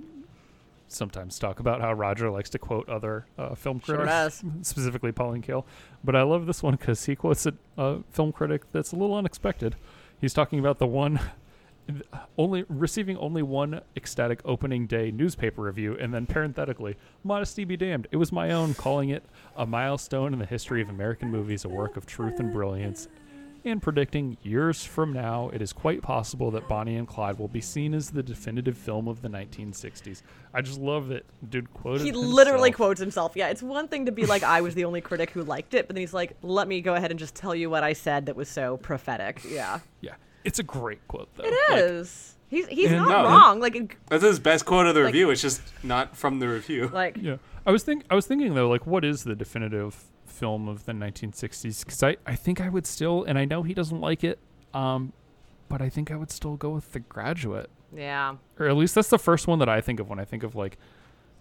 B: sometimes talk about how Roger likes to quote other uh, film
C: Sure
B: critics,
C: does.
B: specifically Pauline Kael. But I love this one because he quotes a, a film critic that's a little unexpected. He's talking about the one only receiving only one ecstatic opening day newspaper review, and then parenthetically, modesty be damned. It was my own, calling it a milestone in the history of American movies, a work of truth and brilliance. And predicting years from now, it is quite possible that Bonnie and Clyde will be seen as the definitive film of the 1960s. I just love that dude quoted.
C: he literally
B: himself.
C: quotes himself. Yeah, it's one thing to be like, I was the only critic who liked it, but then he's like, let me go ahead and just tell you what I said that was so prophetic. Yeah.
B: Yeah. It's a great quote though.
C: It is. he's he's
B: Yeah,
C: not
D: no,
C: wrong. Like it-
D: That's his best quote of the
C: Like-
D: review. it's just not from the review.
C: like
B: Yeah, I was think I was thinking though, like, what is the definitive film of the 1960s? Because I I think I would still, and I know he doesn't like it, um, but I think I would still go with The Graduate,
C: yeah.
B: or at least that's the first one that I think of when I think of like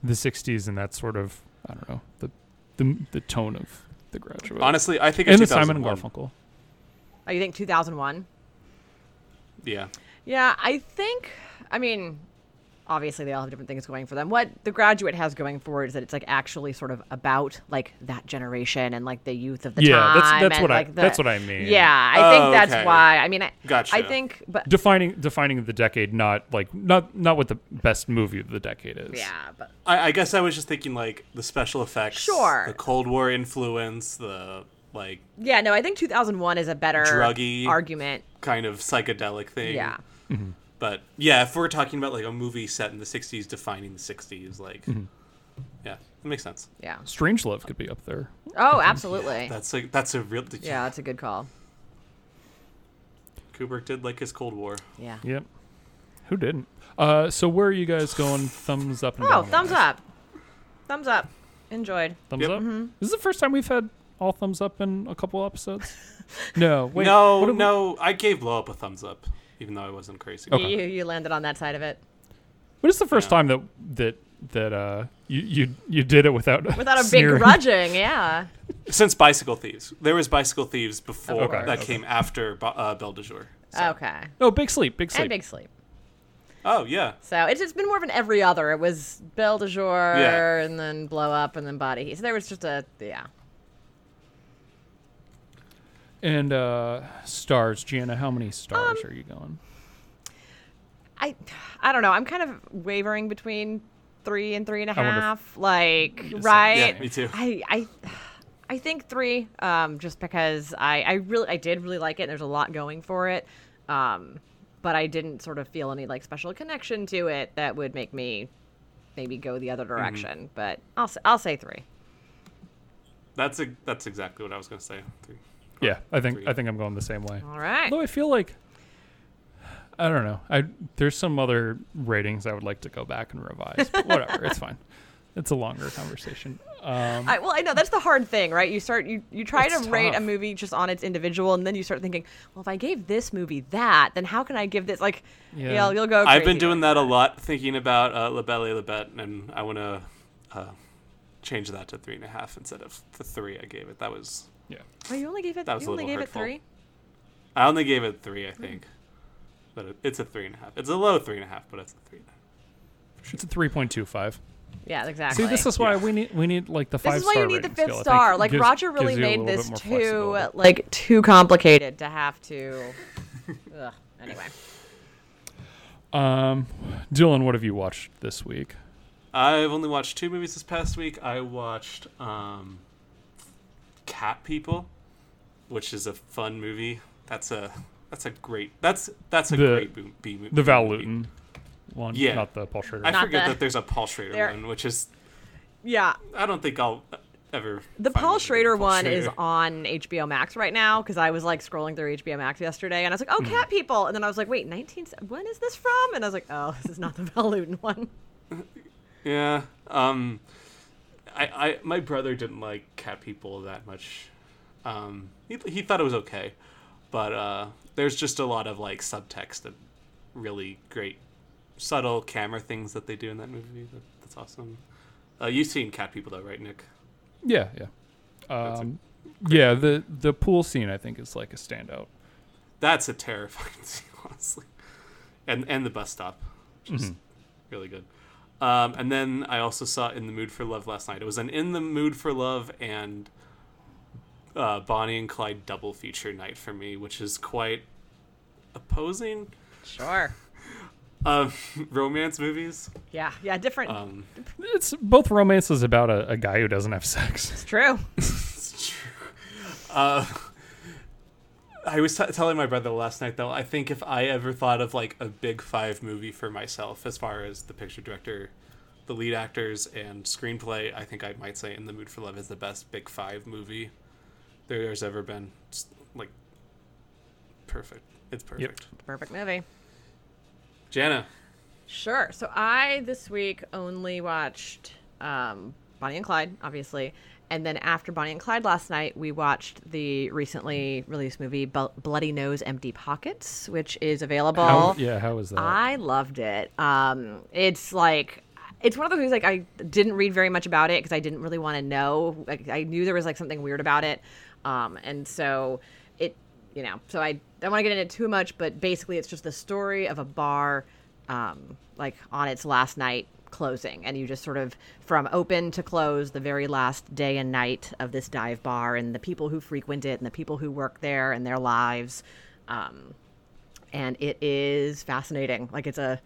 B: the 60s and that sort of I don't know the the the tone of The Graduate.
D: Honestly, I think
B: and the
D: it's
B: Simon and
D: 2001.
B: Garfunkel.
C: Oh, you think 2001?
D: Yeah.
C: Yeah, I think. I mean, obviously they all have different things going for them. What The Graduate has going for it is that it's like actually sort of about like that generation and like the youth of the
B: Yeah,
C: time.
B: that's- that's
C: and,
B: what I-
C: like, the-
B: that's what I mean.
C: Yeah, I
D: Oh,
C: think that's
D: okay.
C: why. I mean, I, I
D: Gotcha.
C: think, but
B: Defining defining the decade, not like not not what the best movie of the decade is.
C: yeah, but
D: I, I guess I was just thinking like the special effects,
C: Sure.
D: the Cold War influence, the like
C: yeah, no, I think 2001 is a better
D: Druggy.
C: argument.
D: kind of psychedelic thing.
C: Yeah.
D: But yeah, if we're talking about like a movie set in the '60s, defining the '60s, like,
B: Mm-hmm.
D: yeah, it makes sense.
C: Yeah.
B: Strange Love could be up there.
C: Oh, absolutely.
D: That's like that's a real. Did
C: yeah, that's a good call.
D: Kubrick did like his Cold War.
C: Yeah.
B: Yep. Who didn't? Uh, so where are you guys going? Thumbs up and
C: Oh,
B: down
C: thumbs
B: wise?
C: up. Thumbs up. Enjoyed.
B: Thumbs
D: Yep.
B: up.
C: Mm-hmm.
B: This is the first time we've had all thumbs up in a couple episodes. no, wait.
D: no,
B: what did we-
D: no, I gave Blow Up a thumbs up, even though I wasn't crazy.
B: Okay.
C: You you landed on that side of it
B: But it's the first
D: Yeah.
B: time that that that uh you you you did it without
C: without a big
B: sneering.
C: grudging. Yeah.
D: Since Bicycle Thieves, there was Bicycle Thieves before
B: Okay,
D: that
B: okay.
D: came after Bo- uh, Belle de Jour. So-
C: Okay.
B: No, big sleep, big sleep.
C: And big sleep.
D: Oh yeah,
C: So it's just been more of an every other. It was Belle de Jour
D: Yeah.
C: and then Blow Up and then Body Heat. So there was just a yeah.
B: and uh stars, Gianna. How many stars
C: Um,
B: are you going?
C: I I don't know. I'm kind of wavering between three and three and a
B: I wonder if-
C: half. like right.
D: yeah, me too.
C: I I I think three, um, just because I, I really I did really like it. There's a lot going for it, um, but I didn't sort of feel any like special connection to it that would make me maybe go the
B: Mm-hmm.
C: other direction. But I'll s- I'll say three.
D: That's a, that's exactly what I was gonna say. Three.
B: Yeah, I think
D: Three.
B: I think I'm going the same way.
C: All right.
B: Although I feel like I don't know. I there's some other ratings I would like to go back and revise. But whatever, it's fine. It's a longer conversation. Um,
C: I, well, I know that's the hard thing, right? You start you you try
B: It's
C: to rate a
B: tough.
C: movie just on its individual, and then you start thinking, well, if I gave this movie that, then how can I give this like?
B: Yeah.
C: Yeah, you'll, you'll go.
D: I've been
C: crazy
D: doing
C: like
D: that a lot, thinking about uh, La Belle et la Bête, and I want to uh, change that to three and a half instead of the three I gave it. That was
B: yeah.
C: Oh, you only gave it.
D: That was
C: you
D: a
C: only
D: little
C: gave
D: hurtful.
C: it three.
D: I only gave it three, I think, but it, it's a three and a half. It's a low three and a half, but it's a three. And a half.
B: It's a 3.25.
C: Yeah, exactly.
B: See, this is why we need we need like the
C: This
B: five
C: is why you
B: star
C: need the
B: rating
C: fifth
B: scale, I think.
C: star.
B: It
C: Like
B: gives-
C: Roger really
B: gives you a
C: made
B: little bit
C: this
B: more
C: too
B: flexibility.
C: like too complicated to have to. Ugh. Anyway,
B: Um, Dylan, what have you watched this week?
D: I've only watched two movies this past week. I watched um, Cat People, which is a fun movie. That's a that's a great that's that's a
B: The-
D: great bo- B movie.
B: The Val Luton one,
D: Yeah.
B: not the Paul Schrader.
D: I
B: one.
C: Not
D: forget
C: the-
D: that there's a Paul Schrader
C: There-
D: one, which is
C: yeah,
D: I don't think I'll ever.
C: the
D: find
C: Paul
D: it.
C: Schrader
D: Paul
C: one is
D: Schrader.
C: on HBO Max right now because I was like scrolling through HBO Max yesterday and I was
D: Mm.
C: like, oh, Cat People, and then I was like, wait, 19? When is this from? And I was like, oh, this is not the Val Luton one.
D: Yeah. Um, I, I my brother didn't like cat people that much. Um, he he thought it was okay, but uh, there's just a lot of like subtext and really great subtle camera things that they do in that movie. That, that's awesome. Uh, you've seen cat people though, right, Nick?
B: Yeah, yeah, um, yeah. The the pool scene I think is like a standout.
D: That's a terrifying scene, honestly. And and the bus stop, just really good. Um, and then I also saw In the Mood for Love last night. It was an In the Mood for Love and uh, Bonnie and Clyde double feature night for me, which is quite opposing
C: Sure.
D: um, romance movies.
C: Yeah, yeah, different.
D: Um,
B: It's both romances about a, a guy who doesn't have sex.
C: it's true.
D: It's true. Uh, I was t- telling my brother last night though. I think if I ever thought of like a big five movie for myself, as far as the picture director, the lead actors, and screenplay, I think I might say "In the Mood for Love" is the best big five movie there's ever been. It's, like perfect. It's perfect.
C: Perfect movie.
D: Jana,
C: Sure. So I this week only watched um, Bonnie and Clyde, obviously, and then after Bonnie and Clyde last night, we watched the recently released movie Bel Bloody Nose, Empty Pockets, which is available.
B: How, yeah, how is that?
C: I loved it. Um, it's like it's one of those things like I didn't read very much about it because I didn't really want to know. Like, I knew there was like something weird about it, um, and so it, you know, so I don't want to get into it too much, but basically it's just the story of a bar, um, like on its last night closing and you just sort of from open to close the very last day and night of this dive bar and the people who frequent it and the people who work there and their lives um, and it is fascinating. Like it's a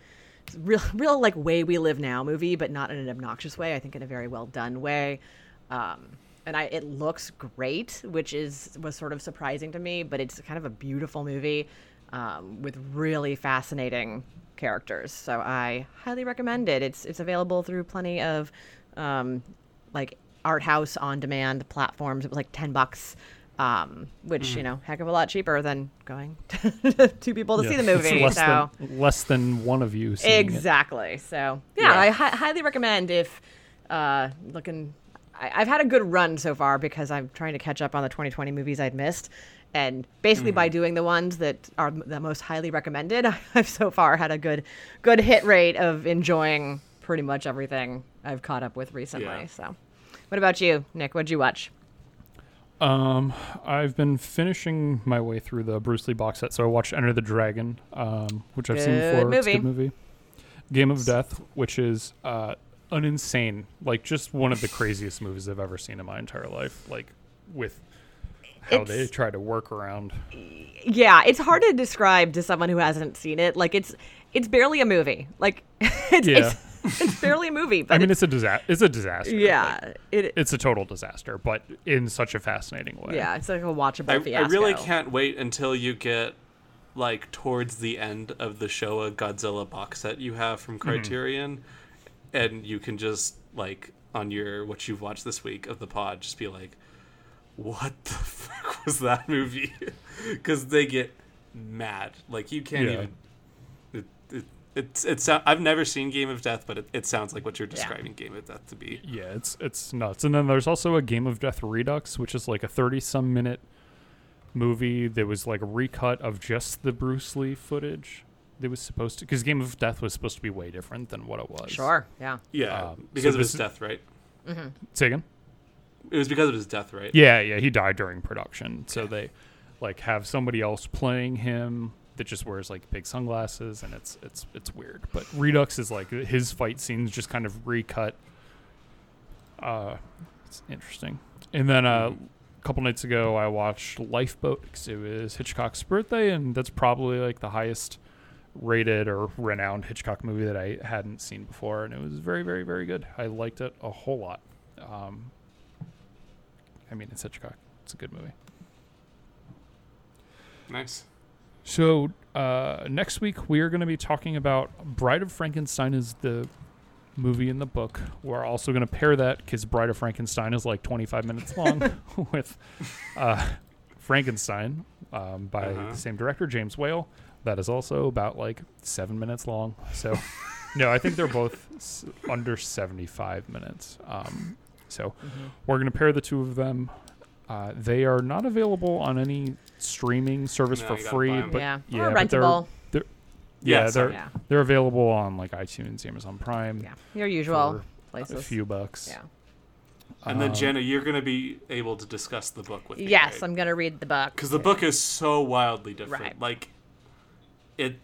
C: it's a real, real like way we live now movie, but not in an obnoxious way. I think in a very well done way. Um, and I, it looks great, which is was sort of surprising to me, but it's kind of a beautiful movie um, with really fascinating characters. So I highly recommend it. It's it's available through plenty of um, like art house on demand platforms. It was like ten bucks, um, which
B: Mm.
C: you know, heck of a lot cheaper than going to two people to
B: Yeah.
C: see the movie.
B: It's less,
C: so
B: than, less than one of you. seeing it.
C: exactly. So yeah,
D: Yeah.
C: I hi- highly recommend if uh, looking. I- I've had a good run so far because I'm trying to catch up on the 2020 movies I'd missed, and basically by doing the ones that are m- the most highly recommended, I've so far had a good, good hit rate of enjoying pretty much everything I've caught up with recently.
D: Yeah.
C: So, what about you, Nick? What'd you watch?
B: Um, I've been finishing my way through the Bruce Lee box set, so I watched Enter the Dragon, um, which I've seen
C: Good
B: before. It's a good
C: movie.
B: movie. Game of Death, which is uh, an insane, like just one of the craziest movies I've ever seen in my entire life. Like with how they
C: It's-
B: try to work around.
C: yeah it's hard to describe to someone who hasn't seen it like it's it's barely a movie like it's
B: Yeah.
C: it's, it's barely a movie but
B: I mean,
C: it's,
B: it's a disaster. It's a disaster.
C: yeah
B: Like,
C: it,
B: it's a total disaster, but in such a fascinating way.
C: yeah it's like a watchable
D: I, I
C: fiasco
D: really can't wait until you get like towards the end of the Showa Godzilla box set you have from
B: Mm-hmm.
D: Criterion, and you can just like on your what you've watched this week of the pod, just be like, "What the fuck was that movie?" Because they get mad. Like you can't
B: Yeah.
D: even. It, it, it's it's I've never seen Game of Death, but it, it sounds like what you're describing Game of Death to be.
B: Yeah, it's it's nuts. And then there's also a Game of Death Redux, which is like a 30 some minute movie that was like a recut of just the Bruce Lee footage. That was supposed to because Game of Death was supposed to be way different than what it was.
C: sure yeah
D: Yeah,
B: Um, so
D: because of
B: this
D: his
B: is-
D: death, right?
B: Say again?
D: It was because of his death, right?
B: Yeah, yeah, he died during production. So they like have somebody else playing him that just wears like big sunglasses and it's it's it's weird. But Redux is like his fight scenes just kind of recut. Uh it's interesting. And then uh, a couple nights ago I watched Lifeboat because it was Hitchcock's birthday and that's probably like the highest rated or renowned Hitchcock movie that I hadn't seen before and it was very very very good. I liked it a whole lot. Um I mean, it's Hitchcock. It's a good movie.
D: Nice.
B: So uh, next week we are going to be talking about Bride of Frankenstein is the movie in the book. We're also going to pair that because Bride of Frankenstein is like 25 minutes long with uh, Frankenstein um, by
D: Uh-huh.
B: the same director, James Whale. That is also about like seven minutes long. So no, I think they're both s- under 75 minutes. Um, so we're going to pair the two of them. Uh, they are not available on any streaming service for
D: No, you gotta buy
B: free,
D: 'em.
B: but
C: yeah,
B: yeah,
C: or
B: but they're-
C: rentable
B: yeah,
D: Yeah,
B: they're
C: yeah
B: they're available on like iTunes, Amazon Prime,
C: yeah your usual
B: a
C: places
B: few bucks.
C: yeah
D: And then
B: Um,
D: Jenna, you're going to be able to discuss the book with me.
C: yes i'm gonna read the book
D: because the book is so wildly different.
C: Right.
D: Like it,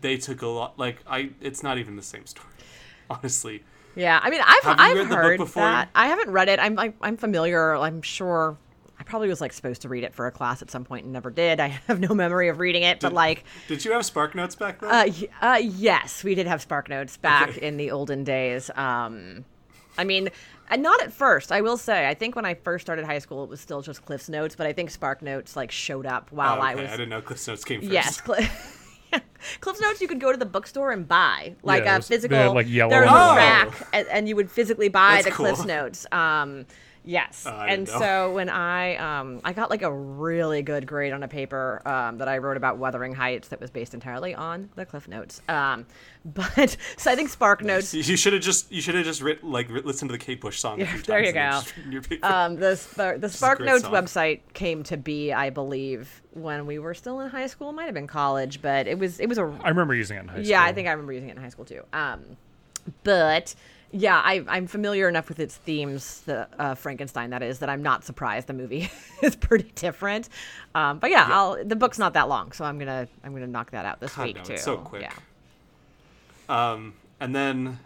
D: they took a lot. Like I, it's not even the same story. Honestly,
C: Yeah, I mean, I've
D: Have you
C: I've
D: read the book
C: heard
D: before?
C: that. I haven't read it. I'm I, I'm familiar. I'm sure. I probably was like supposed to read it for a class at some point and never did. I have no memory of reading it, but like,
D: did you have Spark Notes back then?
C: uh, y- uh, yes, we did have Spark Notes back
D: Okay.
C: in the olden days. Um, I mean, and not at first. I will say, I think when I first started high school, it was still just Cliff's Notes, but I think Spark Notes like showed up
D: Oh,
C: while
D: okay,
C: I was
D: didn't know Cliff Notes came first.
C: Yes, Cl- Cliff's Notes you could go to the bookstore and buy
B: Yeah,
C: like a
B: there's- they
C: physical.
B: had, like, yellow Oh.
C: there was
B: and
D: red.
C: a rack, and, and you would physically buy
D: That's
C: the Cliff's
D: cool.
C: Notes. Um, Yes.
D: I
C: and
D: didn't know.
C: so when I um, I got like a really good grade on a paper um, that I wrote about Wuthering Heights that was based entirely on the Cliff Notes. Um, but so I think Spark Notes
D: You should have just you should have just writ, like writ, listened to the Kate Bush song. a
C: Yeah,
D: few
C: there you
D: times and
C: go.
D: then just written your paper.
C: um, the Spar- the Spark
D: great
C: Notes
D: song.
C: website came to be, I believe, when we were still in high school. Might have been college, but it was it was a
B: I remember using it in high school.
C: yeah. I think I remember using it in high school too. Um, but yeah, I, I'm familiar enough with its themes, the uh, Frankenstein that is, that I'm not surprised the movie is pretty different. Um, but yeah, I'll, the book's not that long, so I'm gonna I'm gonna knock that out this
D: God,
C: week
D: no,
C: too.
D: it's so quick.
C: Yeah.
D: Um, and then,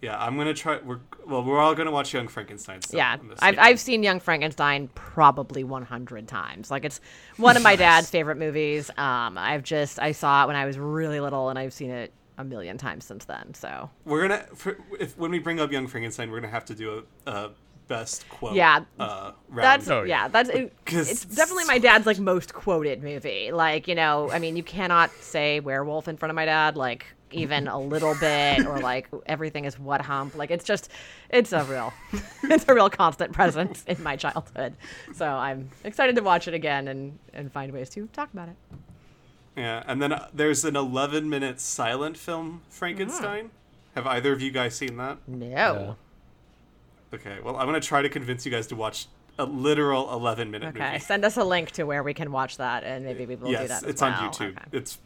D: yeah, I'm gonna try. We're well, we're all gonna watch Young Frankenstein. Still
C: Yeah,
D: on this
C: I've,
D: weekend.
C: I've seen Young Frankenstein probably 100 times. Like it's one of my dad's favorite movies. Um, I've just I saw it when I was really little, and I've seen it a million times since then. So
D: We're gonna for, if when we bring up Young Frankenstein, we're gonna have to do a, a best quote.
C: Yeah.
D: Uh, round.
C: that's
B: Oh, yeah.
C: yeah, that's it,
D: 'Cause
C: it's definitely my dad's like most quoted movie. Like you know, I mean, you cannot say werewolf in front of my dad, like even a little bit, or like everything is what hump. Like it's just, it's a real, it's a real constant presence in my childhood. So I'm excited to watch it again and and find ways to talk about it.
D: yeah. And then uh, there's an 11 minute silent film Frankenstein.
C: Mm.
D: Have either of you guys seen that?
C: No.
D: Okay. Well, I'm gonna try to convince you guys to watch a literal 11 minute
C: Okay.
D: movie.
C: Send us a link to where we can watch that, and maybe we will do
D: yes,
C: that. as
D: it's on
C: well.
D: YouTube.
C: Okay.
D: It's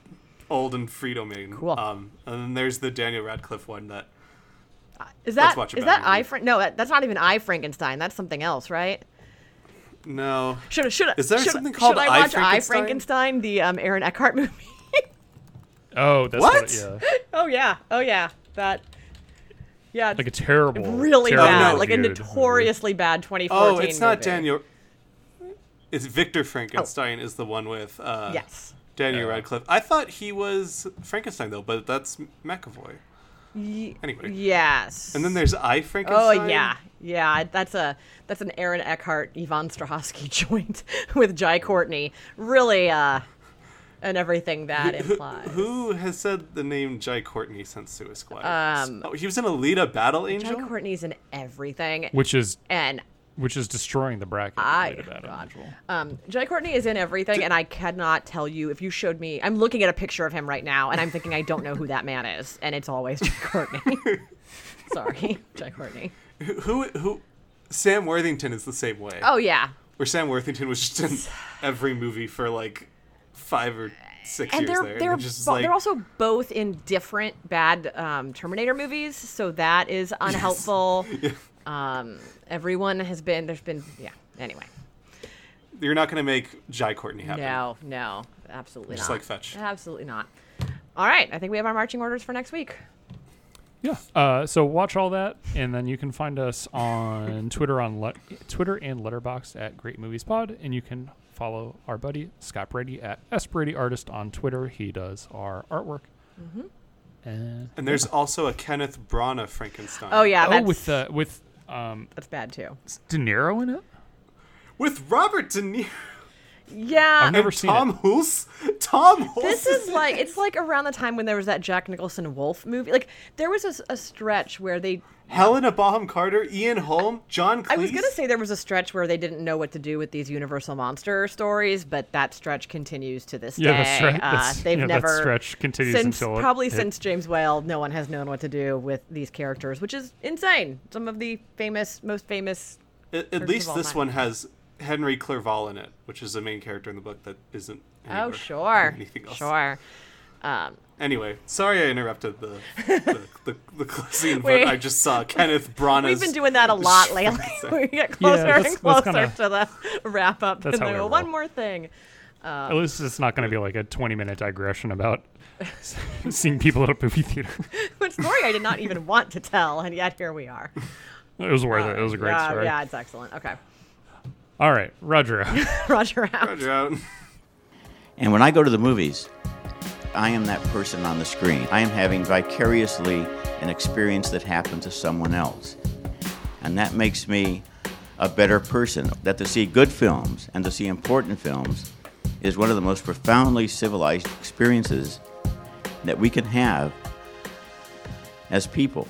D: old and free domain.
C: Cool.
D: Um, and then there's the Daniel Radcliffe one that
C: Is that
D: watch it
C: is
D: back
C: that
D: and
C: I Fra- No, that, that's not even I Frankenstein. That's something else, right?
D: no.
C: Should should
D: Is there
C: should,
D: something called
C: should I
D: I
C: watch I
D: Frankenstein?
C: Frankenstein, the um, Aaron Eckhart movie?
B: Oh, that's
D: What?
B: what. it- yeah.
C: oh yeah, oh yeah, that. Yeah, it's
B: Like a terrible.
C: really
B: terrible
C: bad,
D: no.
C: like a
B: reviewed movie.
C: notoriously bad 2014.
D: Oh, it's
C: movie.
D: not
C: Oh.
D: Daniel. It's Victor Frankenstein is the one with uh,
C: Yes.
D: Daniel
B: Yeah.
D: Radcliffe. I thought he was Frankenstein though, but that's McAvoy.
C: Ye-
D: Anyway.
C: Yes.
D: And then there's I
C: Oh
D: Frankenstein.
C: yeah, yeah. That's a that's an Aaron Eckhart, Yvonne Strahovski joint with Jai Courtney. Really, uh, and everything that
D: Who,
C: implies.
D: who has said the name Jai Courtney since Suicide Squad?
C: Um,
D: oh, he was in Alita: Battle
C: Jai
D: Angel.
C: Courtney's in everything,
B: Which is
C: and
B: which is destroying the bracket.
C: I-
B: related to that
C: God.
B: individual.
C: Um, Jai Courtney is in everything, and I cannot tell you if you showed me. I'm looking at a picture of him right now, and I'm thinking I don't know who that man is, and it's always Jai Courtney. Sorry, Jai Courtney.
D: Who, who who- Sam Worthington is the same way.
C: Oh yeah,
D: Where Sam Worthington was just in every movie for like five or six
C: and
D: years
C: they're
D: there. and
C: they're
D: just
C: bo-
D: like,
C: they're also both in different bad um, Terminator movies, so that is unhelpful. Um, everyone has been there's been yeah. Anyway,
D: you're not gonna make Jai Courtney happen.
C: no, no, absolutely
D: Just
C: not.
D: like Fetch.
C: Absolutely not. All right, I think we have our marching orders for next week.
B: Yeah. Uh, so watch all that, and then you can find us on Twitter on le- Twitter and Letterbox at Great Movies Pod, and you can follow our buddy Scott Brady at S Brady Artist on Twitter. He does our artwork. And
D: And there's also a Kenneth Branagh Frankenstein.
C: Oh yeah,
B: oh,
C: that's
B: with uh, with um,
C: that's bad too.
B: De Niro in it.
D: With Robert De Niro.
C: Yeah,
B: I've never
D: and
B: seen
D: Tom
B: it.
D: Hulse. Tom Hulse.
C: this is like it's like around the time when there was that Jack Nicholson Wolf movie. Like there was a, s- a stretch where they
D: Helena Bonham Carter, Ian Holm, John Cleese.
C: I was gonna say there was a stretch where they didn't know what to do with these Universal monster stories, but that stretch continues to this
B: Yeah,
C: day.
B: that's right.
C: Uh,
B: That's-
C: they've
B: yeah, that
C: never
B: stretch continues
C: since
B: until it-
C: probably
B: it-
C: since James Whale. No one has known what to do with these characters, which is insane. Some of the famous, most famous.
D: A- At,
C: of
D: least
C: all,
D: this
C: not-
D: one has Henry Clerval in it, which is the main character in the book that isn't.
C: Oh
D: anywhere
C: sure,
D: in Anything else.
C: sure. Um,
D: Anyway, sorry I interrupted the the, the, the closing,
C: Wait.
D: but I just saw Kenneth Branagh.
C: We've been doing that a lot lately. we get closer
B: that's-
C: and
B: that's
C: closer
B: kinda-
C: to the wrap up.
B: That's
C: and
B: how
C: then
B: we
C: go, one
B: roll.
C: more thing. Uh.
B: At least it's not going to be like a 20 minute digression about seeing people at a movie theater.
C: What story I did not even want to tell, and yet here we are.
B: It was worth it. It was a great
C: yeah,
B: story.
C: Oh Yeah, it's excellent. Okay.
B: All right, Roger.
C: Roger out.
D: Roger out.
A: And when I go to the movies, I am that person on the screen. I am having vicariously an experience that happened to someone else. And that makes me a better person. That to see good films and to see important films is one of the most profoundly civilized experiences that we can have as people.